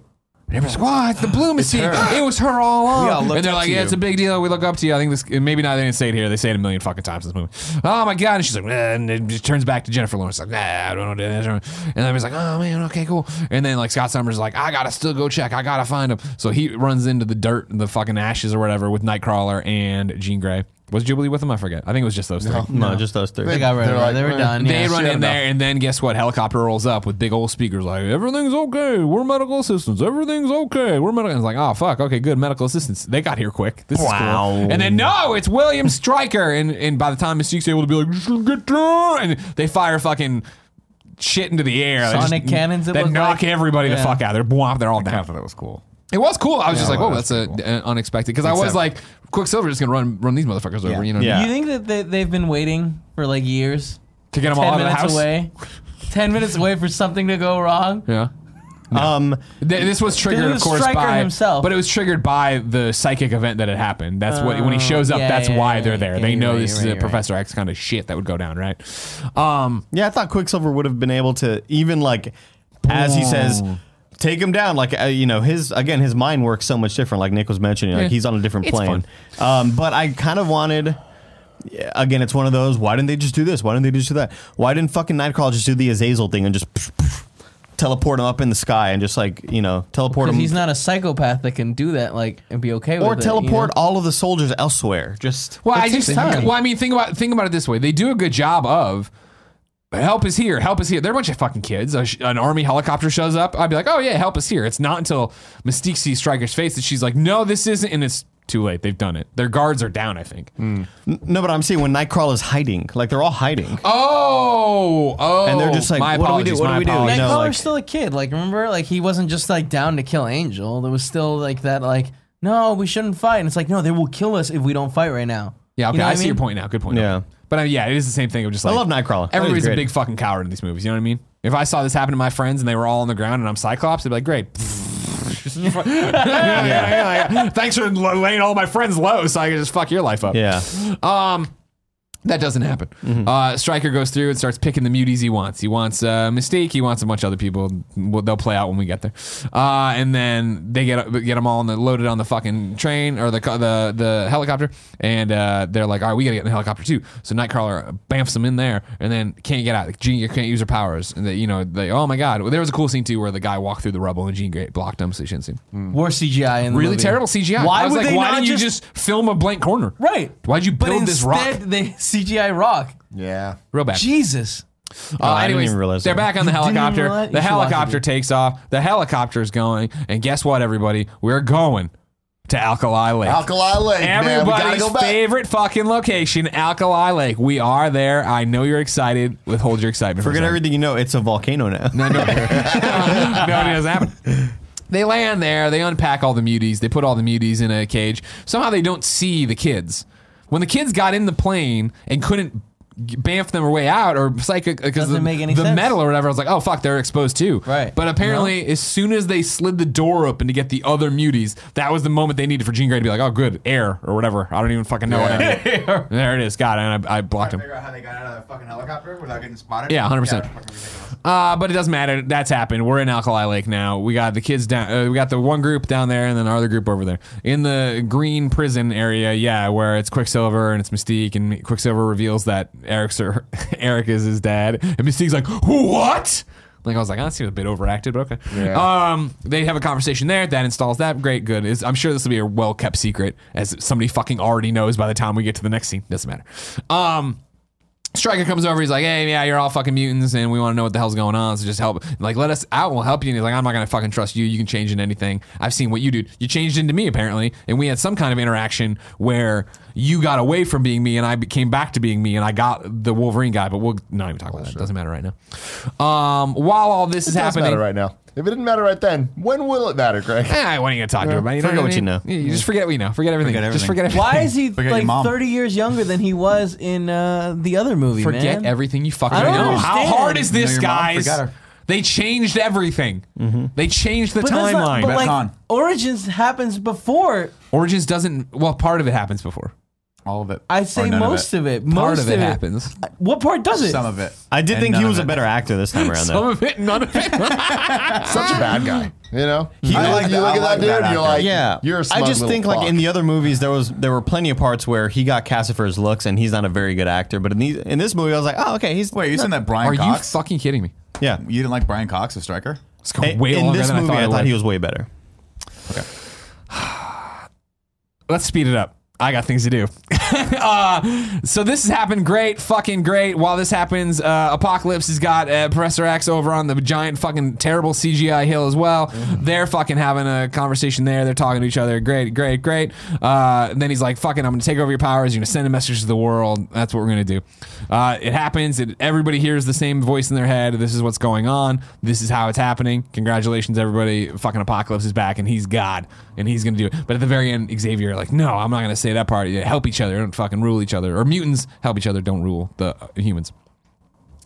B: And everyone's like, "What? It's the blue Mystique? It was her all
C: all
B: along."
C: looked
B: and they're
C: up
B: like,
C: to
B: "Yeah,
C: you.
B: it's a big deal. We look up to you." I think this maybe not. They didn't say it here. They say it a million fucking times in this movie. Oh my god! And she's like, "Eh," and it just turns back to Jennifer Lawrence like, "Nah, I don't know." what it is." And then he's like, "Oh man, okay, cool." And then like Scott Summers is like, "I gotta still go check. I gotta find him." So he runs into the dirt and the fucking ashes or whatever with Nightcrawler and Jean Grey. Was Jubilee with him? I forget. I think it was just those three.
E: No, just those three.
D: They got rid of
A: They're
D: her.
A: like,
D: they were
A: "Eh."
D: done.
B: They
D: yeah.
B: run
D: Sure
B: in
D: enough.
B: there, and then guess what? Helicopter rolls up with big old speakers like, everything's okay. We're medical assistants. Everything's okay. We're medical. And it's like, oh, fuck. Okay, good. Medical assistants. They got here quick. This
E: Wow.
B: is cool. And then, no, it's William Stryker. And, and by the time Mystique's able to be like, "Just get through," and they fire fucking shit into the air. They
D: Sonic cannons, it
B: They
D: looked
B: knock
D: like.
B: everybody the
D: Yeah.
B: fuck out. They're, bwomp, they're all
C: I
B: down.
C: thought that was cool.
B: It was cool. I was just like,
C: well,
B: whoa, that's
C: that's
B: a,
C: pretty
B: uh, unexpected. Because I was
C: Except-
B: like, Quicksilver's just going to run run these motherfuckers over,
C: Yeah.
B: you know? what I mean?
E: Yeah.
D: You think that they, they've been waiting for like years?
B: To get them all
D: Ten
B: out of the
D: minutes
B: house.
D: away. Ten minutes away for something to go wrong.
B: Yeah.
E: Um,
B: Th- this was
D: It
B: triggered,
D: was
B: of course,
D: Stryker
B: by
D: himself.
B: but it was triggered by the psychic event that had happened. That's what when he shows up.
D: Oh, yeah,
B: that's
D: yeah,
B: why
D: yeah,
B: they're
D: yeah,
B: there.
D: yeah,
B: they
D: you're
B: know
D: right,
B: this
D: you're
B: is
D: right,
B: a
D: you're
B: Professor X kind of shit that would go down, right? Um,
E: yeah, I thought Quicksilver would have been able to even like, as he says. Take him down, like uh, you know his again. His mind works so much different. Like Nick was mentioning, like
B: Yeah.
E: he's on a different
B: It's
E: plane. Um, but I kind of wanted, yeah, again, it's one of those. Why didn't they just do this? Why didn't they just do that? Why didn't fucking Nightcrawler just do the Azazel thing and just teleport him up in the sky and just like you know teleport him?
D: Because he's not a psychopath that can do that, like, and be okay
E: or
D: with it. you know?
E: teleport all of the soldiers elsewhere. Just
B: well,
D: It
B: I
D: takes
B: just
D: time.
B: well, I mean, think about think about it this way. They do a good job of. Help is here. Help is here. They're a bunch of fucking kids. A sh- an army helicopter shows up. I'd be like, oh yeah, help is here. It's not until Mystique sees Stryker's face that she's like, no, this isn't. And it's too late. They've done it. Their guards are down, I think.
D: Mm.
E: no, but I'm saying when Nightcrawler's hiding, like they're all hiding.
B: Oh, oh.
E: And they're just like,
B: my
E: what do we do?
B: apologies,
E: What do
B: my
E: we do?
B: apologies.
E: You know,
D: Nightcrawler's
E: like-
D: still a kid. Like, remember, like he wasn't just like down to kill Angel. There was still like that, like, no, we shouldn't fight. And it's like, no, they will kill us if we don't fight right now.
B: Yeah, okay,
D: You know
B: I,
D: what
B: see
D: mean?
B: your point now. Good point.
E: Yeah.
B: but uh, yeah, it is the same thing. I'm just like,
E: love Nightcrawler. I think
B: Everybody's
E: he's
B: a
E: great.
B: big fucking coward in these movies. You know what I mean? If I saw this happen to my friends and they were all on the ground and I'm Cyclops, they'd be
D: <laughs>
B: like, great. <laughs> yeah, yeah, yeah, yeah. <laughs> Thanks for l- laying all my friends low, so I can just fuck your life up.
E: Yeah,
B: Um, That doesn't happen. Uh, Stryker goes through and starts picking the muties he wants. He wants uh, Mystique. He wants a bunch of other people. Well, They'll play out when we get there. Uh, and then they get get them all on the, loaded on the fucking train or the co- the the helicopter. And uh, they're like, all right, we gotta get in the helicopter too. So Nightcrawler bamfs them in there and then can't get out. Jean Grey can't use her powers. And they, you know, they oh my god. Well, there was a cool scene too where the guy walked through the rubble and Jean Grey blocked him, so she didn't see him.
D: Worst CGI in the
B: Really
D: movie.
B: terrible CGI.
D: Why
B: I was
D: would
B: like,
D: they
B: why
D: not
B: didn't you
D: just-
B: just film a blank corner?
D: Right.
B: Why'd you
D: But
B: build this rock?
D: instead, They <laughs> CGI rock.
A: Yeah.
B: Real bad.
D: Jesus.
B: Uh,
E: Oh, I didn't
B: anyways,
E: even realize
B: they're
E: that.
B: back on the helicopter.
D: realize- you
B: The
D: should watch
B: helicopter
D: it,
B: takes off. The helicopter is going, and guess what, everybody? We're going to Alkali Lake.
A: Alkali Lake. man. We gotta
B: Everybody's
A: go back.
B: favorite fucking location, Alkali Lake. We are there. I know you're excited. Withhold your excitement.
E: forget
B: for a second.
E: everything you know. It's a volcano now.
B: <laughs> no, it doesn't happen. They land there. They unpack all the muties. They put all the muties in a cage. Somehow they don't see the kids. When the kids got in the plane and couldn't g- bamf them way out or psychic because
D: Doesn't
B: the,
D: make any
B: the
D: sense.
B: metal or whatever, I was like, oh fuck, they're exposed too.
D: Right.
B: But apparently, as soon as they slid the door open to get the other muties, that was the moment they needed for Jean Grey to be like, oh good, air or whatever. I don't even fucking know what I
D: <laughs>
B: did. there it is. God, and I, I blocked him.
F: Figure out how they got out of the fucking helicopter without getting spotted.
B: Yeah, 100%.
F: that's fucking ridiculous.
B: Uh, but it doesn't matter. That's happened. We're in Alkali Lake now. We got the kids down. Uh, we got the one group down there, and then our other group over there in the green prison area. Yeah, where it's Quicksilver and it's Mystique, and Quicksilver reveals that Eric's her, <laughs> Eric is his dad, and Mystique's like, "What?" Like I was like, "Oh, that seems a bit overacted, but okay." Um, they have a conversation there. That installs that. Great, good. Is I'm sure this will be a well kept secret, as somebody fucking already knows by the time we get to the next scene. Doesn't matter. Um. Striker comes over. He's like, "Hey, yeah, you're all fucking mutants, and we want to know what the hell's going on. So just help, like, let us out. We'll help you." And he's like, "I'm not gonna fucking trust you. You can change into anything. I've seen what you do. You changed into me apparently, and we had some kind of interaction where you got away from being me, and I became back to being me, and I got the Wolverine guy. But we'll not even talk about that. It doesn't matter right now. Um, while all this is
A: It does
B: happening,
A: matter right now. If it didn't matter right then, when will it matter, Greg?
B: eh, what are you gonna talk to about? You know
E: forget
B: I
E: what you
B: mean?
E: know.
B: Yeah, you just forget what you know. Forget everything.
C: Forget
B: Just
C: everything.
B: <laughs> forget everything.
D: Why is he
C: Forget your
D: like
C: mom.
D: 30 years younger than he was in uh, the other movie,
B: Forget
D: man?
B: everything you fucking
D: I don't
B: know. How
D: understand.
B: hard is this,
C: your mom
B: guys?
C: forgot her.
B: They changed everything. They changed the
D: But that's not-
B: timeline.
D: but like,
C: on.
D: Origins happens before
B: Origins doesn't. Well, part of it happens before.
C: All of it.
D: I
C: Or
D: say
C: none
D: most of it. Most
B: Part of Oh, it, happens.
D: What part does it?
C: Some of it.
E: I did
C: And
E: think
C: none
E: he
C: of
E: was
C: it.
E: a better actor this time around.
B: Some <laughs>
E: though.
B: of it. None of it.
A: Such a bad guy. You know?
E: He- I
A: you
E: like
A: look- you
C: that-
A: look at
C: I
A: that
C: like
A: dude,
C: that
A: and
C: actor.
A: you're like,
E: yeah,
A: you're a smug
E: I just
A: little
E: think like
A: fuck.
E: in the other movies there was there were plenty of parts where he got cast at for his looks and he's not a very good actor. But in these in this movie I was like, oh okay, he's
C: Wait, you said that Brian
B: Are you
C: Cox?
B: fucking kidding me?
E: yeah.
C: you didn't like Brian Cox, the striker?
B: It's
E: In,
B: going way
E: in
B: longer
E: this
B: than
E: movie,
B: I thought, it would.
E: he was way better.
B: Let's speed it up. I got things to do. <laughs> uh, so this has happened great, fucking great. While this happens, uh, Apocalypse has got uh, Professor X over on the giant fucking terrible CGI hill as well. They're fucking having a conversation there. They're talking to each other. Great, great, great. Uh, and then he's like, "Fucking, I'm gonna take over your powers. You're gonna send a message to the world. That's what we're gonna do." Uh, it happens. It, everybody hears the same voice in their head. This is what's going on. This is how it's happening. Congratulations, everybody. Fucking Apocalypse is back, and he's God, and he's gonna do it. But at the very end, Xavier like, no, I'm not gonna say that part. Yeah, Help each other. Don't fucking rule each other. Or mutants help each other. Don't rule the uh, humans.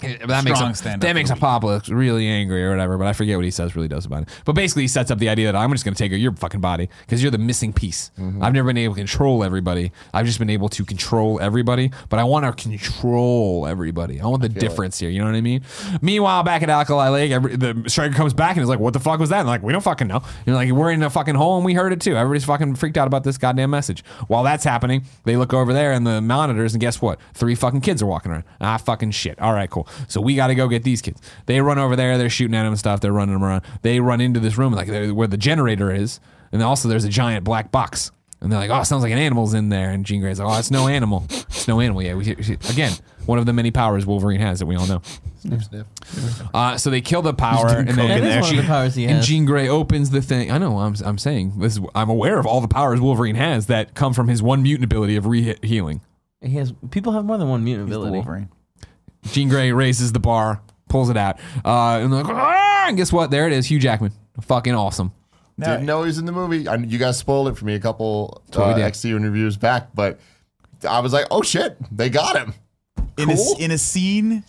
B: Yeah, but that makes
C: Strong
B: him,
C: stand-up
B: that makes
C: comedy.
B: Apopoulos really angry or whatever. But I forget what he says really does about it. But basically, he sets up the idea that I'm just going to take your fucking body because you're the missing piece. I've never been able to control everybody. I've just been able to control everybody, but I want to control everybody. I want the difference here. You know what I mean? Meanwhile, back at Alkali Lake, every, the striker comes back and is like, "What the fuck was that?" And like, we don't fucking know. You know, like we're in a fucking hole and we heard it too. Everybody's fucking freaked out about this goddamn message. While that's happening, they look over there and the monitors, and guess what? Three fucking kids are walking around. Ah, fucking shit. All right, cool. So we got to go get these kids. They run over there. They're shooting at them and stuff. They're running them around. They run into this room like they're- where the generator is, and also there's a giant black box. And they're like, "Oh, sounds like an animal's in there." And Jean Grey's like, "Oh, it's no animal. It's no animal." Yeah, we, again, one of the many powers Wolverine has that we all know. Uh, so they kill the power, and then
D: That is one of the powers he
B: and
D: has.
B: Jean Grey opens the thing. I know. I'm, I'm saying this. Is, I'm aware of all the powers Wolverine has that come from his one mutant ability of re healing.
D: He has people have more than one mutant
C: The
D: ability.
C: Wolverine.
B: Jean Grey raises the bar, pulls it out, uh, and they're like, "Ah!" and guess what? There it is. Hugh Jackman, fucking awesome.
C: No,
A: Didn't know he was in the movie. I, you guys spoiled it for me a couple
B: what we
A: uh,
B: did.
A: XC interviews back, but I was like, oh shit, they got him.
C: in,
A: Cool.
C: a, in a scene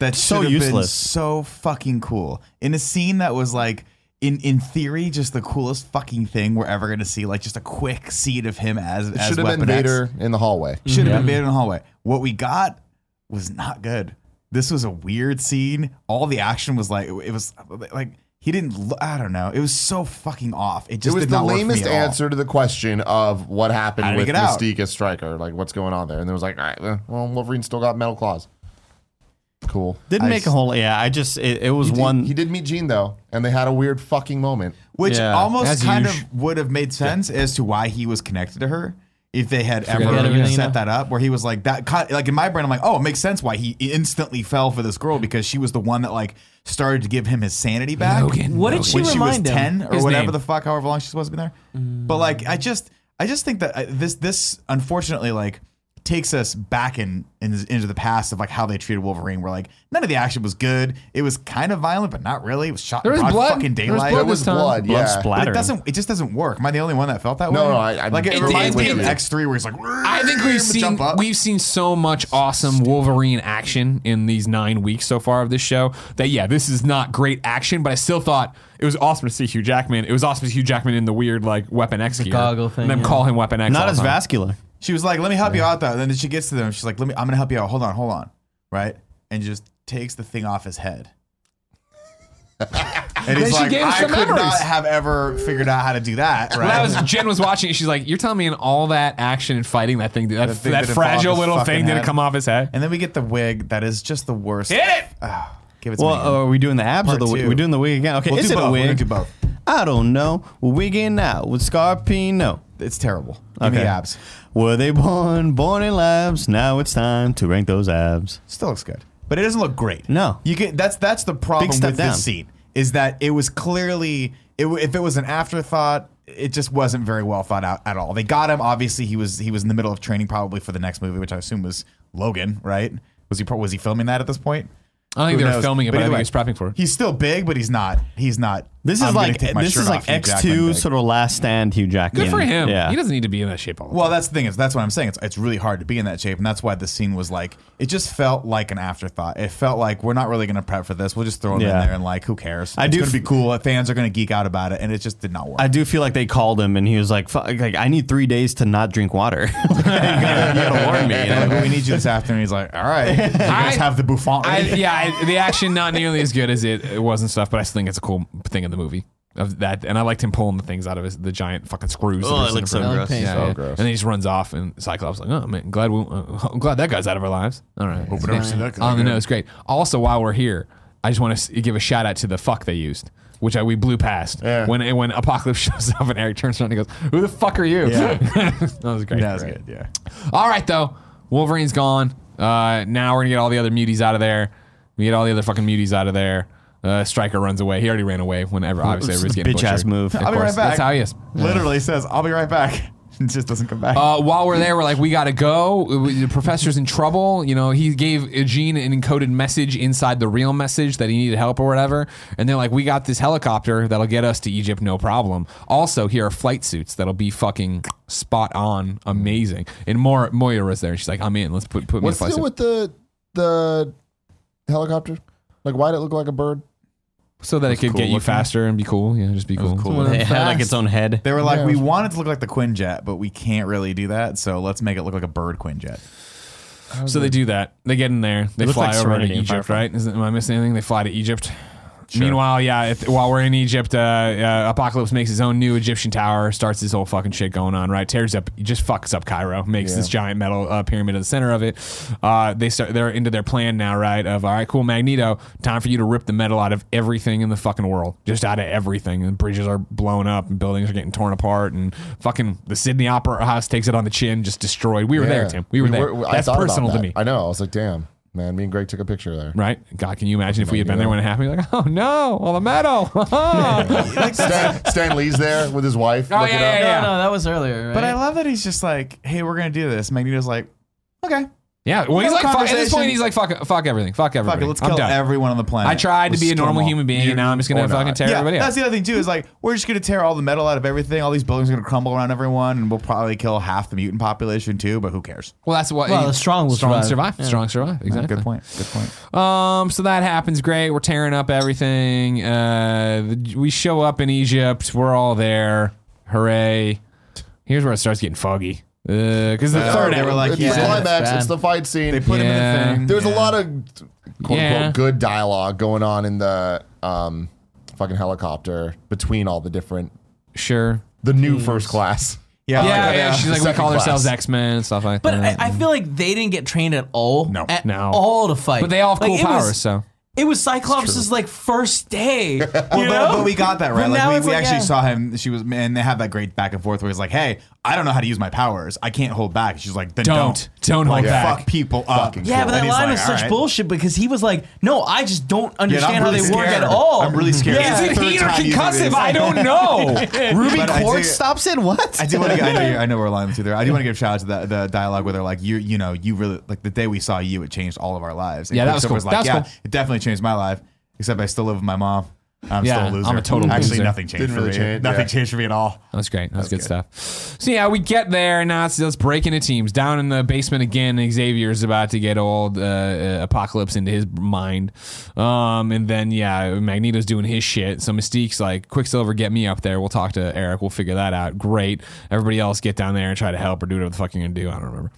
C: that
E: So
C: should have been
E: useless.
C: so fucking cool. In a scene that was like, in in theory, just the coolest fucking thing we're ever gonna see. Like just a quick scene of him as
A: It
C: as
A: should have been
C: Weapon X.
A: Vader in the hallway.
C: Should have been Vader in the hallway. What we got was not good. This was a weird scene. All the action was like it was like he didn't. lo- I don't know. It was so fucking off. It
A: It
C: just
A: was
C: did
A: the
C: not work for me
A: lamest
C: at all.
A: answer to the question of what
C: How
A: happened
C: did
A: with
C: he get out?
A: Mystique as Striker. Like, what's going on there? And it was like, all right, well, well, Wolverine still got metal claws. Cool.
E: Didn't
C: I
E: make a
C: s-
E: whole. Yeah, I just it, it was
A: He did-
E: one.
A: he did meet Jean though, and they had a weird fucking moment.
C: which
E: Yeah,
C: almost
B: as
C: kind
B: usual.
C: of would have made sense as to why he was connected to her if they had
B: about
C: ever
D: everything,
C: set
D: you know?
C: that up where he was like that cut like in my brain i'm like oh it makes sense why he instantly fell for this girl because she was the one that like started to give him his sanity back
B: Logan,
D: What did
B: Logan.
D: she
C: when she was
D: remind him?
C: 10 or
B: His
C: whatever
B: name.
C: the fuck however long she's supposed to be there but like i just i just think that uh, this this unfortunately like takes us back in, in into the past of like how they treated wolverine where like none of the action was good it was kind of violent but not really it was shot
B: There
C: in
B: was
C: broad
B: blood.
C: fucking
B: There was
C: daylight
A: There
B: blood
A: was
B: this time.
A: blood,
E: blood
A: yeah.
E: splatter.
C: but it doesn't. It just doesn't work. Am I the only one that felt that
A: No,
C: way?
A: no, I- I-
C: like it,
A: It-
C: reminds
B: it-
C: me of
B: it-
C: X three, where he's like.
B: I think we've seen
C: Jump up.
B: we've seen so much awesome Wolverine action in these nine weeks so far of this show that yeah, this is not great action, but I still thought it was awesome to see Hugh Jackman. It was awesome to see Hugh Jackman in the weird like Weapon X gear.
D: goggle thing,
B: and them
D: yeah.
B: call him Weapon X. all
E: not
B: the
E: as
B: time.
E: vascular.
C: she was like, "Let me help you out, though." And then she gets to them. She's like, "Let me. I'm gonna help you out. Hold on, hold on." Right, and just takes the thing off
A: <laughs>
C: his head. and he's
B: she
C: like,
B: gave him
C: "I
B: some
C: could
B: memories."
C: not have ever figured out how to do that." Right.
B: Well, that was Jen was watching it. She's like, "You're telling me in all that action and fighting that thing, that, that,
C: thing didn't fall off
B: fragile
C: his
B: little
C: fucking
B: thing didn't
C: head.
B: come off his head."
C: and then we get the wig. That is just the worst.
B: Hit it! uh,
C: Give it to
E: Well,
C: me.
E: are we doing the abs
C: Part
E: or the wig?
C: two.
E: We're doing the wig again. Okay,
C: We'll
E: is
C: do
E: it
C: both.
E: a
C: We're gonna
E: wig?
C: do both.
E: I don't know. We're wigging out with Scarpino.
C: it's terrible. Give me
E: Okay.
C: the abs.
E: Were they born, born in labs? Now it's time to rank those abs.
C: Still looks good, but it doesn't look great.
E: No.
C: you can. That's that's the problem
E: Big
C: with
E: step down.
C: this scene is that it was clearly it, w- if it was an afterthought, it just wasn't very well thought out at all. They got him. Obviously, he was he was in the middle of training probably for the next movie, which I assume was Logan. Right? Was he pro- was he filming that at this point?
B: I don't think
C: Who
B: they were
C: knows?
B: filming it, but, I
C: either
B: think
C: way,
B: he was prepping for it.
C: He's still big, but he's not. He's not.
E: This is
C: I'm gonna
E: like
C: take my
E: this
C: shirt
E: is
C: off,
E: like
C: Hugh
E: X
C: Jackman
E: two
C: big.
E: sort of last stand Hugh Jackman.
B: Good for him.
E: Yeah.
B: He doesn't need to be in that shape all the time.
C: Well, that's the thing is that's what I'm saying. It's, it's really hard to be in that shape, and that's why the scene was like it just felt like an afterthought. It felt like we're not really going to prep for this. We'll just throw it
E: Yeah.
C: in there and like who cares?
E: I
C: it's
E: do
C: going to be
E: f-
C: cool. Fans are going to geek out about it, and it just did not work.
E: I do feel like they called him and he was like, Fuck, like I need three days to not drink water. <laughs> Like, you, gotta, you gotta warn me. you
C: They're
E: know?
C: like, we need you this afternoon. He's like, all right, you guys
B: I-
C: have the Buffon.
E: <laughs>
B: I,
C: ready?"
B: yeah, I, <laughs> the action not nearly as good as it, it was and stuff, but I still think it's a cool thing in the movie of that. And I liked him pulling the things out of his the giant fucking screws.
E: <laughs>
B: that
E: Oh,
B: were
E: it
B: sitting
E: looks
B: in
E: so
B: front of
D: gross.
B: him.
D: So
C: Oh,
A: gross.
B: And then he just runs off, and Cyclops like, oh man, glad we, <laughs> uh, I'm glad that guy's out of our lives. All right, on the nose, great. Also, while we're here, I just want to give a shout out to the fuck they used. Which I, we blew past
A: Yeah.
B: when when Apocalypse <laughs> shows up and Eric turns around and goes, "Who the fuck are you?"
C: Yeah.
B: <laughs> that was great.
C: that was good. Yeah,
B: All right, though. Wolverine's gone. Uh, now we're gonna get all the other muties out of there. We get all the other fucking muties out of there. Uh, Striker runs away. He already ran away whenever obviously
E: It's
B: everybody's
E: a
B: getting
E: bitch ass
B: butchered.
E: move.
B: Of
C: I'll be right
B: course,
C: back.
B: That's how he is.
C: Literally says, "I'll be right back." <laughs> It just doesn't come back.
B: Uh, while we're there, we're like, we gotta go. The professor's in trouble. You know, he gave Gene an encoded message inside the real message that he needed help or whatever. And they're like, we got this helicopter that'll get us to Egypt, no problem. Also, here are flight suits that'll be fucking spot on, amazing. And Moira, Moira's there. She's like, I'm in. Let's put put me in a
A: What's
B: flight
A: the deal
B: suit.
A: with the the helicopter? Like, why'd it look like a bird?
B: so that it could
C: cool
B: get you
C: looking.
B: faster and be cool. Yeah, just be cool.
C: cool.
E: It had like its own head.
C: They were like,
A: Yeah.
C: we want it to look like the Quinjet, but we can't really do that. So let's make it look like a bird Quinjet.
B: So they do that. They get in there. They
E: looks
B: fly
E: like
B: over to
E: Serenity in
B: Egypt,
E: Firefly.
B: right? Is, am I missing anything? They fly to Egypt. Meanwhile, yeah, if, while we're in Egypt, uh, uh, Apocalypse makes his own new Egyptian tower, starts this whole fucking shit going on, right? Tears up, just fucks up Cairo, makes this giant metal uh, pyramid in the center of it. Uh, they start, they're into their plan now, right? Of all right, cool, Magneto, time for you to rip the metal out of everything in the fucking world, just out of everything. And bridges are blown up, and buildings are getting torn apart, and fucking the Sydney Opera House takes it on the chin, just destroyed. We were there,
A: Yeah.
B: Tim. We were there.
A: I
B: That's
A: thought about
B: personal to
A: that.
B: me
A: I know. I was like, damn, man. Me and Greg took a picture there.
B: right? God, can you imagine if we had been there when it happened? You're like, oh no, all
C: <laughs>
B: the metal. <laughs> oh
A: Stan, Stan Lee's there with his wife.
B: yeah,
A: looking up.
B: yeah,
D: No,
B: yeah.
D: Oh, no, that was earlier. Right?
C: But I love that he's just like, hey, we're going to do this. Magneto's like, okay,
B: yeah. Well, he's
C: Have a
B: like, fuck, at this
C: conversation.
B: point, he's like, fuck, fuck everything, fuck
C: fuck
B: everything.
C: it, let's
B: I'm
C: kill
B: done.
C: everyone on the planet.
B: I tried to
C: Let's
B: be a
C: kill them
B: normal
C: all.
B: human being, and now I'm just gonna
C: or
B: fucking
C: not.
B: tear
C: yeah,
B: everybody up.
C: That's the other thing too is like we're just gonna tear all the metal out of everything. All these buildings are gonna crumble around everyone, and we'll probably kill half the mutant population too. But who cares?
B: well, that's what.
D: Well, the strong will
B: strong
D: survive. Yeah.
B: Strong survive. Exactly.
C: Good point. Good point.
B: Um, so that happens. Great. We're tearing up everything. Uh, the- we show up in Egypt. We're all there. Hooray! Here's where it starts getting foggy. Because the third
C: they were
B: act-
C: like,
A: Uh, it's
C: yeah,
A: the climax.
D: it's bad.
A: It's the fight scene.
C: They put him
B: Yeah.
C: in the thing.
A: There's a
C: Yeah.
A: lot of quote
B: Yeah.
A: unquote good dialogue going on in the um, fucking helicopter between all the different
B: sure.
A: the new first class.
C: Yeah,
B: Yeah, yeah, She's like, we
A: Second
B: call ourselves
A: class.
B: X Men and stuff like
D: But
B: that.
D: I, I feel like they didn't get trained at all. No, at
B: Mm. No.
D: all to fight.
B: but they all have
D: Like,
B: cool
D: it was-
B: powers, so.
D: It was Cyclops' like first day. you
C: <laughs> Well, but,
D: know?
C: but we got that right.
D: But now
C: Like
D: it's
C: we, we
D: like,
C: actually
D: yeah.
C: saw him. She was, and they had that great back and forth where he's like, "Hey, I don't know how to use my powers. I can't hold back." She's like, "Then
B: Don't.
C: don't,
B: Don't
C: like,
B: hold back."
C: Fuck people up."
D: Yeah, but that
C: And he's
D: line
C: like,
D: was
C: "All
D: such
C: right."
D: bullshit because he was like, "No, I just don't
C: Yeah, and I'm
D: understand how
C: really
D: they work at
C: scared.
D: all."
C: I'm really scared.
D: <laughs> Yeah.
C: It's the third time you do this.
D: <laughs>
B: don't know.
E: Ruby
C: But I
E: Quartz
C: do-
E: stops in what?
C: I do want to. I know, you I know we're lying to there. I do want to give a shout out to the, the dialogue where they're like, "You, you know, you really like the day we saw you, it changed all of our lives." And
B: Yeah, that was
C: Quicksilver's
B: cool.
C: Like,
B: That was
C: yeah,
B: cool.
C: it definitely changed my life. Except I still live with my mom. I'm
B: Yeah,
C: still a loser.
B: I'm a total
C: Actually,
B: loser.
C: nothing changed
A: Didn't
C: for
A: really
C: me.
A: change,
C: nothing
A: yeah.
C: changed for me at all.
B: That's great. That's good, stuff. So yeah, we get there. Now it's, it's breaking into teams. Down in the basement again. Xavier's about to get old. Uh, uh, Apocalypse into his mind. Um, and then yeah, Magneto's doing his shit. So Mystique's like, Quicksilver, get me up there. We'll talk to Eric. We'll figure that out. Great. Everybody else get down there and try to help or do whatever the fuck you're gonna do. I don't remember.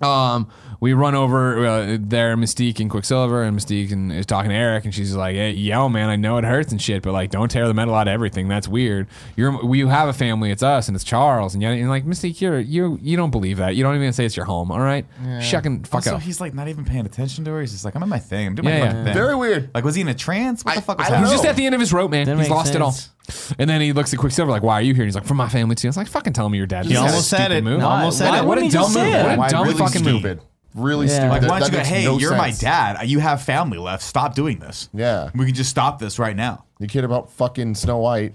B: Um, we run over uh, there, Mystique and Quicksilver, and Mystique and, is talking to Eric, and she's like, hey, "Yo, man, I know it hurts and shit, but like, don't tear the metal out of everything. That's weird. You're we have a family. It's us, and it's Charles, and, yada- and like Mystique, you're you you don't believe that. You don't even say it's your home. All right, shucking, fuck
C: So
B: up.
C: he's like not even paying attention to her. He's just like, "I'm in my thing. I'm doing
B: Yeah,
C: my
B: yeah.
C: fucking thing."
A: Very weird.
C: Like, was he in a trance? What the fuck was
A: I don't
B: He's
C: happening?
B: just at the end of his rope, man.
D: That
B: he's
D: makes
B: lost it all.
D: sense.
B: And then he looks at Quicksilver like, "Why are you here?" And he's like, "For my family too." It's like, "Fucking tell me your dad."
E: He
B: This is a
E: almost said
B: stupid
E: it.
B: Move.
E: No, Almost said
D: why
E: it.
B: What
D: wouldn't
B: a
D: he
B: dumb
D: just
B: move.
D: say it?
B: What
C: Why
B: a dumb
C: really
B: fucking move.
A: Stupid. Really
D: Yeah.
A: stupid.
C: Like,
A: That-
C: why
A: that
C: don't you go,
A: makes
C: hey,
A: no
C: you're my
A: sense.
C: dad. You have family left. Stop doing this.
A: Yeah.
C: We can just stop this right now.
A: You kid about fucking Snow White.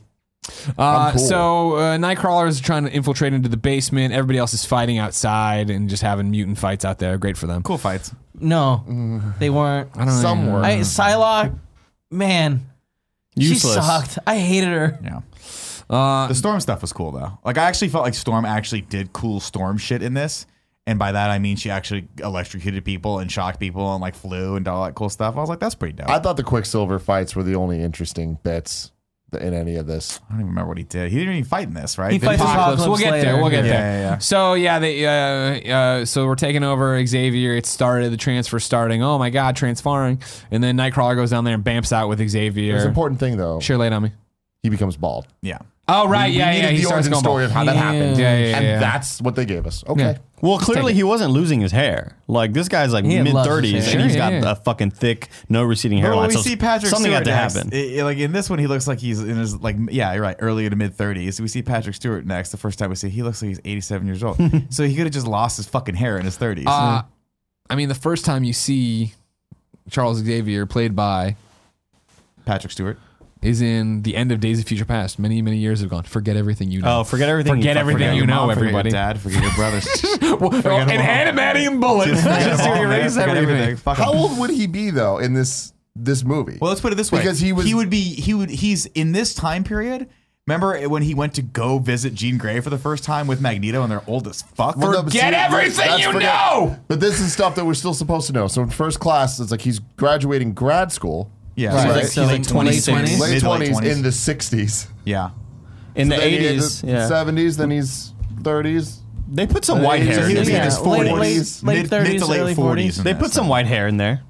B: Uh,
A: I'm cool.
B: So uh, Nightcrawler is trying to infiltrate into the basement. Everybody else is fighting outside and just having mutant fights out there. Great for them.
C: Cool fights.
D: <laughs> no,
C: Mm.
D: they weren't.
B: Oh, I don't know.
A: Some were.
D: I, Psylocke, man, she
E: Useless.
D: sucked. I hated her.
C: Yeah. the storm stuff was cool though. Like I actually felt like Storm actually did cool storm shit in this. And by that I mean she actually electrocuted people and shocked people and like flew and all that cool stuff. I was like, that's pretty dope. I,
A: I thought the Quicksilver fights were the only interesting bits th- in any of this.
C: don't even remember what he did. He didn't even fight in this, right?
D: He
C: Did
D: fights
C: fight?
B: Apocalypse. We'll get
D: Apocalypse
B: there. We'll
D: later.
B: get
C: Yeah,
B: there.
C: yeah, yeah.
B: So yeah, they, uh, uh, so we're taking over Xavier. It started the transfer starting. Oh my god, transferring. And then Nightcrawler goes down there and bamps out with
A: It's an
B: Xavier.
A: important thing though.
B: Sure, late on me.
A: He becomes bald.
C: Yeah.
B: Oh right, yeah,
A: we
B: yeah.
A: needed
B: He
A: the
B: starts
A: origin
B: going
A: story
B: bald.
A: of how that happened.
B: Yeah, yeah, yeah.
A: and
B: yeah.
A: that's what they gave us. Okay.
B: Yeah.
E: <laughs> Well, clearly
B: it.
E: he wasn't losing his hair. Like this guy's like
D: He
E: mid
D: loves his
E: thirties,
D: hair.
E: and he's
B: Sure,
E: got
B: yeah, yeah.
E: a fucking thick, no receding
C: But
E: hairline.
C: when Oh, we
E: so
C: see Patrick
E: something
C: Stewart
E: had to
C: next,
E: happen.
C: i- i- like in this one, he looks like he's in his like yeah, you're right, early to mid thirties. We see Patrick Stewart next. The first time we see, he looks like he's eighty seven years old. so he could have just lost his fucking hair in his thirties.
B: Uh, I mean, the first time you see Charles Xavier played by
C: Patrick Stewart.
B: is in the end of Days of Future Past. Many, many years have gone. Forget everything you know.
E: oh, forget everything.
B: Forget
E: you
B: everything
E: fucking-
B: you
C: your
B: know,
C: mom, forget
B: everybody.
C: Your dad, forget your brothers.
E: Oh,
B: Well, and animating and bullet.
C: Just
B: <laughs> Just erase everything.
C: Fuck 'em.
A: How old would he be though in this this movie?
C: Well, let's put it this way:
A: Because he was-
C: would be he would he's in this time period. Remember when he went to go visit Jean Grey for the first time with Magneto and they're old as fuck?
A: Well, no, but
B: Forget
A: see,
B: everything
A: that's
B: you
A: forget-
B: know!
A: But this is stuff that we're still supposed to know. So in first class, it's like he's graduating grad school.
C: Yeah.
A: Right.
C: So
A: Like,
C: he's like, he's like 26.
D: Late
A: late
C: mid to late
A: twenties
C: 20s.
A: in the sixties,
C: yeah.
E: in the
A: eighties,
E: eighties. Yeah,
A: seventies. Then he's thirties.
E: they put some white hair.
C: He'll
E: In
C: be in
E: there.
C: his
D: Yeah, late-
C: 40s.
D: late
C: mid, mid to
D: 30s, early
C: late 40s. in
E: They
C: that
E: put some
C: stuff.
E: white hair in there.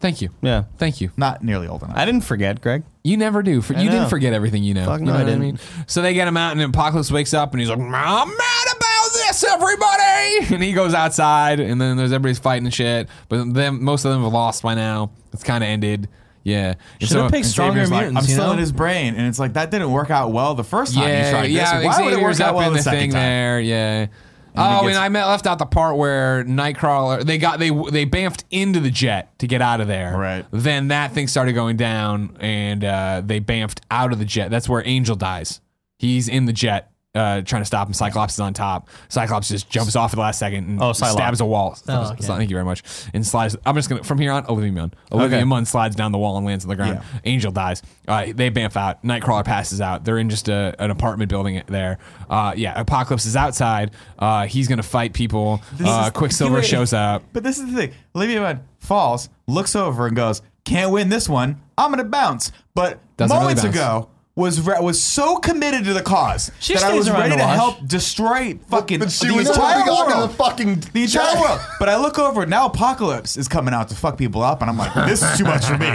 B: Thank you.
E: Yeah.
B: Thank you.
C: Not nearly old enough.
E: I didn't forget, Greg.
B: You never do. For, you didn't
E: know.
B: forget everything you know.
E: Fuck
B: You
E: no,
B: know
E: I
B: what
E: didn't.
B: So they get him out, and Apocalypse wakes up, and he's like, "I'm mad about this, everybody!" And he goes outside, and then there's everybody's fighting and shit. But then most of them have lost by now. It's kind of ended. Yeah. And
D: Should've picked
B: and
D: Stronger
B: Xavier's like,
D: Mutants,
C: I'm
D: you
C: still
D: know?
C: in his brain, and it's like that didn't work out well the first time you
B: Yeah,
C: tried
B: yeah.
C: this. Why would it work
B: Xavier's
C: out
B: up
C: well
B: in
C: the,
B: the
C: second
B: thing
C: time?
B: there. Yeah.
C: then he
B: Oh,
C: gets-
B: and I met, left out the part where Nightcrawler they got they they bamfed into the jet to get out of there.
C: Right.
B: Then that thing started going down, and uh, they bamfed out of the jet. That's where Angel dies. He's in the jet. Uh, trying to stop him. Cyclops is on top. Cyclops just jumps off at the last second and
E: Oh, Psylocke.
B: stabs a wall.
D: Oh, okay.
B: Thank you very much. And slides. I'm just gonna from here on. Olivia Munn. Olivia Munn slides down the wall and lands on the ground. Angel dies. Uh, they bamf out. Nightcrawler passes out. They're in just a, an apartment building there. Uh, yeah, Apocalypse is outside. Uh, he's gonna fight people. Uh,
C: is-
B: Quicksilver
C: Wait.
B: shows up.
C: But this is the thing. Olivia Munn falls, looks over, and goes, "Can't win this one. I'm gonna bounce." But
B: Doesn't really
C: moments
B: bounce.
C: ago was re- was so committed to the cause
D: She
C: that I
D: stays
C: was
D: around
C: ready to,
D: to watch.
C: help destroy fucking
A: But she
C: the
A: was
C: entire
A: holding on to
C: world.
A: the fucking
C: the entire
A: jet.
C: world. But I look over now. Apocalypse is coming out to fuck people up, and I'm like, "This is too much for me."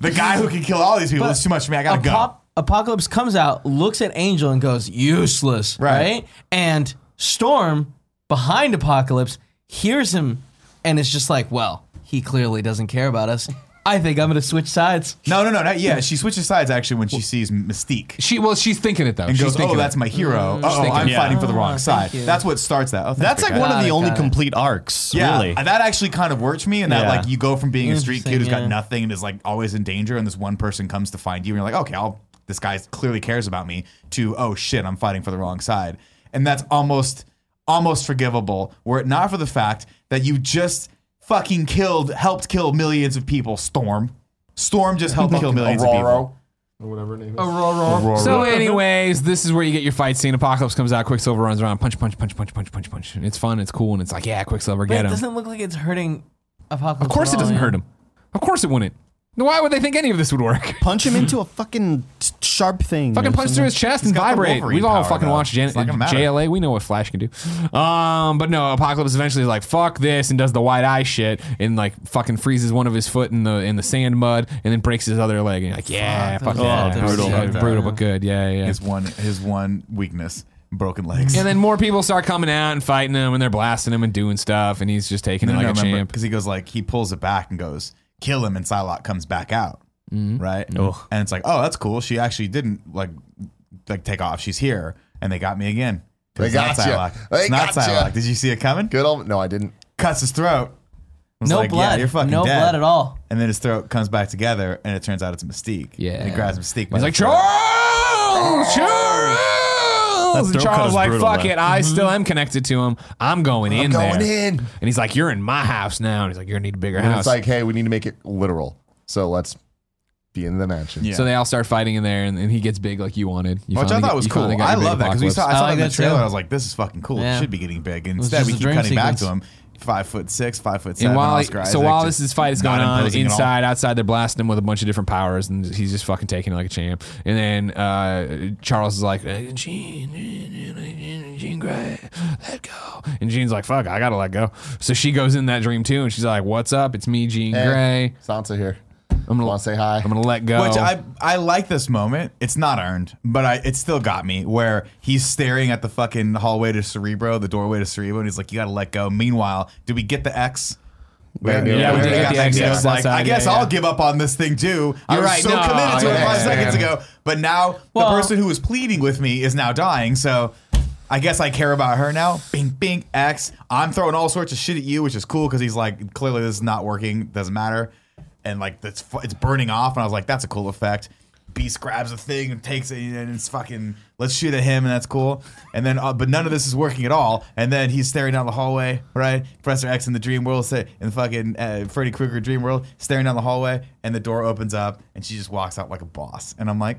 C: The guy who can kill all these people is too much for me. I gotta go.
D: Apop- Apocalypse comes out, looks at Angel, and goes, useless, right? And Storm, behind Apocalypse, hears him and is just like, well, he clearly doesn't care about us. I think I'm going to switch sides.
C: No, no, no, not yeah. She switches sides actually when she sees Mystique.
B: She well, she's thinking it though.
C: And
B: she's
C: goes,
B: thinking
C: oh,
B: it. Mm,
C: that's my hero. Oh,
B: thinking
C: I'm
B: it.
C: fighting for the
D: Ah,
C: wrong
D: thank
C: side.
D: you.
C: That's what starts that. Oh, thanks,
E: That's
C: big
E: like
C: guy.
E: one of
D: Got
E: the
D: it,
E: only
D: got it.
E: complete arcs. Really.
C: That actually kind of worked me in that
E: Yeah.
C: like you go from being a street kid who's got
D: Interesting, yeah.
C: nothing and is like always in danger, and this one person comes to find you, and you're like, okay, I'll this guy clearly cares about me. To oh shit, I'm fighting for the wrong side, and that's almost almost forgivable were it not for the fact that you just fucking killed, helped kill millions of people. Storm, Storm just helped kill millions of people.
A: Aurora, or whatever her name is.
B: So, anyways, this is where you get your fight scene. Apocalypse comes out. Quicksilver runs around. Punch, punch, punch, punch, punch, punch, punch. And it's fun. It's cool. And it's like, yeah, Quicksilver,
D: But
B: get
D: it
B: him.
D: doesn't look like it's hurting Apocalypse.
B: Of course, it doesn't hurt him. Of course, it wouldn't. Why would they think any of this would work?
E: punch him into a fucking t- sharp thing.
B: Fucking
E: or
B: punch through
E: something.
B: his chest and
C: got the
B: vibrate.
C: Wolverine
B: We've all
C: power,
B: fucking
C: though.
B: watched Jan-
C: It's not gonna matter.
B: JLA. We know what Flash can do. Um, but no, Apocalypse eventually is like, fuck this, and does the wide eye shit and like fucking freezes one of his foot in the in the sand mud and then breaks his other leg. And you're like, yeah,
D: Fuck,
B: fuck,
D: that was
B: yeah,
D: fucked up.
B: brutal,
D: Fucked
C: up.
B: brutal, but good. Yeah, yeah.
C: His one his one weakness, broken legs.
B: And then more people start coming out and fighting him, and they're blasting him and doing stuff, and he's just taking it like a champ.
C: because he goes like he pulls it back and goes kill him, and Psylocke comes back out, right? And it's like, oh, that's cool. She actually didn't like like take off. She's here, and they got me again.
A: They
C: It's not
A: gotcha.
C: Psylocke.
A: They
C: It's not
A: gotcha.
C: Psylocke. Did you see it coming?
A: Good old. No, I didn't.
C: Cuts his throat. Was
D: No
C: like, yeah,
D: blood.
C: you're fucking
D: no
C: dead.
D: blood at all.
C: And then his throat comes back together, and it turns out it's Mystique.
B: Yeah.
C: and he grabs Mystique. by
B: He's
C: the
B: like,
C: throat.
B: Charles!
E: That
B: Charles! And
E: throat cut
B: Charles
E: is
B: like,
E: brutal,
B: fuck
E: though.
B: it, I still am connected to him. I'm going in
A: going
B: there.
A: in.
B: And he's like, you're in my house now. And he's like, you're gonna need a bigger
A: And
B: house.
A: it's like, hey, we need to make it literal. So let's be in the mansion.
C: Yeah.
B: So they all start fighting in there, and, and he gets big like you wanted. You
C: Which I
B: finally
C: thought
B: got-
C: was
B: you
C: cool.
B: finally got
C: I
B: your big
C: love that because we saw I
D: I
B: apocalypse.
C: saw
D: like
C: that in the
D: that
C: trailer.
D: too.
C: I was like, "This is fucking cool.
D: Yeah.
C: It should be getting big." And
D: was
C: instead,
D: just
C: we
D: a
C: keep
D: dream
C: cutting back to him.
D: sequence.
C: Five foot six, five foot seven.
B: And while
C: Oscar
B: so
C: Isaac
B: while
C: just
B: this is fight is
C: not
B: going on
C: imposing at all.
B: inside, outside, they're blasting him with a bunch of different powers, and he's just fucking taking it like a champ. And then uh, Charles is like, "Uh, Jean, Jean, Jean Grey, let go. And Jean's like, fuck, I gotta let go. So she goes in that dream too, and she's like, what's up? It's me, Jean
A: Hey,
B: Grey.
A: Sansa here.
B: I'm gonna
A: Want to say hi?
B: I'm gonna let go.
C: Which I I like this moment. It's not earned, but I it still got me where he's staring at the fucking hallway to Cerebro, the doorway to Cerebro, and he's like, "You gotta let go." Meanwhile, do we get the X?
A: Yeah,
B: Yeah,
C: They
B: we did
C: got
B: get the
C: Magneto's
B: X, yes,
C: like,
B: that's
C: I
B: right,
C: guess
B: yeah,
C: I'll
B: yeah.
C: give up on this thing too. I
B: You're
C: was
B: right,
C: so
B: no,
C: committed to it
B: yeah,
C: five
B: yeah,
C: seconds
B: yeah.
C: ago, but now
D: Well-
C: the person who was pleading with me is now dying. So. I guess I care about her now. Bing, bing, X. I'm throwing all sorts of shit at you, which is cool because he's like, clearly this is not working. Doesn't matter. And like, it's fu- it's burning off. And I was like, that's a cool effect. Beast grabs a thing and takes it, and it's fucking. Let's shoot at him, and that's cool. And then, uh, but none of this is working at all. And then he's staring down the hallway, right? Professor X in the dream world, say, in the fucking uh, Freddy Krueger dream world, staring down the hallway, and the door opens up, and she just walks out like a boss. And I'm like,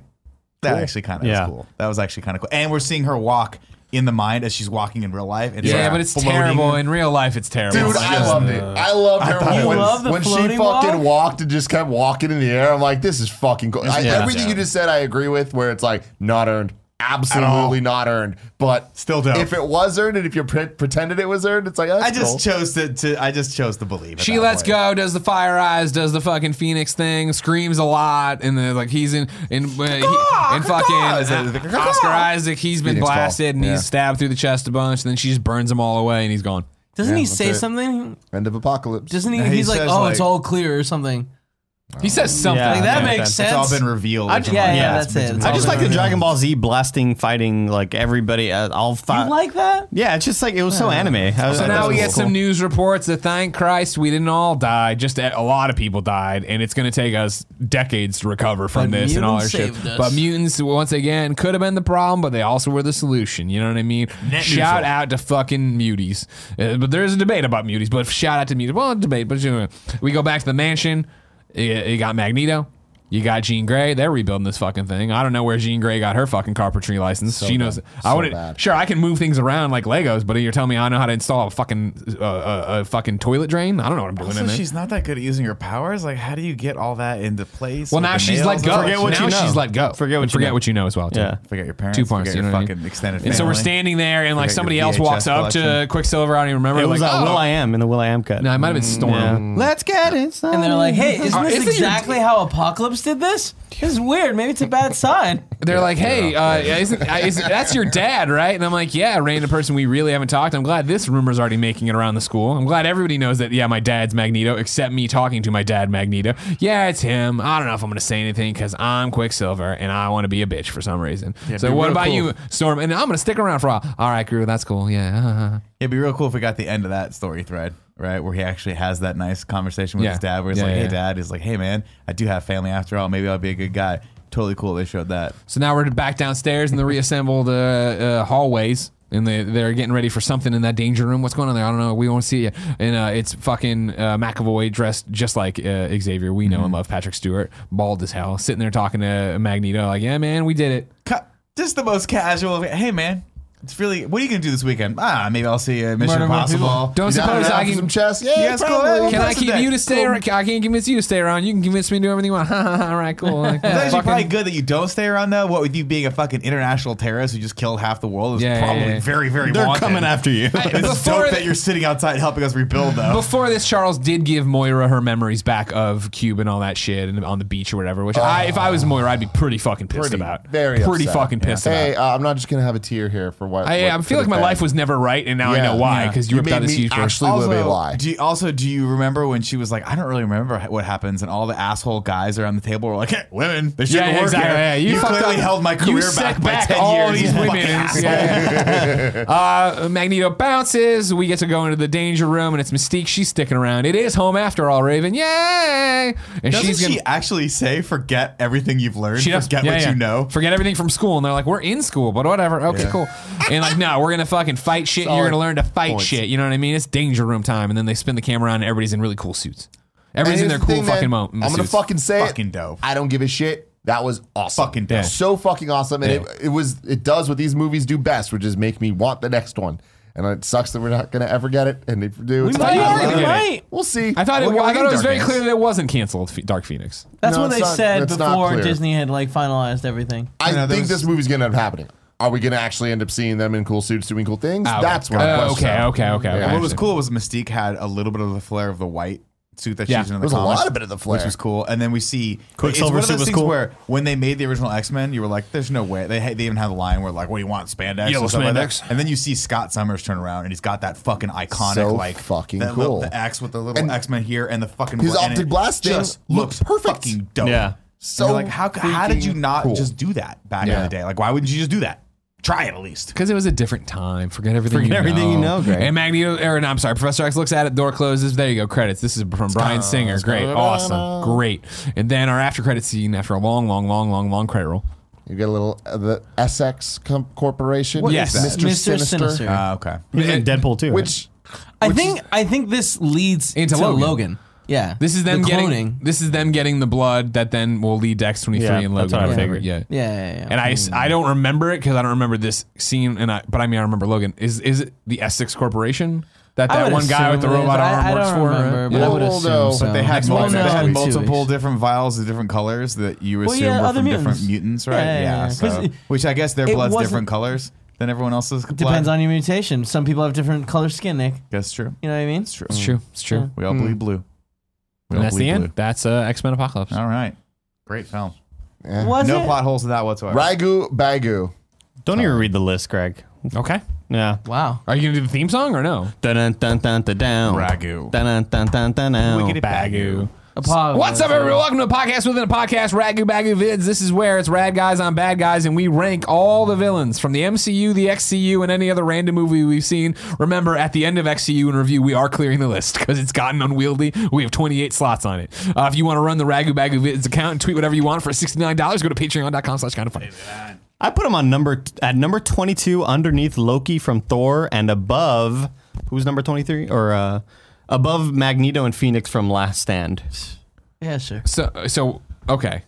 C: that actually kind of
E: Yeah.
C: is cool. That was actually kind of cool. And we're seeing her walk in the mind as she's walking in real life. And
B: Yeah,
C: like
B: but it's
C: floating.
B: terrible in real life. It's terrible.
A: Dude,
B: It's
A: I
B: just-
A: loved it. I loved her
C: thought it
A: when,
D: was-
A: when she
D: Love
A: fucking
D: the floating walk?
A: walked and just kept walking in the air. I'm like, this is fucking cool. I,
C: Yeah.
A: Everything you just said, I agree with. Where it's like not earned, absolutely not earned, but
C: Still dope.
A: If it was earned and if you pre- pretended it was earned, it's like
C: I
A: that's
C: just
A: cool.
C: chose to, to. I just chose to believe. at
B: She
C: that
B: lets
C: point.
B: go, does the fire eyes, does the fucking phoenix thing, screams a lot, and then like he's in in uh, he- in fucking
C: Is it the
B: uh,
C: caw?
B: Oscar Isaac. He's been
A: Phoenix call,
B: blasted and
A: yeah.
B: he's stabbed through the chest a bunch, and then she just burns them all away and he's gone.
D: Doesn't he
A: that's
D: say
A: it.
D: something?
A: End of apocalypse.
D: Doesn't he?
C: No, he
D: he's like,
C: says,
D: oh,
C: like-
D: it's all clear or something.
B: He says something.
E: Yeah. Like,
D: that makes
C: it's
D: sense.
C: all been revealed. or something
D: yeah,
C: like
D: yeah,
C: that.
D: that's it. It's
E: I
D: all
E: just
D: been
E: like the
D: revealed.
E: Dragon Ball Z blasting, fighting, like everybody. Uh, all
D: You
E: five.
D: like that?
E: yeah, it's just like it was so anime. I was-
B: So
E: I
B: now
E: thought it
B: we
E: was
B: get
E: cool.
B: some news reports that thank Christ we didn't all die. Just a a lot of people died, and it's going to take us decades to recover from
D: But
B: this and all that
D: mutants
B: shit.
D: saved us.
B: But mutants, once again, could have been the problem, but they also were the solution. You know what I mean?
C: Net
B: shout
C: neutral.
B: out to fucking muties. Uh, but there is a debate about muties, but shout out to muties. Well, debate, but you know, we go back to the mansion. You- You got Magneto. You got Jean Grey. They're rebuilding this fucking thing. I don't know where Jean Grey got her fucking carpentry license. she knows. I would
A: bad.
B: not Sure, I can move things around like Legos, but you're telling me I know how to install a fucking uh, uh, a fucking toilet drain? I don't know what I'm doing
C: Also,
B: in there.
C: she's not that good at using her powers. Like, how do you get all that into place?
B: Well,
C: with
B: now
C: the
B: she's
C: nails
B: let go.
C: and all that
B: now
C: shit?
B: she's let go.
E: Forget what you
B: forget
E: know.
B: what you know as well. Too.
E: Yeah.
C: Forget your parents.
B: Two parts.
C: Forget
B: You know
C: your
B: what I mean?
C: fucking extended
B: And so we're
C: family.
B: standing there, and
C: Forget
B: like
C: your
B: somebody else
C: VHS
B: walks up to
C: collection.
B: Quicksilver. I don't even remember.
E: It was
B: like,
E: uh,
B: oh.
E: Will I Am in the Will I Am cut.
B: No, it might have been Storm.
E: Let's get it.
D: And they're like,
A: Oh.
D: hey, isn't
B: Uh,
D: this
B: isn't your-
D: exactly how Apocalypse did this? This is weird. Maybe it's a bad
B: <laughs>
D: sign.
B: They're like, hey, uh, isn't, uh, is that's your dad, right? And I'm like, yeah, random person we really haven't talked. I'm glad this rumor's already making it around the school. I'm glad everybody knows that, yeah, my dad's Magneto, except me talking to my dad Magneto. Yeah, it's him. I don't know if I'm going to say anything because I'm Quicksilver and I want to be a bitch for some reason. so
C: be
B: what
C: real
B: about
C: cool.
B: you, Storm? And I'm going to stick around for a while. All right, Gru, that's cool. Yeah. <laughs>
C: It'd be real cool if we got the end of that story thread, right? Where he actually has that nice conversation with
B: Yeah.
C: his dad, where he's
B: Yeah,
C: like,
B: yeah,
C: "Hey,
B: yeah.
C: dad," he's like, "Hey, man, I do have family after all. Maybe I'll be a good guy." Totally cool. They showed that.
B: So now we're back downstairs in the reassembled uh, uh, hallways. And they, they're getting ready for something in that danger room. What's going on there? I don't know. We won't see it. yet. And uh, it's fucking uh, McAvoy dressed just like uh, Xavier. We know and love Patrick Stewart, bald as hell, sitting there talking to Magneto, like, yeah, man, we did it.
C: Ca- Just the most casual. Hey, man, it's really. What are you gonna do this weekend? Ah, maybe I'll see you at Mission
D: Murder more
C: Impossible.
B: Don't
A: Down and
B: suppose
A: out
B: I
A: for some
B: can.
A: chess. Yeah,
C: Yeah, it's cool.
A: probably.
C: Yeah,
B: Can I
C: That's
B: keep
C: that.
B: you to stay?
C: Cool.
B: around? I can't convince you to stay around. You can convince me to do everything you want. <laughs> All
C: <laughs>
B: right, cool. Like, uh,
C: It's actually
B: fucking-
C: probably good that you don't stay around though. What with you being a fucking international terrorist who just killed half the world is
B: Yeah, yeah,
C: probably
B: yeah.
C: very, very.
E: They're
C: wanted.
E: coming after you.
C: It's
B: Before
C: dope
B: the-
C: that you're sitting outside helping us rebuild though.
B: Before this, Charles did give Moira her memories back of Cube and all that shit, and on the beach or whatever. Which I, if I was Moira, I'd be pretty fucking pissed
A: Pretty,
B: about.
A: very
B: pretty
A: upset.
B: fucking pissed
A: Hey,
B: about.
A: uh, I'm not just gonna have a tear here for what.
B: I,
A: what
B: I
A: could
B: feel like my
A: have
B: life
A: been.
B: was never right, and now I know
A: Yeah.
B: why
C: Yeah.
B: because you,
A: You
B: ripped
A: made
B: out this
A: me
B: huge person.
A: actually- would be a lie.
C: Do you, also, do you remember when she was like, I don't really remember what happens, and all the asshole guys around the table were like, hey, women, they shouldn't
B: Yeah,
C: work
B: exactly.
C: here.
B: Yeah, you
C: you
B: fucked
C: clearly
B: up.
C: held my
B: You
C: career
B: set
C: back by
B: back
C: 10
B: all
C: years.
B: these
C: you <laughs>
B: women.
C: fucking asshole.
B: Yeah. uh, Magneto bounces. We get to go into the danger room, and it's Mystique. She's sticking around. It is home after all, Raven. Yay! And
C: Doesn't
B: she's gonna.
C: she actually say, forget everything you've learned,
B: She does-
C: forget
B: yeah,
C: what
B: yeah.
C: you know?
B: Forget everything from school. And they're like, we're in school, but whatever. Okay, cool. And like, no, we're going to fucking fight shit. and You're
A: Solid
B: going to learn to fight
A: points.
B: shit. You know what I mean? It's danger room time. And then they spin the camera around and everybody's in really cool suits.
A: And
B: Everybody's in their
A: here's
B: cool
A: the thing, man.
B: fucking moment.
A: I'm gonna fucking say
C: Fucking
A: it.
C: dope.
A: I don't give a shit. That was awesome.
C: Fucking dope.
A: So fucking awesome. And
B: Yeah.
A: it, it was it does what these movies do best, which is make me want the next one. And it sucks that we're not gonna ever get it. And if we do,
D: We
A: it's
D: might.
A: fucking-
B: are gonna
D: We
B: get it.
D: might.
A: We'll see.
B: I thought it,
A: We'll get
B: I thought it
A: Dark
B: was very
A: Knights.
B: clear that it wasn't canceled, F- Dark Phoenix.
D: That's
A: No,
D: what
A: it's
D: they
A: not-
D: said
A: it's not
D: before
A: clear.
D: Disney had like finalized everything.
A: I
C: know, there
A: think
C: was-
A: this movie's gonna end up happening. Are we gonna actually end up seeing them in cool suits doing cool things?
B: Oh, okay.
A: That's what. I'm
B: Oh,
A: questioning.
B: okay, okay, okay, okay.
A: Yeah.
C: What was
B: Actually.
C: cool was Mystique had a little bit of the flair of the white suit that
B: Yeah.
C: she's in the
A: There was a
C: comics,
A: lot of bit of the flair.
C: which was cool. And then we see
E: Quicksilver
C: it's one of
E: suit
C: those
E: was
C: things
E: cool.
C: Where when they made the original X Men, you were like, "There's no way." They had- they even had a line where like, "What do you want, spandex?"
B: Yellow
C: and stuff like that.
B: spandex.
C: And then you see Scott Summers turn around and he's got that fucking iconic
A: So
C: like
A: fucking
C: that
A: cool.
C: Little, the X with the little
A: And
C: X Men here and the fucking
A: his
C: bla- and
A: optic
C: it
A: blast thing
C: just
A: looked
C: looks
A: perfect.
C: fucking dope.
E: Yeah.
C: So
A: So
C: like how how did you
A: freaking
C: not
A: cool.
C: just do that back in
A: Yeah.
C: the day? Like why wouldn't you just do that? Try it at least.
B: Because it was a different time. Forget everything.
E: Forget
B: you
E: everything
B: know.
E: you know, Greg.
B: And Magneto, or no, I'm sorry, Professor X looks at it. Door closes. There you go. Credits. This is from Brian Singer. Great, awesome, great. And then our after credit scene after a long, long, long, long, long credit roll.
A: You get a little uh, the SX com- Corporation.
B: Yes. is
A: Mr.
D: Mr.
A: Sinister.
D: Sinister.
C: Uh, okay.
E: He's in Deadpool too.
A: Which
D: I think I think this leads
B: Into
D: into
B: Logan.
D: Logan. Yeah.
B: This is them
D: the
B: getting.
D: cloning.
B: This is them getting the blood that then will lead to X twenty three
G: Yeah,
B: and Logan.
G: that's what I
B: or whatever.
G: figured.
B: Yeah.
D: Yeah, yeah, yeah.
B: And I, s- I don't remember it because I don't remember this scene. And I, but I mean, I remember Logan. Is is it the Essex Corporation that
D: I
B: that
D: would
B: one guy
D: assume
B: with the
D: it is.
B: robot
D: I-
B: arm
D: I
B: works
D: don't
B: for? right?
D: remember, but I
A: Yeah.
D: would
A: Well,
D: assume
A: no, but
D: so.
C: They had,
D: Well,
C: multiple,
D: no,
C: they had
D: it'd be two-ish.
C: multiple different vials of different colors that you
D: Well,
C: assume
D: yeah,
C: were
D: other
C: from different
D: mutants.
C: mutants, right?
D: Yeah, yeah, yeah.
C: so-
D: 'Cause
C: which I guess their
D: it
C: blood's
D: wasn't-
C: different colors than everyone else's. Blood.
D: Depends on your mutation. Some people have different color skin, Nick.
C: That's true.
D: You know what I mean?
C: It's true.
B: It's true. It's true.
D: Yeah.
C: We all bleed blue. We all
B: And that's
C: bleed
B: the end.
C: blue.
B: That's uh, X Men Apocalypse.
C: All right. Great film.
A: Yeah.
D: Was
C: no
D: it?
C: plot holes to that whatsoever.
A: Raigu Bagu.
E: Don't even read the list, Greg.
B: Okay.
E: Yeah.
D: Wow.
B: Are you gonna do the theme song or no?
E: Dun dun dun dun dun down.
C: Ragu.
E: Dun dun dun dun dun down.
B: Bagu.
D: Apollo.
B: What's up, everyone? Welcome to a podcast within a podcast, Ragu Bagu Vids. This is where it's rad guys on bad guys, and we rank all the villains from the MCU, the XCU, and any other random movie we've seen. Remember, at the end of XCU and review, we are clearing the list because it's gotten unwieldy. We have 28 slots on it. Uh, if you want to run the Ragu Bagu Vids account and tweet whatever you want for $69, go to patreon.com slash kind of funny.
E: I put him on number t- at number twenty two underneath Loki from Thor and above who's number twenty three or uh, above Magneto and Phoenix from Last Stand.
D: Yeah, sure.
B: So, so okay.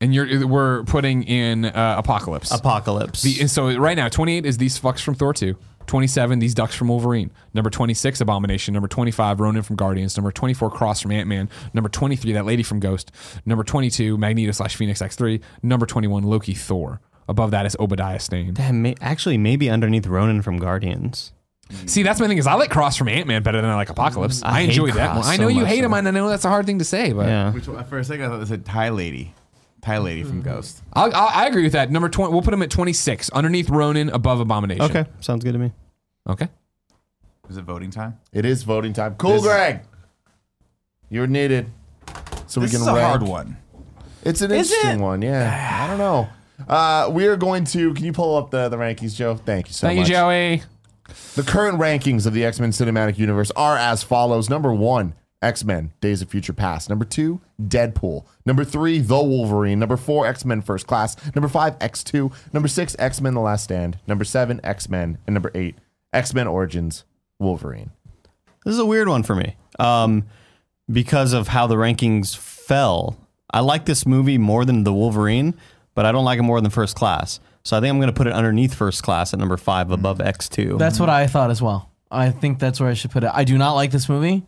B: And you're we're putting in uh, Apocalypse.
E: Apocalypse.
B: The- and so right now, 28 is these fucks from Thor 2. 27, these ducks from Wolverine. Number 26, Abomination. Number 25, Ronan from Guardians. Number 24, Cross from Ant Man. Number 23, that lady from Ghost. Number 22, Magneto slash Phoenix X3. Number 21, Loki Thor. Above that is Obadiah Stane.
E: Damn, may- actually maybe underneath Ronan from Guardians.
B: See, that's my thing is I like Cross from Ant Man better than I like Apocalypse. I,
E: Mm, hate
B: enjoy that
E: Cross
B: one. I
E: so
B: know you
E: much,
B: hate him,
E: though.
B: and I know that's a hard thing to say, but
E: Yeah.
C: Which one- for a second I thought they said Thai lady. Thai lady
D: Mm.
C: from Ghost.
B: I, I, I agree with that. Number 20, we'll put him at 26, underneath Ronan, above Abomination.
E: Okay, sounds good to me.
B: Okay.
C: Is it voting time?
A: It is voting time. Cool,
C: This-
A: Greg. You're needed. So
C: This
A: we
C: is
A: can
C: a
A: rank.
C: hard one. Ah.
A: It's an interesting one. Yeah. I don't know. Uh, we are going to. Can you pull up the, the rankings, Joe? Thank you so
B: Thank
A: much.
B: you, Joey.
A: The current rankings of the X Men Cinematic Universe are as follows number one, X Men Days of Future Past. Number two, Deadpool. Number three, The Wolverine. Number four, X Men First Class. Number five, X2. Number six, X Men The Last Stand. Number seven, X Men. And number eight, X Men Origins Wolverine.
E: This is a weird one for me. Um, because of how the rankings fell. I like this movie more than The Wolverine, but I don't like it more than First Class. So I think I'm going to put it underneath First Class at number five, above X2.
D: That's what I thought as well. I think that's where I should put it. I do not like this movie,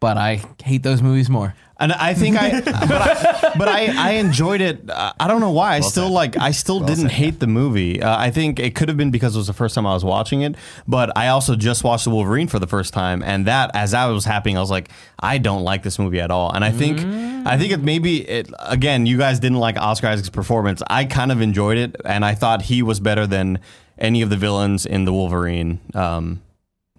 D: but I hate those movies more.
E: and I think I, but I, but I, I enjoyed it. Uh, I don't know why. I still like. I still didn't hate the movie. Uh, I think it could have been because it was the first time I was watching it. But I also just watched the Wolverine for the first time, and that as that was happening, I was like, I don't like this movie at all. And I think, I think it maybe it again. You guys didn't like Oscar Isaac's performance. I kind of enjoyed it, and I thought he was better than any of the villains in the Wolverine. Um,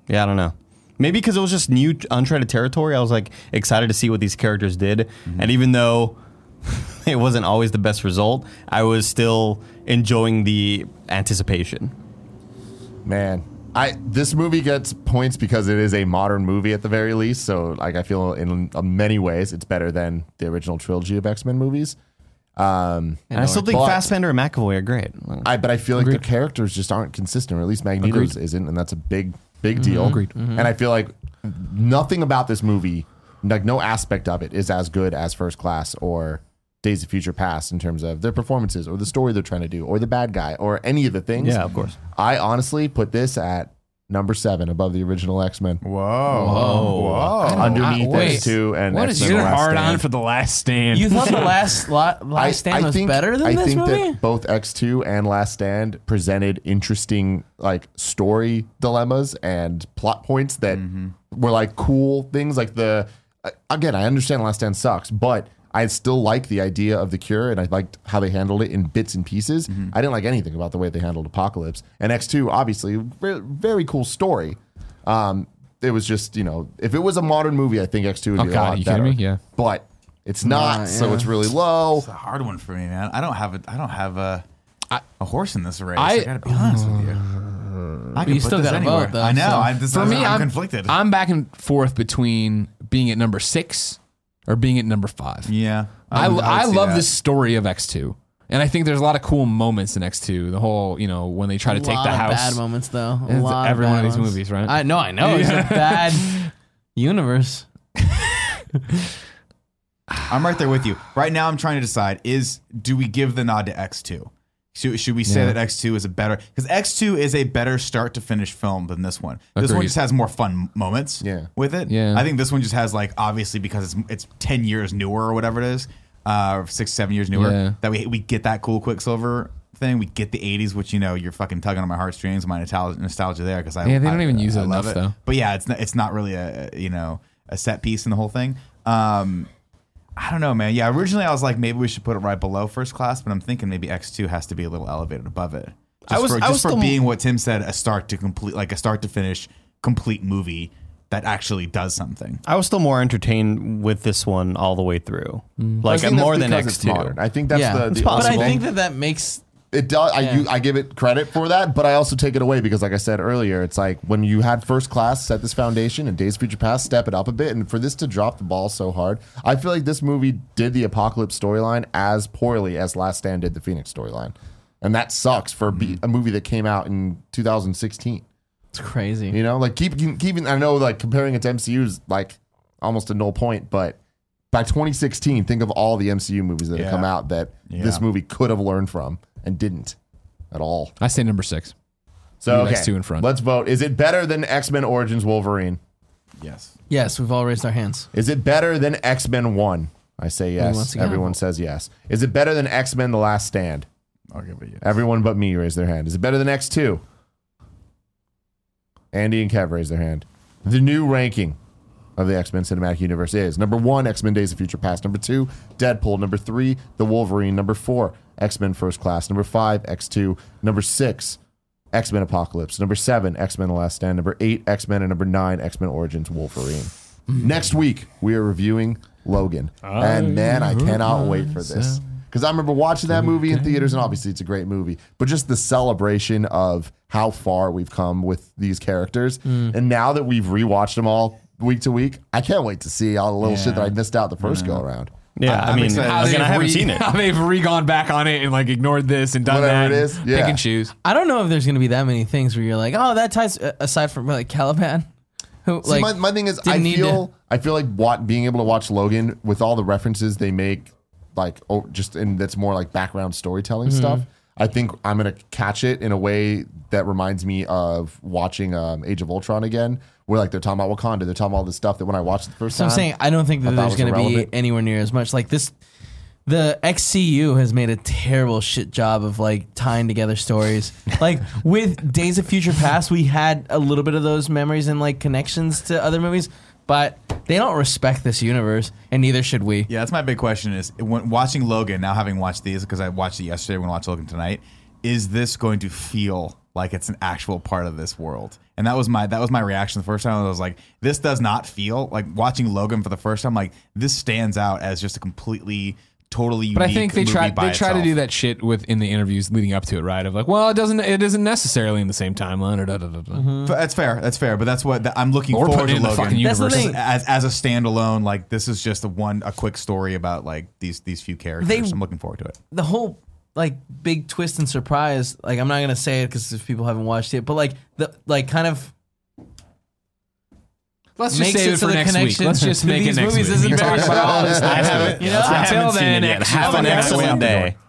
E: yeah, I don't know. Maybe because it was just new, untreaded territory. I was like excited to see what these characters did,
A: Mm-hmm.
E: and even though <laughs> it wasn't always the best result, I was still enjoying the anticipation.
A: Man, I this movie gets points because it is a modern movie at the very least. So like I feel in uh, many ways it's better than the original trilogy of X Men movies. Um,
E: And I still think
A: But-
E: Fassbender and McAvoy are great.
A: I but I feel like the characters just aren't consistent, or at least Magneto's isn't, and that's a big big deal. Agreed. And I feel like nothing about this movie, like no aspect of it, is as good as First Class or Days of Future Past in terms of their performances or the story they're trying to do or the bad guy or any of the things.
E: Yeah, of course.
A: I honestly put this at number seven above the original X Men.
C: Whoa. Whoa.
A: Underneath
B: wait.
A: those two and
B: What is
A: X-Men
B: your
A: Last
B: hard
A: Stand.
B: on for the last stand?
D: You thought the
A: <laughs>
D: last lot, last stand was better than
A: I
D: this
A: think
D: movie?
A: that both X2 and Last Stand presented interesting like story dilemmas and plot points that
D: Mm-hmm.
A: were like cool things like the uh, again, I understand Last Stand sucks, but I still like the idea of the cure and I liked how they handled it in bits and pieces.
D: Mm-hmm.
A: I didn't like anything about the way they handled Apocalypse. And X2 obviously ve- very cool story. Um it was just, you know, if it was a modern movie, I think X2 would
B: Oh,
A: be
B: God,
A: a lot
B: you
A: better.
B: kidding me? Yeah.
A: But it's not,
D: Not,
A: so
D: yeah.
A: it's really low.
C: It's a hard one for me, man. I don't have a I don't have a
B: I-
C: a horse in this race.
B: I-
C: I, gotta be honest with you. I can
D: you still gotta
C: anywhere.
D: vote, though,
C: I know.
D: so-
C: I, this,
B: For me, I'm,
C: conflicted.
B: I'm back and forth between being at number six or being at number five.
C: yeah,
B: I,
C: would-
B: I,
C: would see
B: love
C: that.
B: this story of X2. And I think there's a lot of cool moments in X2. The whole, you know, when they try to take
D: lot
B: the
D: of
B: house.
D: Bad moments though. A
B: It's
D: lot
B: every
D: bad
B: one of these
D: ones.
B: <laughs> movies, right?
D: I know, I know. It's a bad universe.
C: I'm right there with you. Right now, I'm trying to decide: is do we give the nod to X2? Should, should we say that X2 is a better because X2 is a better start to finish film than this one. This one
B: Agreed.
C: just has more fun moments.
A: Yeah.
C: with it.
B: Yeah.
C: I think this one just has like obviously because it's it's ten years newer or whatever it is, uh, or six seven years newer.
B: Yeah.
C: That we we get that cool Quicksilver thing. We get the '80s, which you know you're fucking tugging on my heartstrings, my nostalgia, nostalgia there because I
B: Yeah, they don't
C: I-
B: even use
C: I
B: it
C: love
B: enough, though.
C: But yeah, it's not, it's not really a you know a set piece in the whole thing. Um, I don't know, man. Yeah, originally I was like maybe we should put it right below first class, but I'm thinking maybe X two has to be a little elevated above it. Just
E: I was-
C: for,
E: I
C: just
E: was
C: for
E: still-
C: being what Tim said, a start to complete, like a start to finish complete movie that actually does something.
E: I was still more entertained with this one all the way through,
A: Mm-hmm. I
E: like
A: think that's
E: more than
A: because it's
E: X two.
A: modern. I think that's
D: Yeah.
A: the,
D: It's
A: the
D: But I
A: only thing.
D: think that that makes
A: It does. I,
D: Yeah.
A: you, I give it credit for that, but I also take it away because, like I said earlier, it's like when you had first class set this foundation and Days of Future Past step it up a bit, and for this to drop the ball so hard, I feel like this movie did the apocalypse storyline as poorly as Last Stand did the Phoenix storyline, and that sucks for be-
E: Mm-hmm.
A: a movie that came out in 2016.
D: it's crazy.
A: You know, like keep keep- keeping. I know, like comparing it to MCU is like almost a null point, but by 2016, think of all the MCU movies that
C: Yeah.
A: have come out that
C: Yeah.
A: this movie could have learned from and didn't at all.
B: I say number six.
A: So
B: Leave
A: okay,
B: X2 in front.
A: Let's vote. Is it better than X Men Origins Wolverine?
C: Yes.
D: Yes, we've all raised our hands.
A: Is it better than X Men One? I say
D: wants
A: yes.
D: to go?
A: Everyone says yes. Is it better than X Men The Last Stand?
C: I'll give it a yes.
A: Everyone but me raised their hand. Is it better than X2? Andy and Kev raised their hand. The new ranking of the X Men Cinematic Universe is number one, X Men Days of Future Past. Number two, Deadpool. Number three, The Wolverine. Number four, X Men First Class. Number five, X2. Number six, X Men Apocalypse. Number seven, X Men The Last Stand. Number eight, X Men. And number nine, X Men Origins Wolverine. Next week, we are reviewing Logan. And man, I cannot wait for this. Because I remember watching that movie in theaters, and obviously it's a great movie, but just the celebration of how far we've come with these characters. And now that we've rewatched them all week to week, I can't wait to see all the little shit that I missed out the first go around.
E: Yeah, I,
C: I'm
E: mean,
C: excited.
B: How
E: again,
B: they've
E: I haven't
B: re-
A: <laughs>
E: seen it.
B: <laughs> How they've re gone back on it and like ignored this and done
A: Whatever
B: that.
A: it
B: and
A: is, yeah.
B: Pick and choose.
D: I don't know if there's gonna be that many things where you're like, oh, that ties uh, aside from like Caliban, who
A: See,
D: like
A: my, my thing is,
D: didn't
A: I
D: need
A: feel
D: to-
A: I feel like what, being able to watch Logan with all the references they make, like oh, just and that's more like background storytelling
D: Mm-hmm.
A: stuff. I think I'm gonna catch it in a way that reminds me of watching um, Age of Ultron again, where like they're talking about Wakanda, they're talking about all this stuff that when I watched it the first
D: So
A: time,
D: I'm saying I don't think that
A: thought
D: there's
A: was
D: going to be
A: irrelevant.
D: anywhere near as much. Like this, the XCU has made a terrible shit job of like tying
A: <laughs>
D: together stories. like with Days of Future Past, we had a little bit of those memories and like connections to other movies, but they don't respect this universe, and neither should we.
C: Yeah, that's my big question is when watching Logan, now having watched these, because I watched it yesterday, we're going to watch Logan tonight, is this going to feel like it's an actual part of this world? And that was my that was my reaction the first time. I was like, this does not feel like watching Logan for the first time, like this stands out as just a completely totally unique
B: But I think they
C: movie
B: tried
C: by
B: they try to
C: itself.
B: do that shit with in the interviews leading up to it, right? Of like, well, it doesn't it isn't necessarily in the same timeline or da da da da.
D: Mm-hmm.
C: F- That's fair. That's fair. But that's what that I'm looking
B: Or
C: forward
B: put it
C: to
B: in the
C: Logan.
B: fucking
D: That's the
B: universe.
D: thing.
C: as as a standalone, like this is just a one a quick story about like these these few characters.
D: They-
C: I'm looking forward to it.
D: the whole like big twist and surprise like i'm not gonna say it because if people haven't watched it but like the like kind of
B: Let's just
D: makes
B: save
D: it
B: it
D: so
B: for
D: the
B: next week.
D: connection
B: Let's just
D: to
B: make it
D: these
B: next <laughs>
D: movies
B: week.
D: <laughs> isn't very
B: about all this. I haven't.
D: you know
B: Until then,
E: Have an
B: excellent
E: excellent
B: day.
E: day.